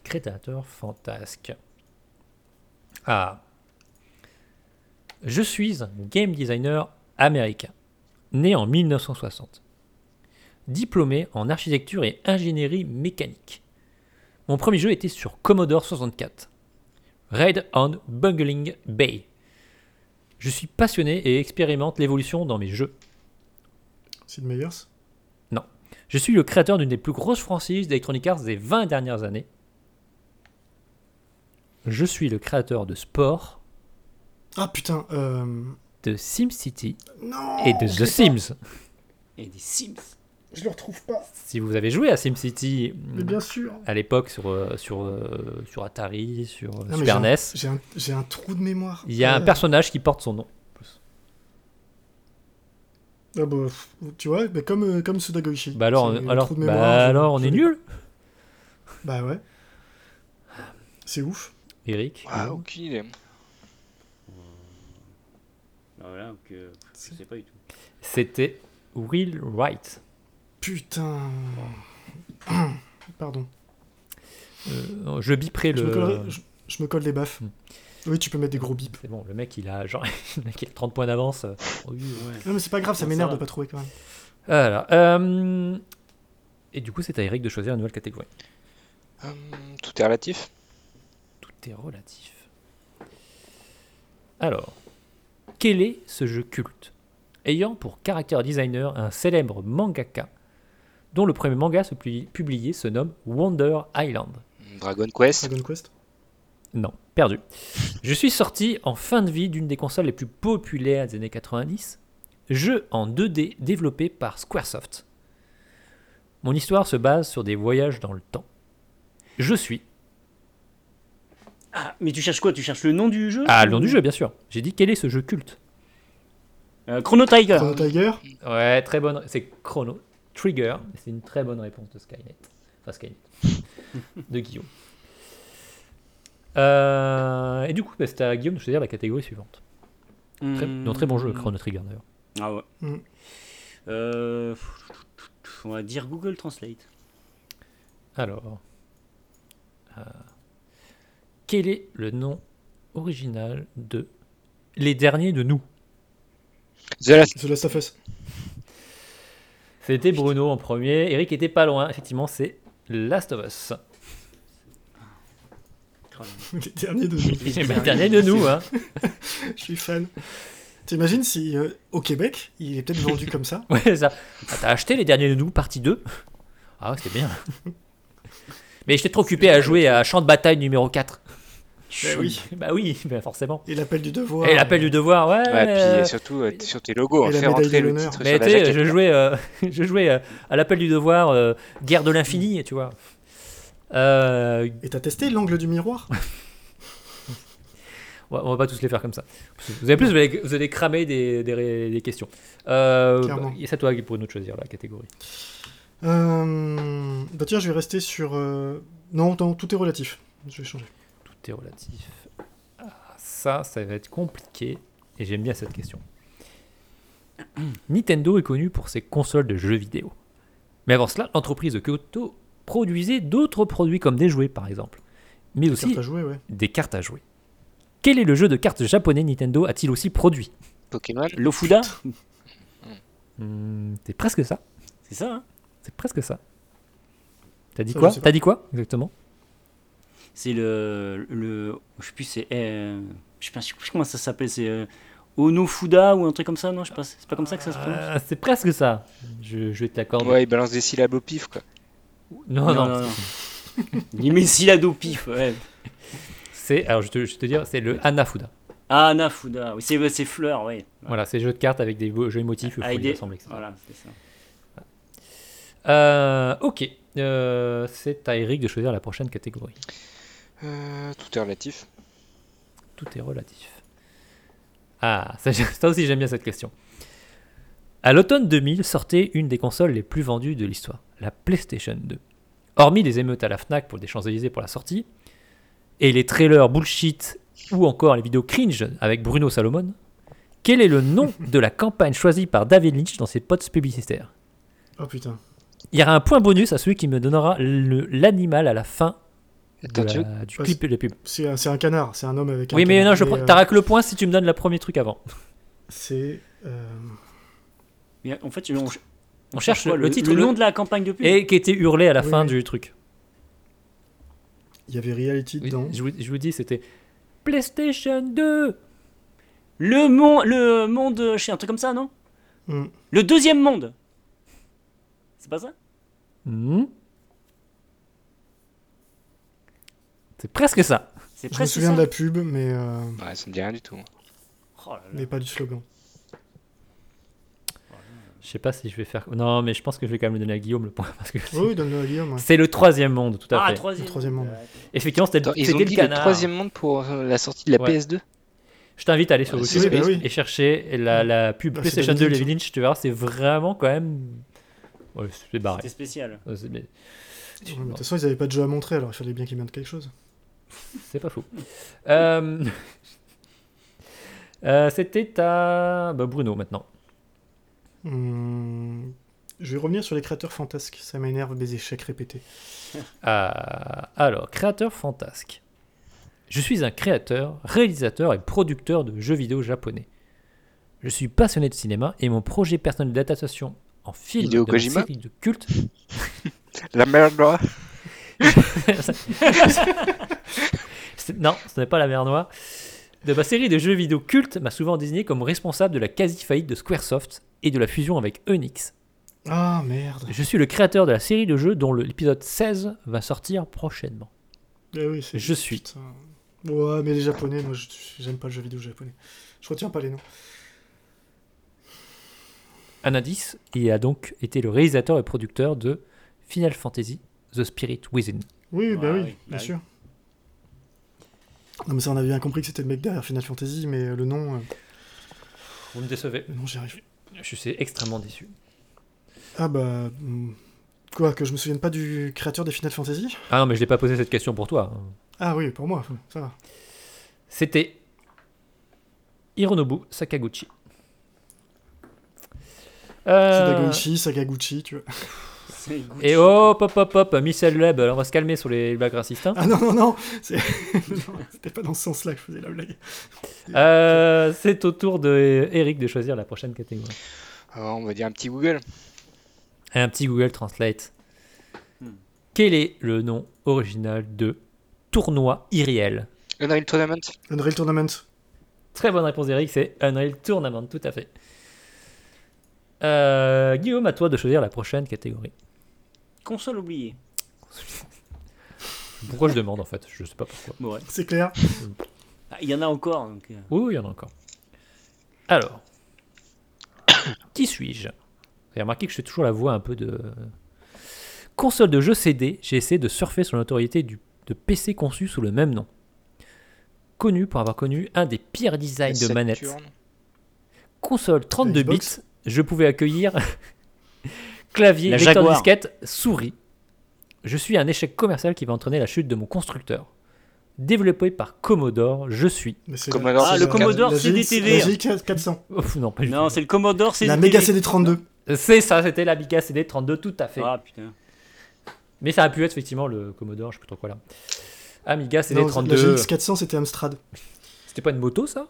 Speaker 1: Créateur fantasque. Ah. Je suis un game designer américain, né en 1960. Diplômé en architecture et ingénierie mécanique. Mon premier jeu était sur Commodore 64. Raid on Bungling Bay. Je suis passionné et expérimente l'évolution dans mes jeux.
Speaker 2: Sid Meyers
Speaker 1: Je suis le créateur d'une des plus grosses franchises d'Electronic Arts des 20 dernières années. Je suis le créateur de Sport,
Speaker 2: Ah putain, euh...
Speaker 1: de SimCity
Speaker 2: Non
Speaker 1: et de The Sims.
Speaker 3: Et des Sims.
Speaker 2: Je le retrouve pas,
Speaker 1: Si vous avez joué à SimCity hmm,
Speaker 2: mais bien sûr
Speaker 1: à l'époque sur, euh, sur, euh, sur Atari, sur euh,
Speaker 2: Non, mais
Speaker 1: Super
Speaker 2: j'ai un-
Speaker 1: NES,
Speaker 2: J'ai un, j'ai un trou de mémoire.
Speaker 1: il y a un
Speaker 2: Euh,
Speaker 1: personnage qui porte son nom.
Speaker 2: ah bah, pff, tu vois, mais comme, euh, comme Sudagoichi.
Speaker 1: Bah alors,
Speaker 2: C'est
Speaker 1: on-
Speaker 2: un
Speaker 1: alors,
Speaker 2: trou de
Speaker 1: bah
Speaker 2: mémoire, je-
Speaker 1: alors on
Speaker 2: je
Speaker 1: est
Speaker 2: l'ai-
Speaker 1: nul,
Speaker 2: Bah ouais. C'est ouf.
Speaker 1: Eric.
Speaker 4: Ah, ok.
Speaker 3: Voilà, donc, euh, je sais pas du tout.
Speaker 1: C'était Will Wright.
Speaker 2: Putain. Pardon.
Speaker 1: Euh, je biperai
Speaker 2: Je, me
Speaker 1: le.
Speaker 2: colle, je, je me colle des baffes.
Speaker 1: Hmm.
Speaker 2: Oui, tu peux mettre des gros bips.
Speaker 1: C'est bon, le mec il a genre le mec, il a 30 points d'avance. Oh, oui, ouais.
Speaker 2: Non, mais c'est pas grave, ça
Speaker 3: Non, ça
Speaker 2: m'énerve
Speaker 3: va.
Speaker 2: de pas trouver quand même.
Speaker 1: Alors, euh, et du coup, c'est à Eric de choisir une nouvelle catégorie.
Speaker 4: Hum, tout est relatif.
Speaker 1: Tout est relatif. Alors, quel est ce jeu culte Ayant pour caractère designer un célèbre mangaka, dont le premier manga se pli- publié se nomme Wonder Island.
Speaker 4: Dragon Quest.
Speaker 2: Dragon Quest
Speaker 1: Non, perdu. Je suis sorti en fin de vie d'une des consoles les plus populaires des années 90, jeu en 2D développé par Squaresoft. Mon histoire se base sur des voyages dans le temps. Je suis.
Speaker 3: Ah, mais tu cherches quoi Tu cherches le nom du jeu
Speaker 1: Ah, le nom du jeu, bien sûr. J'ai dit quel est ce jeu culte
Speaker 3: Euh, Chrono Tiger.
Speaker 2: Chrono Tiger
Speaker 1: Ouais, très bonne. C'est Chrono Trigger. C'est une très bonne réponse de Skynet. Enfin, Skynet. de Guillaume. Euh, et du coup, bah, c'était à Guillaume de choisir la catégorie suivante. Très, non, très bon jeu, Chrono Trigger d'ailleurs.
Speaker 3: Hmm. Ah ouais.
Speaker 2: Mm.
Speaker 3: Euh, on va dire Google Translate.
Speaker 1: Alors, euh, quel est le nom original de Les Derniers de nous
Speaker 4: The Last.
Speaker 2: The Last of Us.
Speaker 1: C'était Bruno en premier, Eric était pas loin, effectivement c'est Last of Us.
Speaker 3: crois. le-
Speaker 2: Les derniers de nous.
Speaker 3: les
Speaker 1: Le dernier de nous, hein.
Speaker 2: Je suis fan. T'imagines si euh, au Québec, il est peut-être vendu comme ça
Speaker 1: Ouais, ça. Ah, T'as acheté les derniers de nous, partie 2 Ah, c'était bien. Mais j'étais trop occupé à jouer à Champ de bataille numéro 4.
Speaker 2: Bah oui.
Speaker 1: Bah oui, bah forcément.
Speaker 2: Et l'appel du devoir.
Speaker 1: Et l'appel du devoir, ouais.
Speaker 4: Ouais,
Speaker 1: euh,
Speaker 4: Ah, puis surtout euh, t- sur tes logos,
Speaker 2: et
Speaker 4: hein,
Speaker 2: la
Speaker 4: faire
Speaker 2: médaille
Speaker 4: entrer
Speaker 2: de
Speaker 4: le
Speaker 2: l'honneur.
Speaker 4: titre
Speaker 1: mais
Speaker 4: sur la
Speaker 1: tu sais,
Speaker 4: jaquette.
Speaker 1: je jouais, euh, je jouais euh, à l'appel du devoir, euh, guerre de l'infini, tu vois. Euh,
Speaker 2: Et t'as testé l'angle du miroir
Speaker 1: on va- on va pas tous les faire comme ça. Vous avez plus, vous allez, vous allez cramer des, des ré- des questions. Euh,
Speaker 2: Clairement.
Speaker 1: bah, c'est à toi pour nous de choisir la catégorie.
Speaker 2: Euh, Bah tiens, je vais rester sur. euh, Non, non, tout est relatif. Je vais changer.
Speaker 1: Tout est relatif. Ah, ça, ça va être compliqué. Et j'aime bien cette question. Nintendo est connu pour ses consoles de jeux vidéo. Mais avant cela, l'entreprise de Kyoto produisait d'autres produits comme des jouets, par exemple. Mais aussi
Speaker 2: Carte à jouer, ouais.
Speaker 1: des cartes à jouer. Quel est le jeu de cartes japonais Nintendo a-t-il aussi produit
Speaker 4: Pokémon.
Speaker 3: Lofuda
Speaker 1: Hmm, C'est presque ça.
Speaker 3: C'est ça, hein
Speaker 1: C'est presque ça. T'as dit
Speaker 2: Ça, je
Speaker 1: quoi
Speaker 2: sais pas.
Speaker 1: T'as dit quoi exactement
Speaker 3: C'est le, le. Je sais plus, c'est. euh, je sais pas je sais plus comment ça s'appelle, c'est. euh, Onofuda ou un truc comme ça, non Je sais pas, c'est pas comme ça que ça se prononce
Speaker 1: Euh, C'est presque ça. Je, je vais t'accorder.
Speaker 4: Ouais, il balance des syllabes au pif, quoi.
Speaker 1: Non, non,
Speaker 3: Il met syllabes au pif, ouais.
Speaker 1: C'est alors je te, je te dire, c'est le Hanafuda.
Speaker 3: Ah, Nafuda, oui, c'est c'est fleurs, oui.
Speaker 1: Voilà, c'est jeux de cartes avec des beaux- jeux émotifs, il faut les assembler, etc.
Speaker 3: Voilà, c'est ça.
Speaker 1: Euh, ok, Euh, c'est à Eric de choisir la prochaine catégorie.
Speaker 4: Euh, tout est relatif.
Speaker 1: Tout est relatif. Ah, ça, ça aussi j'aime bien cette question. À l'automne 2000 sortait une des consoles les plus vendues de l'histoire, la PlayStation 2. Hormis les émeutes à la FNAC pour des Champs-Élysées pour la sortie, et les trailers bullshit ou encore les vidéos cringe avec Bruno Salomon, quel est le nom de la campagne choisie par David Lynch dans ses potes publicitaires
Speaker 2: Oh putain.
Speaker 1: Il y aura un point bonus à celui qui me donnera le- l'animal à la fin de
Speaker 4: Attends, tu veux-
Speaker 1: la- du
Speaker 2: Parce-
Speaker 1: clip et de la pub.
Speaker 2: C'est un, c'est un canard, c'est un homme avec un.
Speaker 1: Oui, mais
Speaker 2: canard.
Speaker 1: non, je
Speaker 2: Et,
Speaker 1: prends-
Speaker 2: euh,
Speaker 1: t'arraques le point si tu me donnes le premier truc avant.
Speaker 2: C'est. euh,
Speaker 3: Mais en fait, on, ch-
Speaker 1: On cherche
Speaker 3: quoi,
Speaker 1: le, titre
Speaker 3: le
Speaker 1: le-
Speaker 3: nom de la campagne de pub.
Speaker 1: et qui était hurlé à la
Speaker 2: Oui,
Speaker 1: fin
Speaker 2: oui.
Speaker 1: du truc.
Speaker 2: Il y avait Reality
Speaker 1: Oui,
Speaker 2: dedans.
Speaker 1: je, vous, je vous dis, c'était PlayStation 2.
Speaker 3: Le, mon- le monde, euh, je sais, un truc comme ça, non
Speaker 2: Hmm.
Speaker 3: Le deuxième monde C'est pas ça
Speaker 1: Hmm. C'est presque ça.
Speaker 3: C'est
Speaker 2: Je me
Speaker 3: presque
Speaker 2: souviens
Speaker 3: ça.
Speaker 2: de la pub, mais, euh,
Speaker 4: Ouais, ça me dit rien du tout.
Speaker 3: Oh là là.
Speaker 2: mais pas du slogan.
Speaker 1: Je sais pas si je vais faire. Non, mais je pense que je vais quand même le donner à Guillaume le point parce que c'est-
Speaker 2: Oui, oui, donne-le à Guillaume. ouais.
Speaker 1: c'est le troisième monde, tout à
Speaker 3: Ah,
Speaker 1: fait.
Speaker 3: troisième.
Speaker 2: Le troisième monde.
Speaker 3: Ouais.
Speaker 1: Effectivement, c'était
Speaker 4: Attends, ils ont
Speaker 1: c'était
Speaker 4: dit
Speaker 1: le
Speaker 4: le
Speaker 1: canard.
Speaker 4: troisième monde pour euh, la sortie de la
Speaker 1: Ouais.
Speaker 4: PS2
Speaker 1: Je t'invite à aller sur
Speaker 4: Ouais,
Speaker 1: YouTube
Speaker 4: Ah, c'est
Speaker 2: vrai,
Speaker 1: et-
Speaker 2: oui.
Speaker 1: et chercher la, la pub
Speaker 2: Bah, c'est
Speaker 1: PlayStation 2
Speaker 2: David
Speaker 1: David Lynch, tu verras, c'est vraiment quand même. Ouais, c'est barré.
Speaker 3: C'était spécial.
Speaker 1: Ouais, C'est mais-
Speaker 2: Ouais, mais De toute façon, ils n'avaient pas de jeu à montrer, alors il fallait bien qu'ils mettent quelque chose.
Speaker 1: c'est pas faux. Euh, euh, C'était à bah, Bruno maintenant.
Speaker 2: Hmm, Je vais revenir sur les créateurs fantasques. Ça m'énerve des échecs répétés.
Speaker 1: Ah, alors, créateur fantasque. Je suis un créateur, réalisateur et producteur de jeux vidéo japonais. Je suis passionné de cinéma et mon projet personnel d'adaptation en film
Speaker 4: Hideo
Speaker 1: de la
Speaker 4: Kojima
Speaker 1: série de culte
Speaker 4: La merde hein.
Speaker 1: C'est- Non, ce n'est pas la mer noire. De ma série de jeux vidéo culte m'a souvent désigné comme responsable de la quasi-faillite de Squaresoft et de la fusion avec Enix.
Speaker 2: Ah merde.
Speaker 1: Je suis le créateur de la série de jeux dont le- l'épisode 16 va sortir prochainement.
Speaker 2: Eh oui, c'est-
Speaker 1: Je suis.
Speaker 2: Putain. Ouais, mais les japonais, moi je- j'aime pas le jeu vidéo japonais. Je retiens pas les noms.
Speaker 1: Un indice, il a donc été le réalisateur et producteur de Final Fantasy The Spirit Within.
Speaker 2: Oui, bah
Speaker 3: Ouais,
Speaker 2: oui,
Speaker 3: oui, bah
Speaker 2: bien
Speaker 3: oui.
Speaker 2: sûr. Non, mais ça, on avait bien compris que c'était le mec derrière Final Fantasy, mais euh, le nom, euh,
Speaker 1: Vous me décevez.
Speaker 2: le nom, j'y arrive.
Speaker 1: Je suis extrêmement déçu.
Speaker 2: Ah bah. hmm. Quoi, que je me souvienne pas du créateur des Final Fantasy
Speaker 1: Ah non, mais je n'ai pas posé cette question pour toi.
Speaker 2: Ah oui, pour moi, ça va.
Speaker 1: C'était Hironobu Sakaguchi. Euh,
Speaker 2: Sadaguchi, Sagaguchi, tu vois.
Speaker 3: C'est Gucci.
Speaker 1: Et oh hop, hop, hop, hop, Michel Leb, alors on va se calmer sur les blagues racistes. hein.
Speaker 2: Ah non, non, non c'est- non, C'était pas dans ce sens-là que je faisais la blague.
Speaker 1: Euh, c'est au tour de Eric de choisir la prochaine catégorie.
Speaker 4: Alors, On va dire un petit Google.
Speaker 1: Un petit Google Translate.
Speaker 3: Hmm.
Speaker 1: Quel est le nom original de tournoi irréel
Speaker 4: Unreal Tournament
Speaker 2: Unreal Tournament.
Speaker 1: Très bonne réponse d'Eric, c'est Unreal Tournament, tout à fait. Euh, Guillaume, à toi de choisir la prochaine catégorie.
Speaker 3: Console oubliée.
Speaker 1: Pourquoi je demande en fait Je sais pas pourquoi.
Speaker 3: Bon, ouais.
Speaker 2: C'est clair.
Speaker 3: Ah, Il y en a encore. donc, euh,
Speaker 1: Oui, oui, il y en a encore. Alors, qui suis-je Vous avez remarqué que je fais toujours la voix un peu de. Console de jeux CD, j'ai essayé de surfer sur l'autorité du- de PC conçu sous le même nom. Connu pour avoir connu un des pires designs de
Speaker 4: Saturn.
Speaker 1: manettes. console 32
Speaker 2: Xbox.
Speaker 1: bits, je pouvais accueillir clavier,
Speaker 3: La
Speaker 1: lecteur
Speaker 3: Jaguar.
Speaker 1: disquette, souris. Je suis un échec commercial qui va entraîner la chute de mon constructeur. Développé par Commodore, je suis.
Speaker 2: Mais c'est
Speaker 4: Commodore
Speaker 2: la-
Speaker 4: Ah, le 64.
Speaker 3: Commodore
Speaker 2: la
Speaker 3: CDTV.
Speaker 2: La J400.
Speaker 1: Ouf, non, pas du
Speaker 3: Non, c'est le Commodore, c'est
Speaker 2: La
Speaker 3: le
Speaker 2: Mega
Speaker 3: télé.
Speaker 2: CD32.
Speaker 1: tout. C'est ça, c'était la Amiga CD32, tout à fait.
Speaker 3: Ah putain.
Speaker 1: Mais ça a pu être effectivement le Commodore, je sais plus trop quoi là. Amiga
Speaker 2: Non, La
Speaker 1: CD32.
Speaker 2: GX400, c'était Amstrad.
Speaker 1: C'était pas une moto ça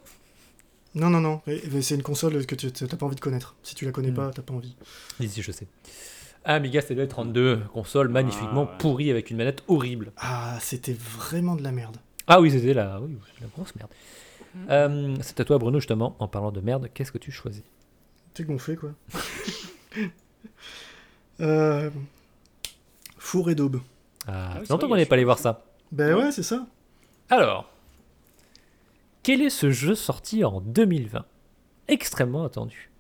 Speaker 2: Non, non, non. Et- mais C'est une console que tu t'as pas envie de connaître. Si tu la connais
Speaker 1: Hmm.
Speaker 2: pas, t'as pas envie.
Speaker 1: Si, si, je sais. Amiga CD32, console magnifiquement
Speaker 3: Ah, ouais.
Speaker 1: pourrie avec une manette horrible.
Speaker 2: Ah, c'était vraiment de la merde.
Speaker 1: Ah oui, c'était la, oui, la grosse merde.
Speaker 3: Mm.
Speaker 1: Euh, c'est à toi, Bruno, justement, en parlant de merde, qu'est-ce que tu choisis
Speaker 2: T'es gonflé, quoi. euh... Four et daube.
Speaker 1: Ah,
Speaker 3: Ah oui,
Speaker 1: c'est
Speaker 3: c'est
Speaker 1: longtemps
Speaker 3: vrai,
Speaker 1: qu'on
Speaker 3: il y a
Speaker 1: n'est pas allé voir ça.
Speaker 2: Ben ouais, c'est ça.
Speaker 1: Alors, quel est ce jeu sorti en 2020 Extrêmement attendu.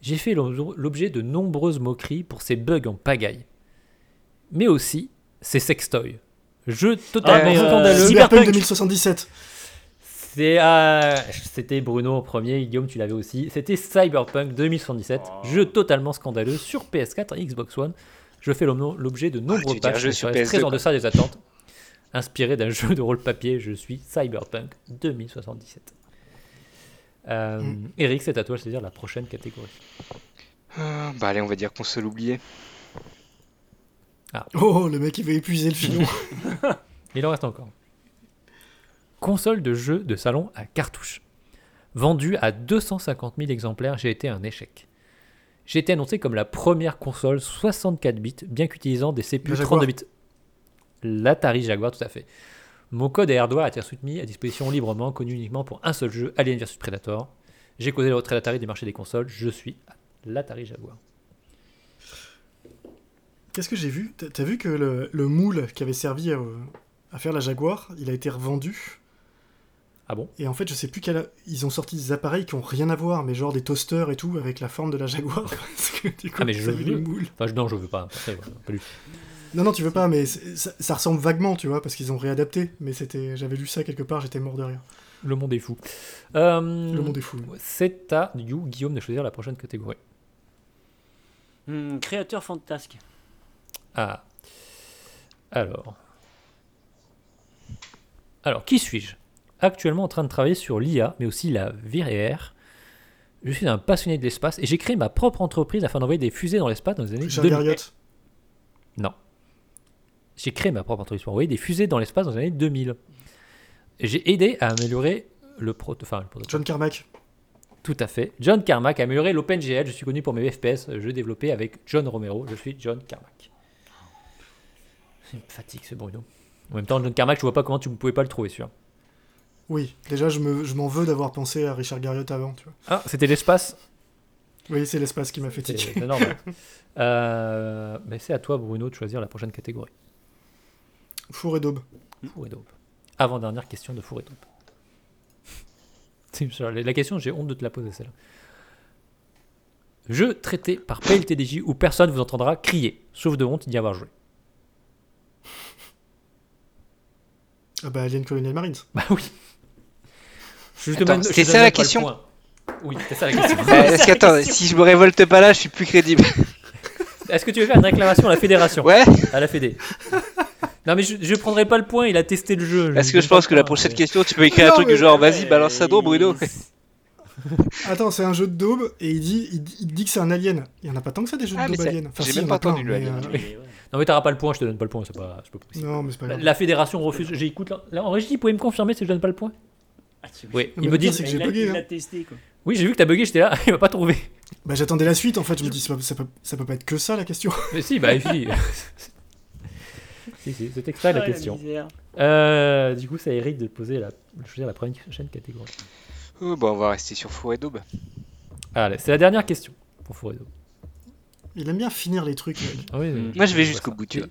Speaker 1: J'ai fait l'o- l'objet de nombreuses moqueries pour ses bugs en pagaille. Mais aussi ses sextoys. Jeu totalement
Speaker 4: mais, euh,
Speaker 1: scandaleux.
Speaker 2: Cyberpunk
Speaker 3: Cyberpunk.
Speaker 2: 2077.
Speaker 1: C'est, euh, c'était Bruno en premier, Guillaume tu l'avais aussi. C'était Cyberpunk 2077,
Speaker 3: Oh.
Speaker 1: jeu totalement scandaleux sur PS4 et Xbox One. Je fais l'om- l'objet de
Speaker 4: Ah, tu
Speaker 1: nombreux
Speaker 4: veux dire
Speaker 1: patchs
Speaker 4: jeu
Speaker 1: qui
Speaker 4: sur
Speaker 1: restent
Speaker 4: PS2,
Speaker 1: très en
Speaker 4: quoi.
Speaker 1: deçà des attentes. Inspiré d'un jeu de rôle papier, je suis Cyberpunk 2077. Euh,
Speaker 2: Mm.
Speaker 1: Eric, c'est à toi, c'est-à-dire la prochaine catégorie.
Speaker 4: Euh, bah allez, on va dire console oubliée.
Speaker 2: Oh, le mec, il veut épuiser le filon.
Speaker 1: Il en reste encore. Console de jeu de salon à cartouche. Vendue à 250 000 exemplaires, j'ai été un échec. J'ai été annoncé comme la première console 64 bits, bien qu'utilisant des CPU
Speaker 2: La Jaguar.
Speaker 1: 32 bits. L'Atari Jaguar, tout à fait. Mon code et hardware a été soumis à disposition librement, connu uniquement pour un seul jeu, Alien vs Predator. J'ai causé le retrait d'Atari du marché des consoles, je suis l'Atari Jaguar.
Speaker 2: Qu'est-ce que j'ai vu T'as- T'as vu que le, le moule qui avait servi à, euh, à faire la Jaguar, il a été revendu.
Speaker 1: Ah bon
Speaker 2: Et en fait, je sais plus quel. Ils ont sorti des appareils qui ont rien à voir, mais genre des toasters et tout, avec la forme de la Jaguar. Parce que du coup,
Speaker 1: Ah, mais je
Speaker 2: ça avait
Speaker 1: veux.
Speaker 2: le moule.
Speaker 1: Enfin, je- non, je veux pas. après, voilà, pas du tout.
Speaker 2: Non, non, tu veux pas, mais c'est- ça, ça ressemble vaguement, tu vois, parce qu'ils ont réadapté. Mais c'était, j'avais lu ça quelque part, j'étais mort de rire.
Speaker 1: Le monde est fou. Euh,
Speaker 4: Mm.
Speaker 2: Le monde est fou.
Speaker 1: C'est à you, Guillaume, de choisir la prochaine catégorie.
Speaker 3: Hmm, créateur fantasque.
Speaker 1: Ah. Alors. Alors, qui suis-je Actuellement en train de travailler sur l'IA, mais aussi la VR. Je suis un passionné de l'espace et j'ai créé ma propre entreprise afin d'envoyer des fusées dans l'espace dans les années
Speaker 2: Richard
Speaker 1: 2000.
Speaker 2: Garriott.
Speaker 1: J'ai créé ma propre entreprise pour envoyer des fusées dans l'espace dans les années 2000. J'ai aidé à améliorer le proto... Enfin, le prototype.
Speaker 2: John Carmack.
Speaker 1: Tout à fait. John Carmack a amélioré l'OpenGL. Je suis connu pour mes FPS, euh, jeux développés avec John Romero. Je suis John Carmack. Il me fatigue ce Bruno. En même temps, John Carmack, je vois pas comment tu ne pouvais pas le trouver, sûr.
Speaker 2: Oui, déjà, je, me, je m'en veux d'avoir pensé à Richard Garriott avant, tu vois.
Speaker 1: Ah, c'était l'espace.
Speaker 2: Oui, c'est l'espace qui m'a fait
Speaker 1: C'est
Speaker 2: tiquer.
Speaker 1: c'est normal. Euh, mais c'est à toi, Bruno, de choisir la prochaine catégorie.
Speaker 2: Four et daube.
Speaker 1: Four et dope. Avant-dernière question de four et dope. C'est ça, La la question, j'ai honte de te la poser, celle-là. Jeu traité par PLTDJ où personne vous entendra crier, sauf de honte d'y avoir joué.
Speaker 2: Ah bah, Alien Colonial Marines.
Speaker 1: Bah oui. Je te
Speaker 4: Attends,
Speaker 1: demande- je te
Speaker 4: c'est
Speaker 1: donne
Speaker 4: ça la
Speaker 1: même pas le
Speaker 4: question
Speaker 1: point. Oui, c'est ça la question.
Speaker 4: Euh, Est-ce qu'attends, si je me révolte pas là, je suis plus crédible.
Speaker 1: Est-ce que tu veux faire une réclamation à la fédération
Speaker 4: Ouais
Speaker 1: À la fédé. Non mais je, je prendrai pas le point, il a testé le jeu.
Speaker 4: Parce
Speaker 1: lui
Speaker 4: que
Speaker 1: donne
Speaker 4: je
Speaker 1: pas
Speaker 4: pense
Speaker 1: le
Speaker 4: que la
Speaker 1: point,
Speaker 4: prochaine
Speaker 1: mais-
Speaker 4: question, tu peux écrire un
Speaker 2: Non,
Speaker 4: truc du
Speaker 2: mais-
Speaker 4: genre vas-y, balance ça d'eau, Bruno.
Speaker 2: Attends, c'est un jeu de daube et il dit, il, dit- il dit que c'est un alien. Il y en a pas tant que ça des jeux
Speaker 4: Ah,
Speaker 2: de
Speaker 4: mais
Speaker 2: daube
Speaker 4: ça-
Speaker 2: alien.
Speaker 4: j'ai
Speaker 2: si, il y
Speaker 4: même
Speaker 2: en
Speaker 4: pas
Speaker 2: a plein,
Speaker 4: entendu le
Speaker 2: mais,
Speaker 4: alien.
Speaker 2: euh,
Speaker 3: Ouais, ouais.
Speaker 1: Non mais t'auras pas le point, je te donne pas le point, c'est pas, c'est pas possible.
Speaker 2: Non, mais c'est pas
Speaker 1: La,
Speaker 2: grave.
Speaker 1: la fédération refuse, j'ai écoute là. là, en régie, vous pouvez me confirmer si je donne pas le point
Speaker 3: Ah, tu-
Speaker 1: Oui,
Speaker 2: Mais
Speaker 1: ils me
Speaker 2: le pire,
Speaker 1: disent
Speaker 2: c'est que
Speaker 3: Il
Speaker 2: j'ai
Speaker 3: l'a-
Speaker 2: bugué,
Speaker 3: Il l'a
Speaker 2: hein.
Speaker 3: testé quoi.
Speaker 1: Oui, j'ai vu que t'as bugué, j'étais là, il m'a pas trouvé.
Speaker 2: Bah, j'attendais la suite en fait. Je me dis, ça peut, ça peut, ça peut pas être que ça la question.
Speaker 1: Mais si, bah si. bah, Si, si, c'est extrait de la
Speaker 3: Ah,
Speaker 1: question.
Speaker 3: misère.
Speaker 1: Euh, du coup, c'est à Eric de poser la, de choisir la première prochaine catégorie.
Speaker 4: Oh, bah, on va rester sur four et daube.
Speaker 1: Allez, c'est la dernière question pour Fourredo.
Speaker 2: Il aime bien finir les trucs. mec.
Speaker 1: Ah oui,
Speaker 3: Mm.
Speaker 1: oui,
Speaker 4: Moi, je vais
Speaker 1: vois
Speaker 4: jusqu'au
Speaker 1: ça.
Speaker 4: bout, tu vois.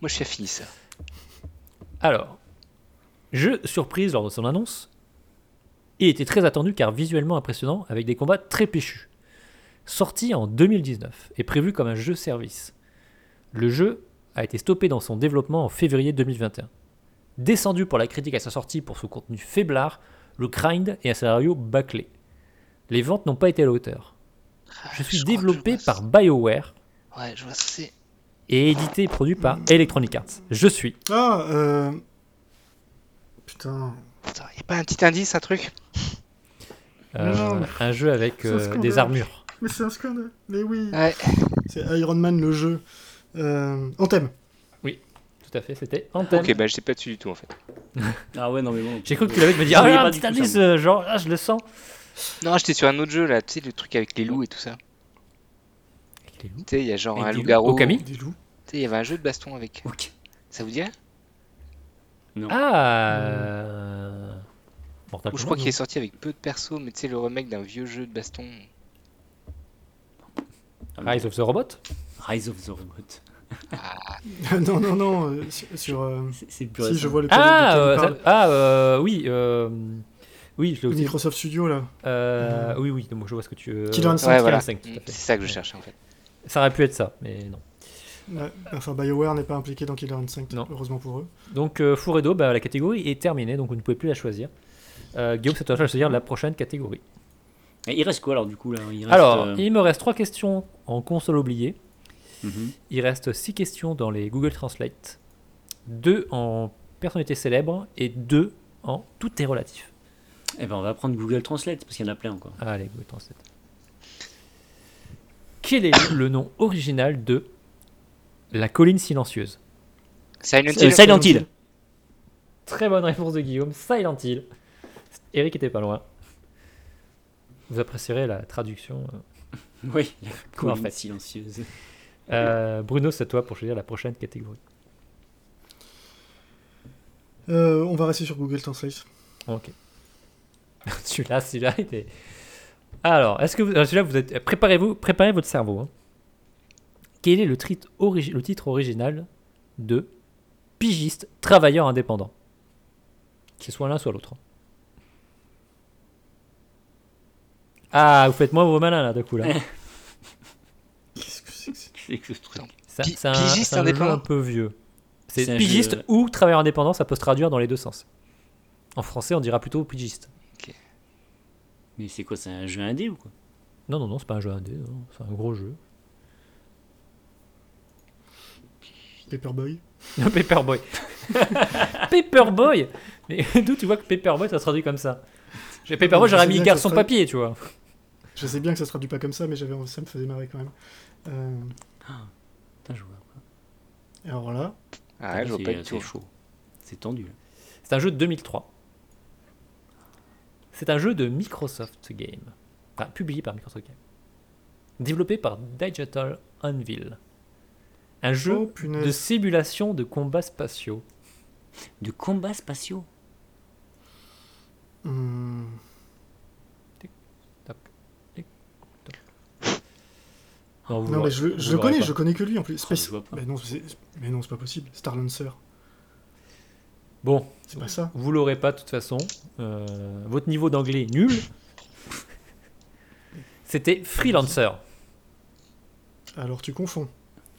Speaker 4: Moi, je suis affini ça.
Speaker 1: Alors, jeu surprise lors de son annonce. Il était très attendu car visuellement impressionnant avec des combats très péchus. Sorti en 2019 et prévu comme un jeu service. Le jeu a été stoppé dans son développement en février 2021. Descendu pour la critique à sa sortie pour son contenu faiblard, le grind et un scénario bâclé. Les ventes n'ont pas été à la hauteur. Je suis
Speaker 4: Ah, je crois que je
Speaker 1: développé
Speaker 4: vois ça.
Speaker 1: par BioWare
Speaker 4: Ouais, je vois ce que c'est.
Speaker 1: et édité et produit par
Speaker 4: Hmm.
Speaker 1: Electronic Arts. Je suis.
Speaker 2: Ah, euh... Putain.
Speaker 4: Attends, y a pas un petit indice, un truc
Speaker 1: Euh,
Speaker 2: Non, mais-
Speaker 1: un jeu avec
Speaker 2: C'est un
Speaker 1: euh,
Speaker 2: scandale.
Speaker 1: des armures.
Speaker 2: Mais c'est un scandale. Mais oui.
Speaker 1: Ah.
Speaker 4: Ouais.
Speaker 2: C'est Iron Man, le jeu. Euh... Anthem.
Speaker 1: Tout à fait, c'était Anthem.
Speaker 4: Ok, bah, je sais pas dessus du tout en fait.
Speaker 3: Ah ouais, non, mais bon.
Speaker 1: J'ai cru que tu l'avais me dit
Speaker 3: Je
Speaker 1: ah,
Speaker 3: voyais
Speaker 1: un
Speaker 3: pas
Speaker 1: petit
Speaker 3: du tout ça,
Speaker 1: indice,
Speaker 3: moi.
Speaker 1: euh, genre, ah, je le sens.
Speaker 4: Non, j'étais sur un autre jeu là, tu sais, le truc avec les loups et tout ça. Tu sais, il y a genre
Speaker 1: Avec
Speaker 4: un
Speaker 1: des loups.
Speaker 4: loup-garou.
Speaker 1: Okami
Speaker 2: Des loups.
Speaker 4: Tu sais, il y avait un jeu de baston avec.
Speaker 3: Ok.
Speaker 4: Ça vous dirait
Speaker 1: Ah euh, Mortal
Speaker 4: Ou je
Speaker 1: Kombat,
Speaker 4: crois qu'il
Speaker 1: non
Speaker 4: est sorti avec peu de persos, mais tu sais, le remake d'un vieux jeu de baston.
Speaker 1: Rise of the Robot
Speaker 3: Ah, Rise of the Robot.
Speaker 2: non, non, non. euh, sur... sur, euh,
Speaker 3: C'est- C'est plus
Speaker 2: Si, je vois le
Speaker 1: Ah,
Speaker 2: de
Speaker 1: euh,
Speaker 2: quel
Speaker 1: ça-
Speaker 2: il parle.
Speaker 1: ah euh, oui, euh, oui, je l'ai aussi.
Speaker 2: Microsoft Studio, là.
Speaker 1: Euh, Oui, oui, donc je vois ce que tu euh, veux.
Speaker 2: Killer Instinct.
Speaker 4: Ouais,
Speaker 1: Killer
Speaker 4: voilà.
Speaker 1: Instinct, tout à
Speaker 4: Mm,
Speaker 1: fait.
Speaker 4: C'est ça que je cherchais en fait.
Speaker 1: Ça aurait pu être ça, mais non.
Speaker 2: Ouais. Enfin, BioWare n'est pas impliqué dans Killer Instinct,
Speaker 1: Non.
Speaker 2: heureusement pour eux.
Speaker 1: Donc, euh, four et dos, bah, la catégorie est terminée, donc vous ne pouvez plus la choisir. Euh, Guillaume, c'est à toi de choisir la prochaine catégorie.
Speaker 3: Et il reste quoi alors du coup là il reste,
Speaker 1: Alors,
Speaker 3: euh,
Speaker 1: il me reste trois questions en console oubliée.
Speaker 3: mhm.
Speaker 1: Il reste 6 questions dans les Google Translate. 2 en personnalité célèbre et 2 en tout est relatif. Ah,
Speaker 3: Eh ben on va prendre Google Translate parce qu'il y en a plein encore.
Speaker 1: Allez, Google Translate. Quel est le nom original de La colline silencieuse
Speaker 4: Silent
Speaker 3: Euh,
Speaker 4: Hill.
Speaker 3: Silent Hill.
Speaker 1: Très bonne réponse de Guillaume, Silent Hill. Eric était pas loin. Vous apprécierez la traduction.
Speaker 3: Oui. La colline
Speaker 1: fait.
Speaker 3: silencieuse.
Speaker 1: Euh, Bruno, c'est à toi pour choisir la prochaine catégorie.
Speaker 2: Euh, on va rester sur Google Translate.
Speaker 1: Ok. celui-là, celui-là était. Alors, est-ce que vous, alors, celui-là, vous êtes préparez-vous, préparez votre cerveau. hein. Quel est le, trit- origi- le titre original de pigiste travailleur indépendant C'est soit l'un, soit l'autre. hein. Ah, vous faites moins vos malins là, d'un coup là.
Speaker 2: Qu'est-ce que c'est que c'est
Speaker 3: C'est que ce truc.
Speaker 1: Ça-
Speaker 4: Pi-
Speaker 1: C'est un,
Speaker 4: pigiste
Speaker 1: c'est un jeu
Speaker 4: indépendant
Speaker 1: un peu vieux. C'est
Speaker 3: C'est un
Speaker 1: pigiste
Speaker 3: jeu-
Speaker 1: ou travailleur indépendant, ça peut se traduire dans les deux sens. En français, on dira plutôt pigiste.
Speaker 3: Mais c'est quoi C'est un jeu indé ou quoi
Speaker 1: Non, non, non, c'est pas un jeu indé, non, c'est un gros jeu.
Speaker 2: Paperboy
Speaker 1: Le Paperboy. Paperboy Mais d'où tu vois que Paperboy, ça se traduit comme ça J'ai Paperboy,
Speaker 2: Je
Speaker 1: j'aurais
Speaker 2: sais
Speaker 1: mis
Speaker 2: bien que
Speaker 1: garçon
Speaker 2: ça se
Speaker 1: papier, tu vois.
Speaker 2: Je sais bien que ça se traduit pas comme ça, mais j'avais ça me faisait marrer quand même. Euh,
Speaker 3: Putain, je vois. quoi.
Speaker 2: alors là,
Speaker 4: Ah ouais, je vois
Speaker 3: C'est- euh,
Speaker 4: pas du
Speaker 3: C'est
Speaker 4: tout.
Speaker 3: chaud. C'est tendu. là.
Speaker 1: C'est un jeu de 2003. C'est un jeu de Microsoft Game. Enfin, publié par Microsoft Game. Développé par Digital Anvil. Un jeu
Speaker 2: Oh,
Speaker 1: de
Speaker 2: punaise.
Speaker 1: simulation de combats spatiaux.
Speaker 3: De combats spatiaux.
Speaker 2: Hmm.
Speaker 1: Toc, tic, toc. vous
Speaker 2: Non,
Speaker 1: l'aurez-
Speaker 2: mais je, le-
Speaker 1: vous
Speaker 2: je le
Speaker 1: l'aurez
Speaker 2: connais,
Speaker 1: pas.
Speaker 2: je connais que lui en plus.
Speaker 3: Oh, je vois pas.
Speaker 2: Mais non, c'est mais non, c'est pas possible. Star Lancer,
Speaker 1: Bon,
Speaker 2: c'est pas ça.
Speaker 1: vous l'aurez pas de toute façon. Euh, votre niveau d'anglais est nul. C'était freelancer.
Speaker 2: Alors tu confonds.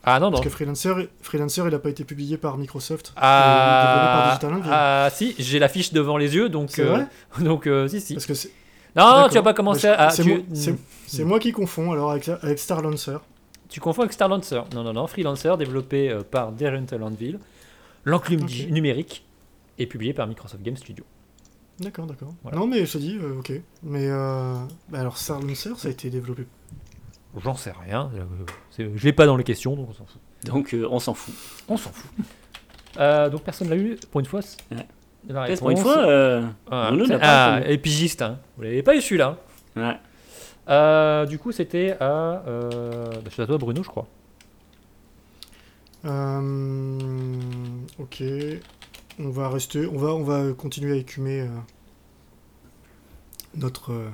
Speaker 1: Ah non non.
Speaker 2: Parce que Freelancer, Freelancer, il a pas été publié par Microsoft.
Speaker 1: Ah,
Speaker 2: euh, développé par Digital Envy.
Speaker 1: ah, si, j'ai la fiche devant les yeux donc
Speaker 2: C'est
Speaker 1: euh,
Speaker 2: vrai
Speaker 1: donc euh, si si.
Speaker 2: Parce que c'est
Speaker 1: Non,
Speaker 2: D'accord.
Speaker 1: Oh, tu as pas commencé
Speaker 2: Mais je-
Speaker 1: à ah,
Speaker 2: c'est
Speaker 1: tu, Hmm.
Speaker 2: moi- c'est- c'est moi qui confonds alors avec, avec Star Lancer.
Speaker 1: tu confonds avec Star Lancer. Non non non, freelancer développé euh, par Darren Landville, l'enclume
Speaker 2: Ok.
Speaker 1: di- numérique et publié par Microsoft Game Studio.
Speaker 2: D'accord, d'accord.
Speaker 1: Voilà.
Speaker 2: Non, mais je te dis, euh, ok. Mais euh, bah alors, Star Lancer, ça a été développé.
Speaker 1: J'en sais rien, euh, c'est- je l'ai pas dans les questions donc on s'en fout.
Speaker 3: Donc euh, on s'en fout.
Speaker 1: On s'en fout. Euh, donc personne l'a eu pour une fois. c'est-
Speaker 3: Ouais.
Speaker 1: la
Speaker 3: Peut-être Pour une
Speaker 1: réponse.
Speaker 3: fois. euh,
Speaker 1: Ah,
Speaker 3: Bruno n'a pas
Speaker 1: ah, et pigiste, hein. vous l'avez pas eu celui-là.
Speaker 3: ouais.
Speaker 1: Euh, du coup, c'était à. Euh, bah, c'est à toi, Bruno, je crois.
Speaker 2: Euh, ok. On va rester, on va, on va continuer à écumer euh, notre euh,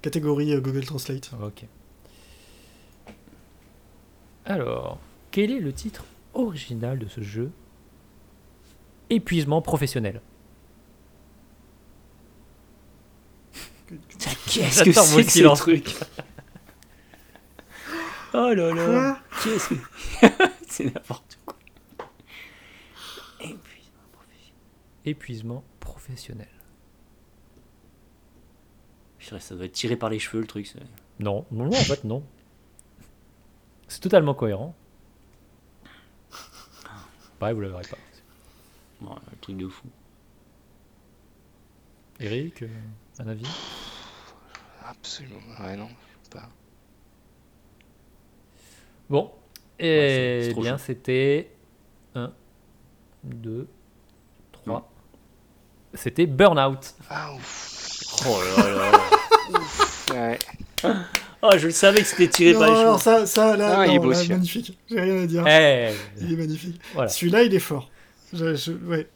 Speaker 2: catégorie euh, Google Translate.
Speaker 1: Ok. Alors, quel est le titre original de ce jeu Épuisement professionnel.
Speaker 3: Putain, Qu'est-ce que
Speaker 1: J'adore mon
Speaker 3: c'est que ce
Speaker 1: silence.
Speaker 3: truc Oh là là Qu'est-ce que... c'est n'importe quoi. Et puis,
Speaker 1: Épuisement professionnel.
Speaker 3: je dirais, ça doit être tiré par les cheveux le truc. ça.
Speaker 1: Non, non, non, en fait, non. C'est totalement cohérent. Pareil, vous ne l'aurez pas.
Speaker 3: Bon, un truc de fou.
Speaker 1: Eric, euh, un avis
Speaker 4: Absolument. Ouais, non.
Speaker 1: Bon, et
Speaker 3: Ouais, c'est- c'est trop
Speaker 1: bien, c'était 1, 2, 3.
Speaker 3: Mm.
Speaker 1: C'était Burnout.
Speaker 4: Ah, ouf.
Speaker 3: Oh là là là.
Speaker 4: Ouais.
Speaker 3: Oh, je le savais que c'était tiré
Speaker 2: Non,
Speaker 3: par les
Speaker 2: alors
Speaker 3: cheveux.
Speaker 2: ça, ça, là,
Speaker 4: Ah, il est
Speaker 2: non,
Speaker 4: beau,
Speaker 2: là,
Speaker 4: celui-là.
Speaker 2: magnifique. J'ai rien à
Speaker 3: Ah.
Speaker 2: dire.
Speaker 1: Eh,
Speaker 2: Il est magnifique.
Speaker 1: voilà.
Speaker 2: Celui-là, il est fort. Je- je- ouais.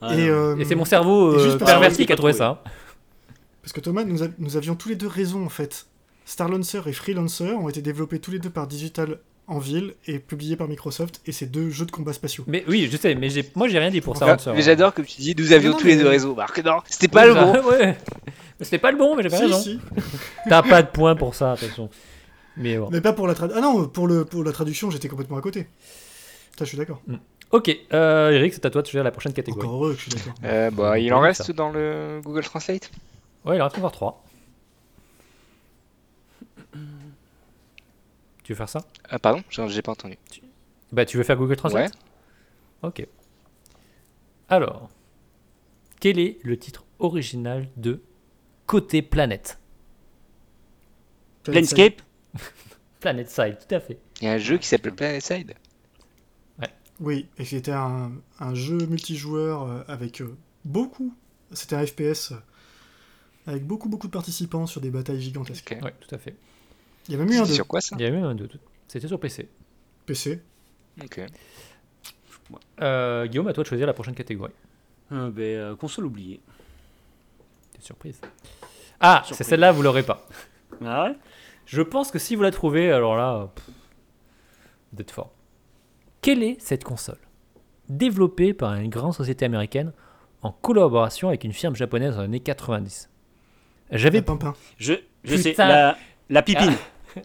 Speaker 3: Ah,
Speaker 2: Et,
Speaker 3: non.
Speaker 2: euh,
Speaker 1: Et c'est mon cerveau
Speaker 2: Et
Speaker 1: euh,
Speaker 2: juste parce-
Speaker 1: perverti qui a
Speaker 3: Ah, oui,
Speaker 1: trouvé
Speaker 3: j'ai
Speaker 1: ça. hein.
Speaker 2: Parce que Thomas, nous, a- nous avions tous les deux raison en fait. Star Lancer et Freelancer ont été développés tous les deux par Digital Anvil et publiés par Microsoft, et c'est deux jeux de combat spatiaux.
Speaker 1: Mais oui, je sais, mais j'ai- moi j'ai rien dit pour ça.
Speaker 4: Ah,
Speaker 1: Hanser.
Speaker 4: mais j'adore comme tu dis, nous avions
Speaker 2: Non, non,
Speaker 4: tous les
Speaker 2: mais-
Speaker 4: deux réseaux. Bah, que non, c'était pas le
Speaker 1: Bah,
Speaker 4: bon.
Speaker 1: ouais. Mais C'était pas le bon, mais j'avais
Speaker 2: Si,
Speaker 1: raison.
Speaker 2: si.
Speaker 1: T'as pas de point pour ça, de toute façon. Mais bon.
Speaker 2: Mais pas pour la traduction. Ah non, pour, le, pour la traduction, j'étais complètement à côté. Ça, je suis d'accord.
Speaker 1: Ok, euh, Eric, c'est à toi de choisir la prochaine catégorie.
Speaker 2: Encore heureux que je suis d'accord.
Speaker 4: Euh, bah, il en reste dans le Google Translate
Speaker 1: Ouais, il en reste encore 3. Tu veux faire ça
Speaker 4: Ah, pardon, j'ai j'ai pas entendu.
Speaker 1: Bah, tu veux faire Google Translate Ok. Alors, quel est le titre original de Côté Planète
Speaker 3: Planescape
Speaker 1: Planet Side, tout à fait.
Speaker 4: Il y a un jeu qui s'appelle Planet Side.
Speaker 2: Oui, et c'était un, un jeu multijoueur euh, avec euh, beaucoup. C'était un FPS euh, avec beaucoup, beaucoup de participants sur des batailles gigantesques.
Speaker 4: Ok.
Speaker 1: Ouais, tout à fait.
Speaker 2: Il y a même eu un
Speaker 4: C'était
Speaker 2: de
Speaker 4: sur quoi ça
Speaker 1: Il y a même un de C'était sur PC.
Speaker 2: PC.
Speaker 4: Ok.
Speaker 1: Euh, Guillaume, à toi de choisir la prochaine catégorie.
Speaker 3: Ah, ben, euh, Console oubliée.
Speaker 1: T'es surprise. Ah, c'est
Speaker 3: Surprise.
Speaker 1: celle-là, vous l'aurez pas.
Speaker 3: Ah ouais
Speaker 1: Je pense que si vous la trouvez, alors là, pff, vous êtes fort. Quelle est cette console Développée par une grande société américaine en collaboration avec une firme japonaise dans les années 90. J'avais
Speaker 2: Ah, Pimpin.
Speaker 3: Je, je sais,
Speaker 1: Putain.
Speaker 3: la, la pipine.
Speaker 2: Ah.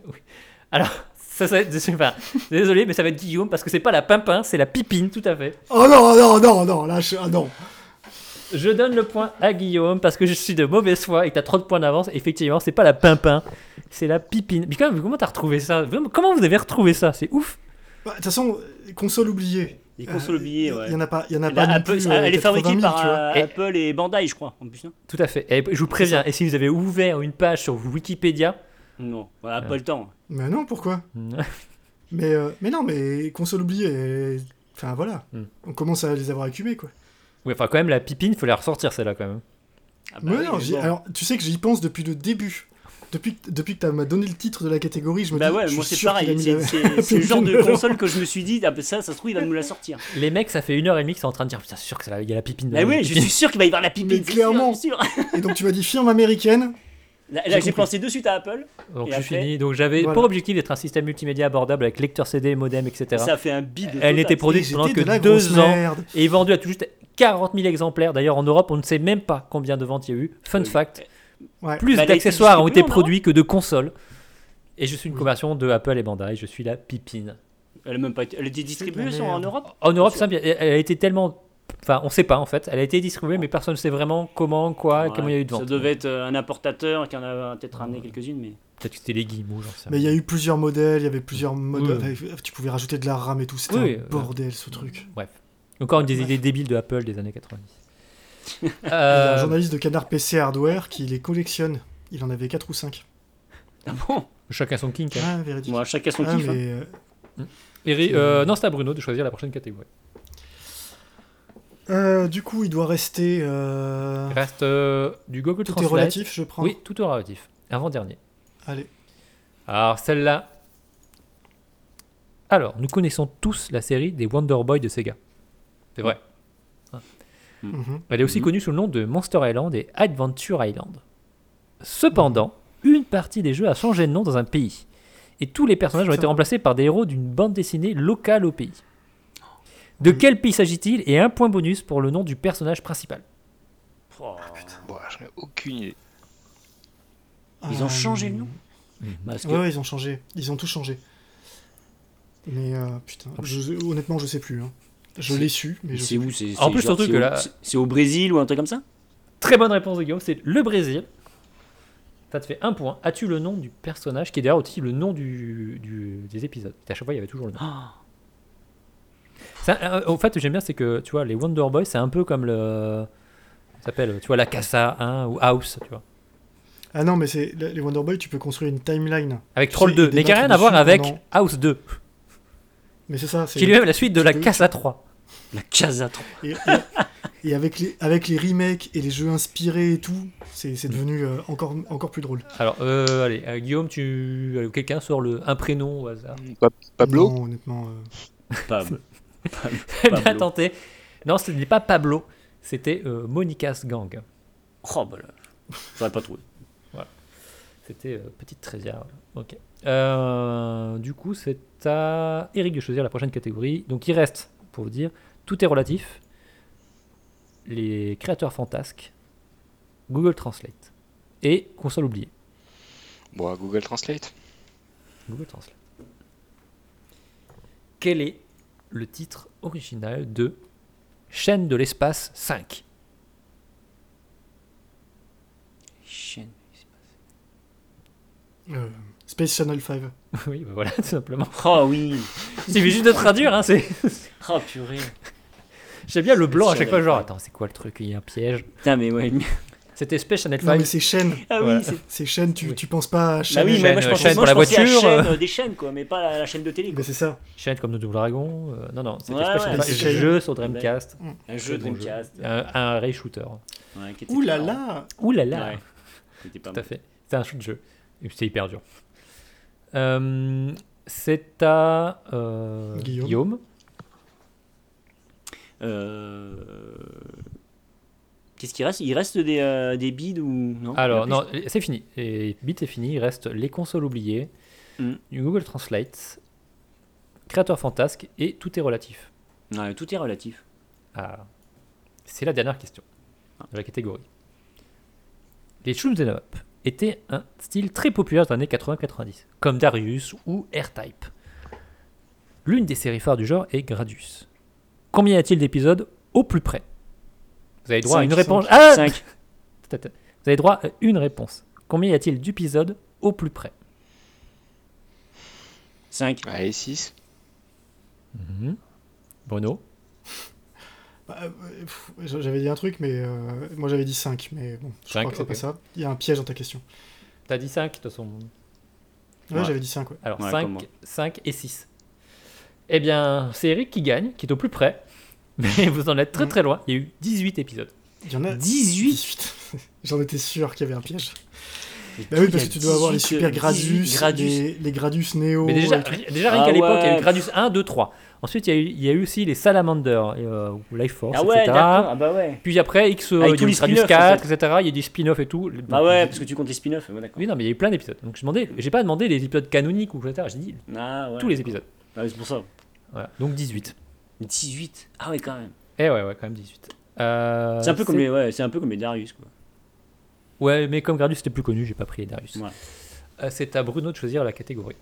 Speaker 1: ça, ça va être- enfin, désolé, mais ça va être Guillaume parce que c'est pas la pimpin, c'est la pipine, tout à fait.
Speaker 2: Oh non, non, non, non, là, je... ah non.
Speaker 1: Je donne le point à Guillaume parce que je suis de mauvaise foi et que t'as trop de points d'avance. Effectivement, c'est pas la pimpin, c'est la pipine. Mais quand même, comment t'as retrouvé ça Vraiment, Comment vous avez retrouvé ça C'est ouf.
Speaker 2: Bah, De toute façon, console oubliée.
Speaker 3: Les consoles oubliées,
Speaker 2: Euh,
Speaker 3: ouais.
Speaker 2: Il y en a pas, il y en a
Speaker 3: Elle
Speaker 2: pas.
Speaker 3: a-
Speaker 2: non
Speaker 3: Apple-
Speaker 2: plus, euh,
Speaker 3: elle est
Speaker 2: 80
Speaker 3: fabriquée
Speaker 2: 000,
Speaker 3: par
Speaker 2: tu vois.
Speaker 3: euh,
Speaker 1: Et-
Speaker 3: Apple et Bandai, je crois. En plus, non
Speaker 1: Tout à fait. Et je vous préviens, et si vous avez ouvert une page sur Wikipédia,
Speaker 3: Non, on n'a pas le temps.
Speaker 2: Mais non, pourquoi mais, euh, mais non, mais console oubliée. euh, Enfin voilà,
Speaker 1: Hmm.
Speaker 2: on commence à les avoir accumés quoi.
Speaker 1: oui, enfin quand même la pipine, faut la ressortir celle-là quand même.
Speaker 3: Ah bah
Speaker 2: Mais
Speaker 3: oui,
Speaker 2: non,
Speaker 3: mais
Speaker 2: j'y-
Speaker 3: bon.
Speaker 2: alors tu sais que j'y pense depuis le début. Depuis, que- depuis que tu m'as donné le titre de la catégorie, je me
Speaker 3: Bah
Speaker 2: dis
Speaker 3: ouais,
Speaker 2: je
Speaker 3: moi
Speaker 2: suis
Speaker 3: c'est
Speaker 2: sûr qu'il a
Speaker 3: pareil,
Speaker 2: mis
Speaker 3: c'est
Speaker 2: la-
Speaker 3: c'est- c'est le genre de
Speaker 2: Pipine.
Speaker 3: console que je me suis dit, ah bah ça, ça se trouve, il va nous la sortir.
Speaker 1: Les mecs, ça fait une heure et demie qu'ils sont en train de dire putain, c'est sûr que ça, il y a la pipine.
Speaker 3: Bah
Speaker 1: dedans, la
Speaker 3: oui, je
Speaker 1: pipine.
Speaker 3: suis sûr qu'il va y avoir la pipine.
Speaker 2: Mais
Speaker 3: c'est
Speaker 2: clairement.
Speaker 3: sûr, c'est sûr.
Speaker 2: Et donc tu m'as dit firme américaine.
Speaker 3: Là,
Speaker 2: J'ai
Speaker 3: là, j'ai
Speaker 2: compris.
Speaker 3: pensé de suite à Apple,
Speaker 1: Donc
Speaker 3: Et
Speaker 1: je
Speaker 3: après-
Speaker 1: finis. Donc j'avais
Speaker 2: Voilà.
Speaker 1: pour objectif d'être un système multimédia abordable avec lecteur CD, modem,
Speaker 3: et
Speaker 1: etc.
Speaker 3: ça a fait un bid.
Speaker 1: Elle n'était produite
Speaker 2: Et
Speaker 1: pendant
Speaker 2: j'étais de la
Speaker 1: que deux
Speaker 2: grosse
Speaker 1: ans
Speaker 2: merde.
Speaker 1: et vendue à tout juste 40 000 exemplaires. D'ailleurs en Europe, on ne sait même pas combien de ventes il y a eu. Fun
Speaker 3: Oui.
Speaker 1: fact.
Speaker 2: Ouais.
Speaker 1: Plus
Speaker 3: Bah, elle a été
Speaker 1: d'accessoires ont été
Speaker 3: distribuée en
Speaker 1: produits que de consoles. Et je suis une
Speaker 2: Oui.
Speaker 1: conversion de Apple et Bandai. Je suis la pipine.
Speaker 3: Elle a même pas été- Elle était distribuée
Speaker 2: C'est de la
Speaker 3: sur- en
Speaker 2: merde.
Speaker 3: Europe
Speaker 1: En Europe,
Speaker 3: Sûr.
Speaker 1: ça, elle elle a été tellement. Enfin, on sait pas en fait. Elle a été distribuée, mais personne ne sait vraiment comment, quoi,
Speaker 3: Ouais,
Speaker 1: comment il y a eu de
Speaker 3: Ça
Speaker 1: ventes.
Speaker 3: devait être euh, un importateur qui en a peut-être ramené quelques-unes, mais.
Speaker 1: Peut-être que c'était les guillemous, j'en sais
Speaker 2: Mais il y a eu plusieurs modèles, il y avait plusieurs modèles.
Speaker 1: Oui.
Speaker 2: avec- Tu pouvais rajouter de la RAM et tout. C'était
Speaker 1: Oui,
Speaker 2: un
Speaker 1: euh,
Speaker 2: bordel ce truc.
Speaker 1: Bref. Encore une des idées débiles de Apple des années 90.
Speaker 2: Il y a un
Speaker 1: Euh,
Speaker 2: journaliste de Canard PC Hardware qui les collectionne. Il en avait 4 ou 5.
Speaker 3: Ah bon
Speaker 1: chacun son kink. hein.
Speaker 2: Ah, véridique.
Speaker 3: Bon, chacun son
Speaker 2: Ah,
Speaker 3: kiff. hein.
Speaker 2: mais, euh,
Speaker 1: Eri- euh, non, c'est à Bruno de choisir la prochaine catégorie.
Speaker 2: euh, du coup, il doit rester. euh,
Speaker 1: Reste euh, du Google
Speaker 2: Tout est
Speaker 1: Translate.
Speaker 2: relatif, je prends.
Speaker 1: Oui, tout est relatif. Avant-dernier.
Speaker 2: Allez.
Speaker 1: Alors, celle-là. Alors, nous connaissons tous la série des Wonder Boy de Sega. C'est vrai.
Speaker 2: Mhm.
Speaker 1: Elle est aussi
Speaker 3: Mhm.
Speaker 1: connue sous le nom de Monster Island et Adventure Island. Cependant, une partie des jeux a changé de nom dans un pays. Et tous les personnages ont été
Speaker 2: Putain.
Speaker 1: remplacés par des héros d'une bande dessinée locale au pays. De quel pays s'agit-il Et un point bonus pour le nom du personnage principal.
Speaker 3: hein. Oh,
Speaker 4: Bon, j'en ai aucune idée.
Speaker 3: Ils ont changé le nom Parce que-
Speaker 2: Euh, Ah, Ouais, ouais, ils ont changé. Ils ont tout changé. Mais euh, putain, je- honnêtement, je sais plus. hein. Je
Speaker 3: C'est-
Speaker 2: l'ai su, mais je.
Speaker 3: C'est où c'est,
Speaker 1: En
Speaker 3: c'est
Speaker 1: plus,
Speaker 3: genre-
Speaker 1: surtout
Speaker 3: c'est
Speaker 1: que
Speaker 3: au-
Speaker 1: là-
Speaker 3: c'est- C'est au Brésil ou un truc comme ça
Speaker 1: Très bonne réponse de Guillaume, c'est le Brésil. Ça te fait un point. As-tu le nom du personnage qui est derrière aussi le nom du, du- des épisodes À chaque fois, il y avait toujours le nom.
Speaker 3: Ah,
Speaker 1: Ça, euh, en fait, j'aime bien, c'est que tu vois, les Wonder Boys, c'est un peu comme le. Ça s'appelle, tu vois, la Casa 1 ou House, tu vois.
Speaker 2: Ah non, mais c'est les Wonder Boy, tu peux construire une timeline.
Speaker 1: Avec
Speaker 2: Tu
Speaker 1: Troll
Speaker 2: sais, ils
Speaker 1: 2, mais qui n'a rien
Speaker 2: débattent
Speaker 1: à voir
Speaker 2: dessus
Speaker 1: avec
Speaker 2: pendant-
Speaker 1: House 2,
Speaker 2: Mais c'est ça. c'est-
Speaker 1: qui est lui-même la suite de la
Speaker 2: peux-
Speaker 1: Casa 3.
Speaker 3: la Casa 3.
Speaker 2: Et, et- et avec les avec les remakes et les jeux inspirés et tout, c'est c'est devenu euh, encore encore plus drôle.
Speaker 1: Alors, euh, allez, euh, Guillaume, tu. euh, Quelqu'un sort le... un prénom au hasard.
Speaker 2: Mm.
Speaker 4: Pa- Pablo
Speaker 2: Non, honnêtement. euh,
Speaker 3: Pablo.
Speaker 1: Elle a
Speaker 3: Pablo.
Speaker 1: tenté. Non, ce n'est pas Pablo, c'était euh, Monica's Gang.
Speaker 3: Oh, bah là. J'aurais pas trouvé.
Speaker 1: C'était euh, Petite Trésor. Ok. Euh, du coup, c'est à Eric de choisir la prochaine catégorie. Donc, il reste, pour vous dire, tout est relatif. Les créateurs fantasques, Google Translate et console oubliée.
Speaker 4: Bon, Google Translate.
Speaker 1: Google Translate. Quel est le titre original de Chaîne de l'espace 5
Speaker 3: Chienne.
Speaker 2: euh, Space Channel 5.
Speaker 1: Oui, bah voilà, tout simplement.
Speaker 3: Oh oui
Speaker 1: Il suffit juste de traduire. Hein, c'est-
Speaker 3: Oh purée
Speaker 1: J'aime bien le blanc à chaque fois,
Speaker 3: Channel
Speaker 1: genre,
Speaker 3: five.
Speaker 1: attends, c'est quoi le truc Il y a un piège.
Speaker 3: Putain, mais ouais.
Speaker 1: C'était Space Channel 5.
Speaker 2: Non, mais c'est chaîne.
Speaker 3: Ah
Speaker 1: Voilà.
Speaker 3: oui, c'est.
Speaker 2: C'est chaîne, tu,
Speaker 1: Oui.
Speaker 2: tu penses pas à
Speaker 3: Bah
Speaker 2: chaîne.
Speaker 3: oui, mais moi je
Speaker 1: chaîne,
Speaker 3: pense
Speaker 1: chaîne pour
Speaker 3: moi,
Speaker 1: la
Speaker 3: je pensais à
Speaker 1: voiture,
Speaker 3: chaîne, euh, des chaînes, quoi, mais pas la, la chaîne de télé.
Speaker 2: Mais
Speaker 3: Quoi.
Speaker 2: c'est ça.
Speaker 1: Chaîne comme le Double Dragon. euh, non, non, c'était
Speaker 3: Ouais,
Speaker 1: pas
Speaker 3: ouais,
Speaker 1: Chaîne,
Speaker 2: c'est
Speaker 1: c'était un
Speaker 2: Chaîne.
Speaker 1: jeu sur Dreamcast.
Speaker 3: Un jeu
Speaker 1: Très bon
Speaker 3: Dreamcast.
Speaker 1: jeu. Un, un ray shooter.
Speaker 3: Ouais, qui était
Speaker 2: Ouh là
Speaker 3: marrant.
Speaker 2: là
Speaker 1: Ouh là là
Speaker 3: Ouais, c'était pas
Speaker 1: Tout à
Speaker 3: mal.
Speaker 1: fait. C'était un shoot jeu. Et C'était hyper dur. Euh, c'est à euh,
Speaker 2: Guillaume.
Speaker 3: Euh, Qu'est-ce qu'il reste Il reste des, euh, des bides ou non
Speaker 1: Alors,
Speaker 3: Il y a
Speaker 1: non, c'est fini. Et bit est fini. Il reste les consoles oubliées,
Speaker 3: Mm.
Speaker 1: Google Translate, Créateur Fantasque et Tout est relatif.
Speaker 3: plus- Ouais, tout est relatif.
Speaker 1: Ah. C'est la dernière question de la catégorie. Les shoot'em up étaient un style très populaire dans les années 80-90, comme Darius ou R-Type. L'une des séries phares du genre est Gradius. Combien y a-t-il d'épisodes au plus près Vous avez droit à
Speaker 3: Cinq,
Speaker 1: une
Speaker 2: cinq,
Speaker 1: réponse. Ah
Speaker 3: 5.
Speaker 1: Tata. Vous avez droit à une réponse. Combien y a-t-il d'épisodes au plus près
Speaker 3: 5.
Speaker 4: Allez, 6.
Speaker 1: Bruno
Speaker 2: Bah, euh, pff, J'avais dit un truc, mais euh, moi j'avais dit 5, mais bon, je
Speaker 1: Cinq,
Speaker 2: crois que c'est
Speaker 1: ok.
Speaker 2: pas ça. Il y a un piège dans ta question.
Speaker 1: T'as dit 5 de toute façon.
Speaker 2: Ouais,
Speaker 3: Ouais.
Speaker 2: j'avais dit 5, ouais.
Speaker 1: Alors
Speaker 3: Ouais,
Speaker 1: 5,
Speaker 3: comme moi.
Speaker 1: 5 et 6. Eh bien, c'est Eric qui gagne, qui est au plus près. Mais vous en êtes très
Speaker 2: Mm.
Speaker 1: très loin. Il y a eu 18 épisodes.
Speaker 2: Il y en a
Speaker 3: 18
Speaker 2: 18. J'en étais sûr qu'il y avait un piège. Bah oui, parce que tu dois avoir les super Gradus,
Speaker 3: Gradius. euh, Gradus.
Speaker 2: Les, les Gradus Neo.
Speaker 1: Mais déjà,
Speaker 2: et tout.
Speaker 1: ri- déjà rien
Speaker 3: Ah
Speaker 1: qu'à l'époque, il y a eu
Speaker 3: ouais.
Speaker 1: Gradius 1, 2, 3. Ensuite, il y a eu, il y a eu aussi les Salamanders, et, euh, ou Life Force,
Speaker 3: Ah ouais,
Speaker 1: etc.
Speaker 3: d'accord. Ah bah ouais.
Speaker 1: Puis après, X, euh,
Speaker 3: Avec
Speaker 1: il y
Speaker 3: tous
Speaker 1: a eu
Speaker 3: les
Speaker 1: Gradius
Speaker 3: spin-offs,
Speaker 1: 4, etc. Il y a eu des spin-offs et tout.
Speaker 3: Bah ouais, parce que tu comptes les spin-offs. Ouais, d'accord.
Speaker 1: Oui, non, mais il y a eu plein d'épisodes. Donc, je demandais, j'ai pas demandé les épisodes canoniques ou etc. J'ai dit
Speaker 3: Ah ouais.
Speaker 1: tous les épisodes.
Speaker 3: Ah ouais, c'est pour ça.
Speaker 1: Voilà. Donc 18.
Speaker 3: 18. Ah ouais, quand même.
Speaker 1: Eh ouais, ouais, quand même 18. Euh,
Speaker 3: C'est un peu comme les, ouais, c'est un peu comme les Darius quoi.
Speaker 1: Ouais, mais comme Gradius était plus connu, j'ai pas pris les Darius.
Speaker 3: Ouais.
Speaker 1: Euh, c'est à Bruno de choisir la catégorie.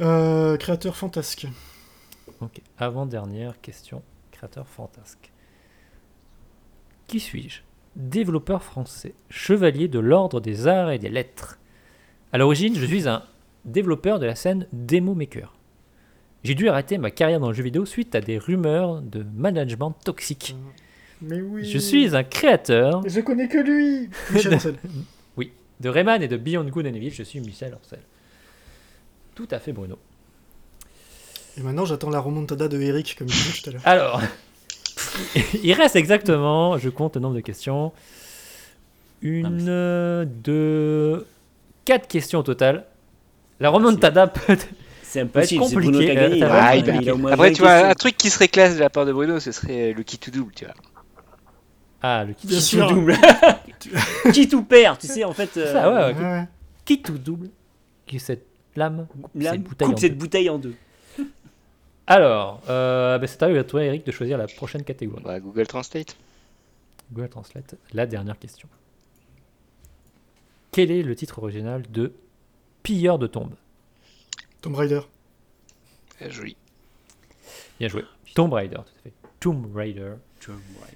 Speaker 2: Euh, créateur fantasque.
Speaker 1: Ok. Avant-dernière question, créateur fantasque. Qui suis-je Développeur français, chevalier de l'ordre des arts et des lettres. À l'origine, je suis un développeur de la scène Demo Maker. J'ai dû arrêter ma carrière dans le jeu vidéo suite à des rumeurs de management toxique.
Speaker 2: Mais oui.
Speaker 1: Je suis un créateur
Speaker 2: Je connais que lui Michel Ancel.
Speaker 1: de Rayman et de Beyond Good and Evil. Je suis Michel Ancel. Tout à fait, Bruno.
Speaker 2: Et maintenant, j'attends la remontada de Eric, comme il disait tout à l'heure.
Speaker 1: Alors, il reste exactement, je compte le nombre de questions.
Speaker 3: Ah, mais
Speaker 1: Une, deux, quatre questions au total. La remontada peut,
Speaker 3: C'est
Speaker 1: va être
Speaker 3: impossible, c'est Bruno qui
Speaker 1: compliqué.
Speaker 3: a
Speaker 1: euh,
Speaker 3: gagné.
Speaker 1: ça
Speaker 3: il
Speaker 1: va être
Speaker 3: a-
Speaker 4: Ah,
Speaker 3: il
Speaker 4: il
Speaker 3: a
Speaker 4: va-
Speaker 1: compliqué.
Speaker 3: au moins
Speaker 4: Après,
Speaker 3: vingt
Speaker 4: tu vois, un
Speaker 3: questions.
Speaker 4: truc qui serait classe de la part de Bruno, ce serait euh, le kit tout double, tu vois.
Speaker 1: Ah, le kit.
Speaker 2: Bien
Speaker 3: Qui
Speaker 2: sûr.
Speaker 3: tout double. Qui tout perd, tu sais, en fait. euh,
Speaker 1: Ça, Ah, ouais,
Speaker 2: Ouais,
Speaker 1: ouais,
Speaker 2: ouais.
Speaker 1: Kit ou double Qui est cette lame coupe
Speaker 3: là,
Speaker 1: cette bouteille en
Speaker 3: coupe
Speaker 1: deux.
Speaker 3: cette bouteille en deux.
Speaker 1: Alors, euh, bah, c'est à toi, Eric, de choisir la prochaine catégorie.
Speaker 4: Bah, Google Translate.
Speaker 1: Google Translate, la dernière question. Quel est le titre original de Pilleur de tombes
Speaker 2: Tomb Raider.
Speaker 4: Euh, Joli.
Speaker 1: Bien joué. Tomb Raider, tout à fait. Tomb Raider.
Speaker 3: Tu vois, ouais.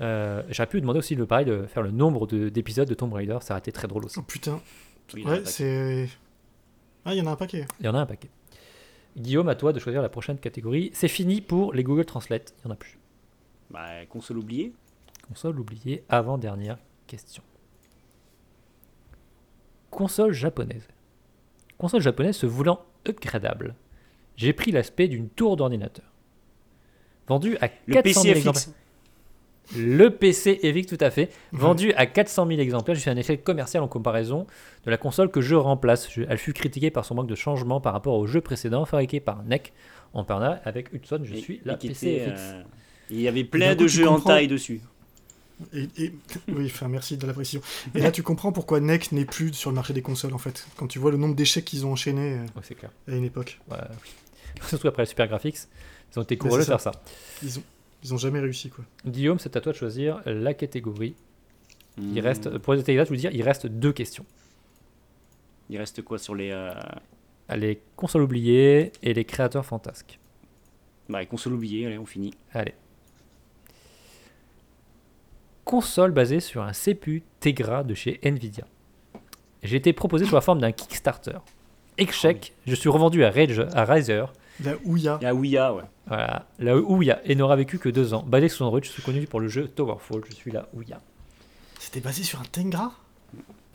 Speaker 1: Euh, J'aurais pu demander aussi le pareil de faire le nombre de- d'épisodes de, Tomb Raider, ça aurait été très drôle aussi.
Speaker 2: Oh putain.
Speaker 3: Oui, il a un
Speaker 2: Ouais,
Speaker 3: paquet.
Speaker 2: c'est. Ah, il y en a un paquet.
Speaker 1: Il y en a un paquet. Guillaume, à toi de choisir la prochaine catégorie. C'est fini pour les Google Translate, il n'y en a plus.
Speaker 3: Bah, console oubliée.
Speaker 1: Console oubliée, avant-dernière question. Console japonaise. Console japonaise se voulant upgradable. J'ai pris l'aspect d'une tour d'ordinateur. Vendu à
Speaker 3: Le
Speaker 1: 400
Speaker 3: PC
Speaker 1: 000
Speaker 3: FX.
Speaker 1: exemplaires. Le PC EVIC, tout à fait.
Speaker 2: Mhm.
Speaker 1: Vendu à 400 000 exemplaires, j'ai fait un effet commercial en comparaison de la console que je remplace. Je- elle fut critiquée par son manque de changement par rapport au jeu précédent fabriqué par NEC en partenariat avec Hudson. Je
Speaker 3: Et-
Speaker 1: suis
Speaker 3: et
Speaker 1: la
Speaker 3: qui
Speaker 1: PC
Speaker 3: était,
Speaker 1: EVIC.
Speaker 3: euh, Il y avait
Speaker 2: Et
Speaker 3: plein
Speaker 2: d'un coup,
Speaker 3: de
Speaker 2: tu
Speaker 3: jeux en
Speaker 2: comprends.
Speaker 3: taille dessus.
Speaker 2: Et, et- Oui, enfin, merci de la précision. Et là, tu comprends pourquoi NEC n'est plus sur le marché des consoles, en fait. Quand tu vois le nombre d'échecs qu'ils ont enchaînés euh,
Speaker 1: Ouais, c'est clair.
Speaker 2: à une époque.
Speaker 1: Ouais, oui. Surtout après la Super Graphics, ils ont été
Speaker 2: Mais
Speaker 1: courageux de
Speaker 2: c'est
Speaker 1: faire ça.
Speaker 2: Ils ont, ils ont jamais réussi, quoi.
Speaker 1: Guillaume, c'est à toi de choisir la catégorie. Il
Speaker 3: Mmh.
Speaker 1: reste, pour les détails là, je vous dire, il reste deux questions.
Speaker 3: Il reste quoi sur les. euh,
Speaker 1: Les consoles oubliées et les créateurs fantasques.
Speaker 3: Bah, les consoles oubliées, allez, on finit.
Speaker 1: Allez. Console basée sur un CPU Tegra de chez Nvidia. J'ai été proposé sous la forme d'un Kickstarter. Échec,
Speaker 2: Oh
Speaker 1: je suis revendu à, Rage, à Riser.
Speaker 2: La Ouya.
Speaker 3: La Ouya, ouais.
Speaker 1: Voilà, la Ouya, et n'aura vécu que deux ans. Basé sur Android, je suis connu pour le jeu Towerfall. Je suis la Ouya.
Speaker 2: C'était basé sur un Tengra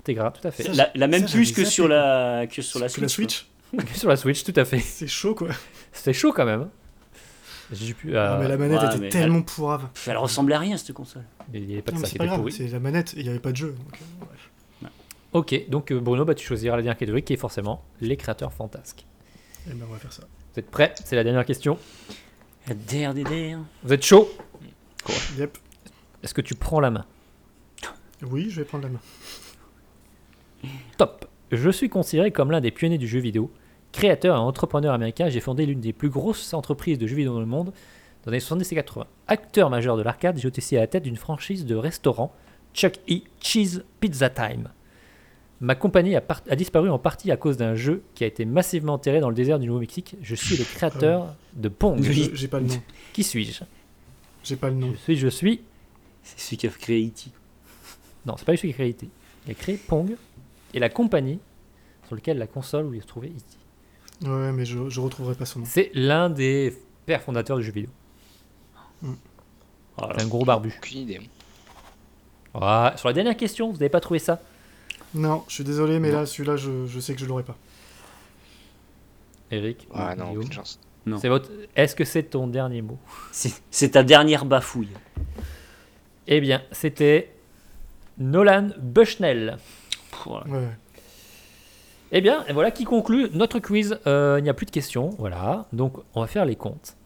Speaker 1: Tegra, tout à fait.
Speaker 2: Ça,
Speaker 3: La, la même
Speaker 2: ça,
Speaker 3: puce
Speaker 2: j'avais
Speaker 3: que
Speaker 2: zappé,
Speaker 3: sur la, que sur la
Speaker 2: Que
Speaker 3: Switch.
Speaker 2: la
Speaker 3: quoi.
Speaker 2: Switch
Speaker 1: sur la Switch, tout à fait.
Speaker 2: C'est chaud, quoi.
Speaker 1: C'est chaud quand même. hein. J'ai pu. euh,
Speaker 2: Non, mais la manette
Speaker 3: ouais,
Speaker 2: était
Speaker 3: mais
Speaker 2: tellement pourrave.
Speaker 3: Pff, Elle ressemble à rien, cette console.
Speaker 1: Il n'y avait pas
Speaker 2: Non,
Speaker 1: que ça
Speaker 2: mais c'est
Speaker 1: qui
Speaker 2: pas
Speaker 1: était
Speaker 2: grave,
Speaker 1: pourri.
Speaker 2: c'est la manette, et il n'y avait pas de jeu. donc, euh, ouais.
Speaker 1: Ok, donc euh, Bruno, bah, tu choisiras la dernière catégorie qui est forcément les créateurs fantasques.
Speaker 2: Eh ben, on va faire ça.
Speaker 1: Vous êtes prêts C'est la dernière question.
Speaker 3: Der, der, der.
Speaker 1: Vous êtes chaud
Speaker 2: Yep.
Speaker 1: Est-ce que tu prends la main
Speaker 2: Oui, je vais prendre la main.
Speaker 1: Top Je suis considéré comme l'un des pionniers du jeu vidéo. Créateur et entrepreneur américain, j'ai fondé l'une des plus grosses entreprises de jeux vidéo dans le monde dans les années 70 et 80. Acteur majeur de l'arcade, j'ai aussi à la tête d'une franchise de restaurants, Chuck E. Cheese Pizza Time. Ma compagnie a, par- a disparu en partie à cause d'un jeu qui a été massivement enterré dans le désert du Nouveau-Mexique. Je suis le créateur de Pong.
Speaker 2: Je- J'ai pas le nom.
Speaker 1: Qui suis-je
Speaker 2: J'ai pas le
Speaker 1: Je
Speaker 2: nom.
Speaker 1: suis, je suis.
Speaker 3: C'est celui qui a créé E E.T.
Speaker 1: Non, c'est pas lui qui a créé E.T. Il a créé Pong et la compagnie sur laquelle la console où il se trouvait E.T.
Speaker 2: Ouais, mais je, je retrouverai pas son nom.
Speaker 1: C'est l'un des pères fondateurs du jeu vidéo.
Speaker 3: Oh là
Speaker 1: C'est
Speaker 3: là.
Speaker 1: un gros barbu.
Speaker 4: Aucune idée.
Speaker 1: Ah, sur la dernière question, vous n'avez pas trouvé ça
Speaker 2: Non, je suis désolé, mais
Speaker 3: Non.
Speaker 2: là, celui-là, je, je sais que je l'aurai pas.
Speaker 1: Eric
Speaker 4: Ah non,
Speaker 1: Guillaume.
Speaker 4: aucune chance.
Speaker 3: non.
Speaker 1: C'est votre... Est-ce que c'est ton dernier mot
Speaker 3: C'est c'est ta dernière bafouille.
Speaker 1: Eh bien, c'était Nolan Bushnell.
Speaker 3: Pff, voilà.
Speaker 2: Ouais.
Speaker 1: Eh bien, et voilà qui conclut notre quiz. Euh, il n'y a plus de questions, voilà. Donc, on va faire les comptes.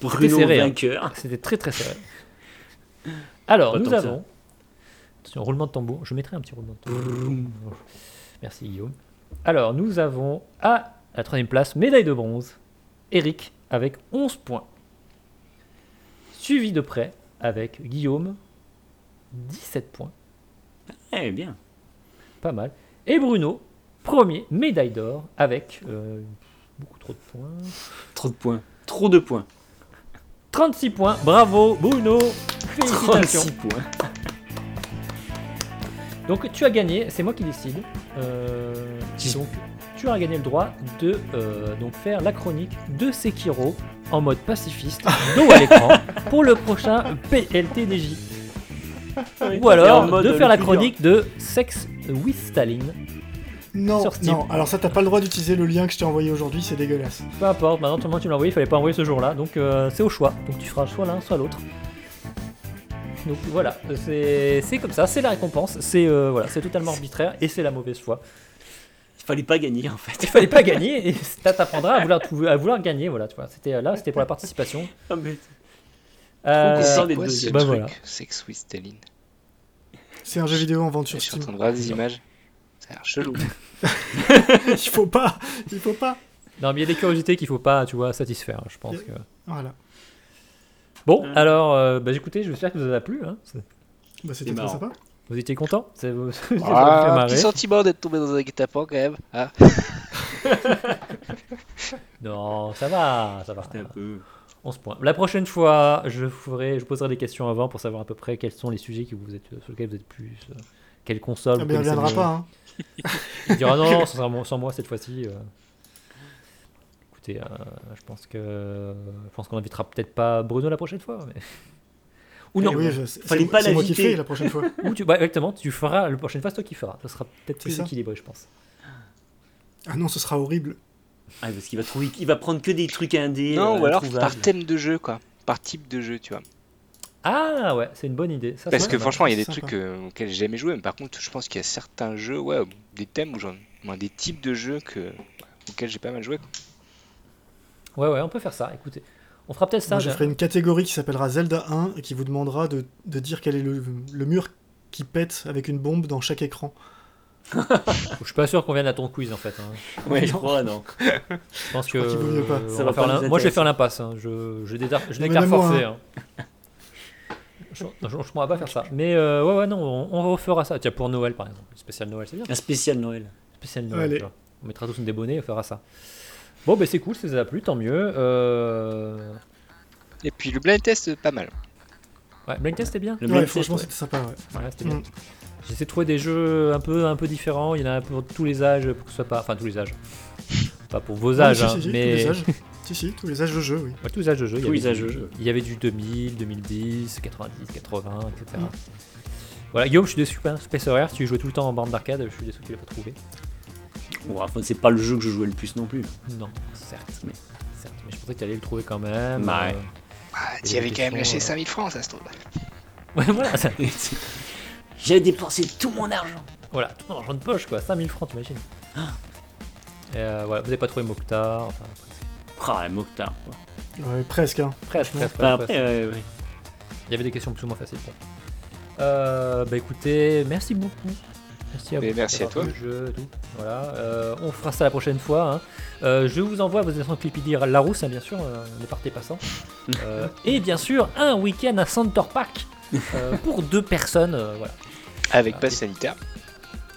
Speaker 3: Bruno
Speaker 1: serré, hein.
Speaker 3: vainqueur.
Speaker 1: C'était très très serré. Alors,
Speaker 3: Pas tant
Speaker 1: nous
Speaker 3: que ça.
Speaker 1: avons... Attention, roulement de tambour. Je mettrai un petit roulement de tambour. Merci Guillaume. Alors, nous avons à la troisième place, médaille de bronze, Eric avec 11 points. Suivi de près avec Guillaume, 17 points.
Speaker 3: Eh bien.
Speaker 1: Pas mal. Et Bruno, premier, médaille d'or avec euh, beaucoup trop de points.
Speaker 3: Trop de points. Trop de points.
Speaker 1: 36 points. Bravo Bruno. Félicitations.
Speaker 3: 36 points.
Speaker 1: Donc tu as gagné, c'est moi qui décide. Euh,
Speaker 3: Si.
Speaker 1: donc tu as gagné le droit de euh, donc faire la chronique de Sekiro en mode pacifiste, dos à l'écran, pour le prochain PLTDJ. Ou
Speaker 3: Et en
Speaker 1: alors
Speaker 3: mode
Speaker 1: de faire la
Speaker 3: le plus dur.
Speaker 1: chronique de Sex with Staline.
Speaker 2: Non,
Speaker 1: Sur Steam.
Speaker 2: non, alors ça, t'as pas le droit d'utiliser le lien que je t'ai envoyé aujourd'hui, c'est dégueulasse.
Speaker 1: Peu importe, maintenant tout le monde tu me l'as envoyé, il fallait pas envoyer ce jour-là, donc euh, c'est au choix. Donc tu feras soit l'un, soit l'autre. Donc voilà, c'est c'est comme ça, c'est la récompense, c'est euh, voilà, c'est totalement arbitraire et c'est la mauvaise foi.
Speaker 3: fallait pas gagner en fait.
Speaker 1: Il fallait pas gagner et ça t'apprendra à vouloir, à vouloir gagner. Voilà, tu vois. C'était euh, là, c'était pour la participation.
Speaker 3: Ah, mais-
Speaker 1: Euh,
Speaker 3: content
Speaker 4: C'est
Speaker 3: d'être
Speaker 4: quoi ce
Speaker 3: deuxième.
Speaker 1: Bah,
Speaker 4: truc
Speaker 1: voilà.
Speaker 4: Sex with Staline
Speaker 2: C'est un jeu vidéo en vente
Speaker 4: Je
Speaker 2: sur
Speaker 4: suis en
Speaker 2: Steam.
Speaker 4: train de voir des images. Ça a l'air chelou.
Speaker 2: il faut pas, il faut pas.
Speaker 1: non, mais il y a des curiosités qu'il faut pas, tu vois, satisfaire. Je pense que.
Speaker 2: Voilà.
Speaker 1: Bon,
Speaker 3: Ouais.
Speaker 1: alors, euh, bah, écoutez, j'espère que ça vous a plu. hein. C'est-
Speaker 2: Bah, c'était
Speaker 3: C'est
Speaker 2: très
Speaker 3: marrant.
Speaker 2: sympa.
Speaker 1: Vous étiez content Ça vous ça vous a fait
Speaker 4: Ah, un
Speaker 1: marrer
Speaker 4: petit sentiment d'être tombé dans un guet-apens quand même. Ah,
Speaker 1: Non, ça va, ça va.
Speaker 3: Ah, C'était un peu.
Speaker 1: 11 points. La prochaine fois, je ferai, je poserai des questions avant pour savoir à peu près quels sont les sujets qui vous êtes, sur lesquels vous êtes plus. euh, quelle console
Speaker 2: Ah,
Speaker 1: vous
Speaker 2: mais il
Speaker 1: connaissez
Speaker 2: reviendra
Speaker 1: mieux.
Speaker 2: pas. Hein.
Speaker 1: Il dira non, non, sans, sans moi- sans moi cette fois-ci. euh. Écoutez, euh, je pense que je pense qu'on invitera peut-être pas Bruno la prochaine fois. mais- Ou non.
Speaker 2: Eh oui, je- c'est-
Speaker 3: Fallait
Speaker 2: c'est-
Speaker 3: pas
Speaker 2: c'est moi qui
Speaker 3: l'inviter.
Speaker 2: fais la prochaine fois.
Speaker 1: Ou tu, bah, exactement, tu feras la prochaine fois, c'est toi qui feras. Ça sera peut-être
Speaker 2: C'est
Speaker 1: plus
Speaker 2: ça.
Speaker 1: équilibré, je pense.
Speaker 2: Ah non, ce sera horrible.
Speaker 3: Ah, parce qu'il va trouver, il va prendre que des trucs indés.
Speaker 4: non,
Speaker 3: euh,
Speaker 4: ou alors
Speaker 3: introuvables.
Speaker 4: par thème de jeu, quoi. Par type de jeu, tu vois.
Speaker 1: Ah ouais, c'est une bonne idée. Ça,
Speaker 4: Parce
Speaker 1: c'est
Speaker 4: que
Speaker 1: pas mal.
Speaker 4: franchement, il y a des
Speaker 2: sympa.
Speaker 4: trucs euh, auxquels j'ai jamais joué, mais par contre, je pense qu'il y a certains jeux, ouais, ou des thèmes ou genre, moins des types de jeux que auxquels j'ai pas mal joué. quoi.
Speaker 1: Ouais, ouais, on peut faire ça. Écoutez, on fera peut-être ça.
Speaker 2: Moi, je
Speaker 1: j'ai-
Speaker 2: ferai une catégorie qui s'appellera Zelda 1 et qui vous demandera de, de dire quel est le, le mur qui pète avec une bombe dans chaque écran.
Speaker 1: Je suis pas sûr qu'on vienne à ton quiz en fait. hein.
Speaker 3: Ouais, je crois, non.
Speaker 1: Je pense que.
Speaker 2: qu'il vaut mieux pas.
Speaker 1: on va
Speaker 3: Ça va
Speaker 1: faire
Speaker 3: pas
Speaker 1: l'im-
Speaker 3: nous
Speaker 1: moi, je vais
Speaker 3: intéresser.
Speaker 1: faire l'impasse. hein. Je, je, dédar- je
Speaker 2: Mais
Speaker 1: déclare
Speaker 2: même moi,
Speaker 1: forfait. hein. Je ne pourrais pas faire ça. Mais euh, ouais, ouais, non, on, on refera ça. Tiens, pour Noël, par exemple. Spécial Noël, c'est bien.
Speaker 3: Un spécial Noël.
Speaker 1: Spécial Noël.
Speaker 2: Allez.
Speaker 1: tu vois. On mettra tous des bonnets et on fera ça. Bon, ben c'est cool, si ça vous a plu, tant mieux. Euh...
Speaker 4: Et puis le blind test, euh, pas mal.
Speaker 1: Ouais, Blank Test, c'était bien.
Speaker 3: Le
Speaker 2: Ouais,
Speaker 3: blind
Speaker 2: franchement,
Speaker 3: test,
Speaker 2: c'était sympa. ouais.
Speaker 1: Ouais, c'était bien.
Speaker 2: Mm.
Speaker 1: J'essaie de trouver des jeux un peu, un peu différents. Il y en a pour tous les âges, pour que ce soit pas. Enfin, tous les âges. Pas pour vos
Speaker 2: Ouais,
Speaker 1: âges,
Speaker 2: Ah si,
Speaker 1: hein,
Speaker 2: si, si,
Speaker 1: mais.
Speaker 2: Tous les âges. si, si, tous les âges de jeu, oui.
Speaker 1: Ouais, tous les âges de jeu. il y
Speaker 3: Tous
Speaker 1: avait
Speaker 3: les âges
Speaker 1: du-
Speaker 3: de jeu.
Speaker 1: Il y avait du 2000, 2010, 90, 80, etc.
Speaker 2: Mm.
Speaker 1: Voilà, Guillaume, je suis déçu, hein, Space Horaire, tu jouais tout le temps en bande d'arcade, je suis déçu que tu l'aies pas trouvé.
Speaker 3: ouais. Bon, enfin, c'est pas le jeu que je jouais le plus non plus.
Speaker 1: Non, certes, mais,
Speaker 3: Mais-
Speaker 1: certes, mais je pensais que tu allais le trouver quand même. euh.
Speaker 3: Ouais.
Speaker 4: Ah,
Speaker 1: Et
Speaker 4: t'y avais
Speaker 1: des
Speaker 4: quand même
Speaker 1: questions,
Speaker 4: lâché
Speaker 1: euh,
Speaker 4: 5000 francs, ça se trouve.
Speaker 1: Ouais, voilà, ça-
Speaker 3: J'ai dépensé tout mon argent.
Speaker 1: voilà, tout en argent de poche, quoi, 5000 francs, t'imagines. Et, euh, voilà, vous n'avez pas trouvé Mokhtar, enfin, presque.
Speaker 3: Ah, Mokhtar. quoi.
Speaker 2: Ouais, presque. Hein.
Speaker 1: Presque, presque,
Speaker 3: Enfin,
Speaker 1: presque,
Speaker 3: après, euh, ouais, ouais.
Speaker 1: Il y avait des questions plus ou moins faciles. bon. Euh, bah écoutez, merci beaucoup. Merci à
Speaker 4: Mais
Speaker 1: vous.
Speaker 4: merci à
Speaker 1: d'avoir
Speaker 4: toi.
Speaker 1: joué au jeu et tout. Voilà, euh, on fera ça la prochaine fois. hein. Euh, je vous envoie vos éditions Clipidi Larousse, hein, bien sûr, euh, ne partez pas sans. Euh, et bien sûr, un week-end à Center Park euh, pour deux personnes. euh, voilà.
Speaker 4: Avec passe sanitaire.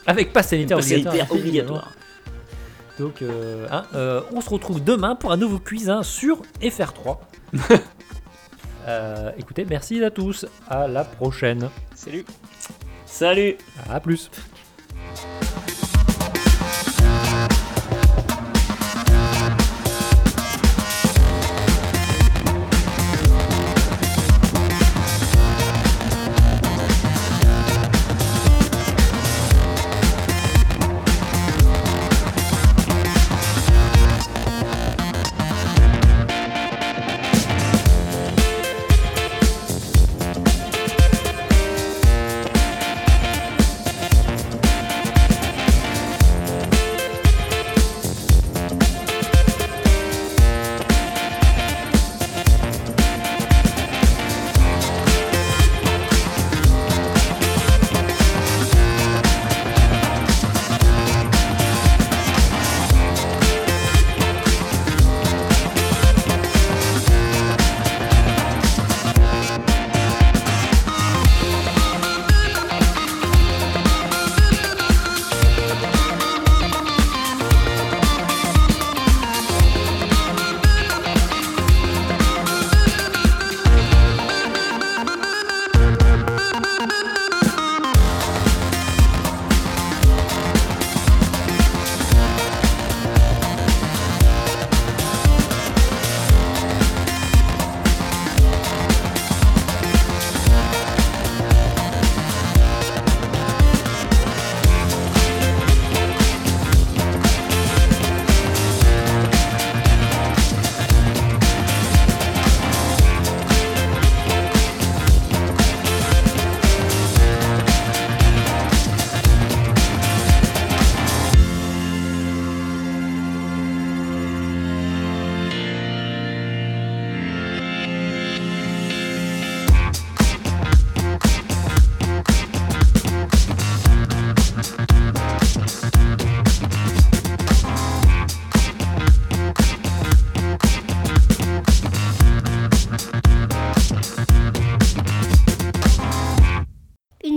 Speaker 1: Avec passe sanitaire
Speaker 3: C'est
Speaker 1: obligatoire.
Speaker 3: hyper
Speaker 1: évidemment.
Speaker 3: obligatoire.
Speaker 1: Donc, euh, hein, euh, on se retrouve demain pour un nouveau quiz hein, sur FR3. Euh, écoutez, merci à tous. À la prochaine.
Speaker 4: Salut.
Speaker 3: Salut
Speaker 1: À plus.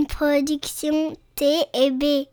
Speaker 5: production T et B.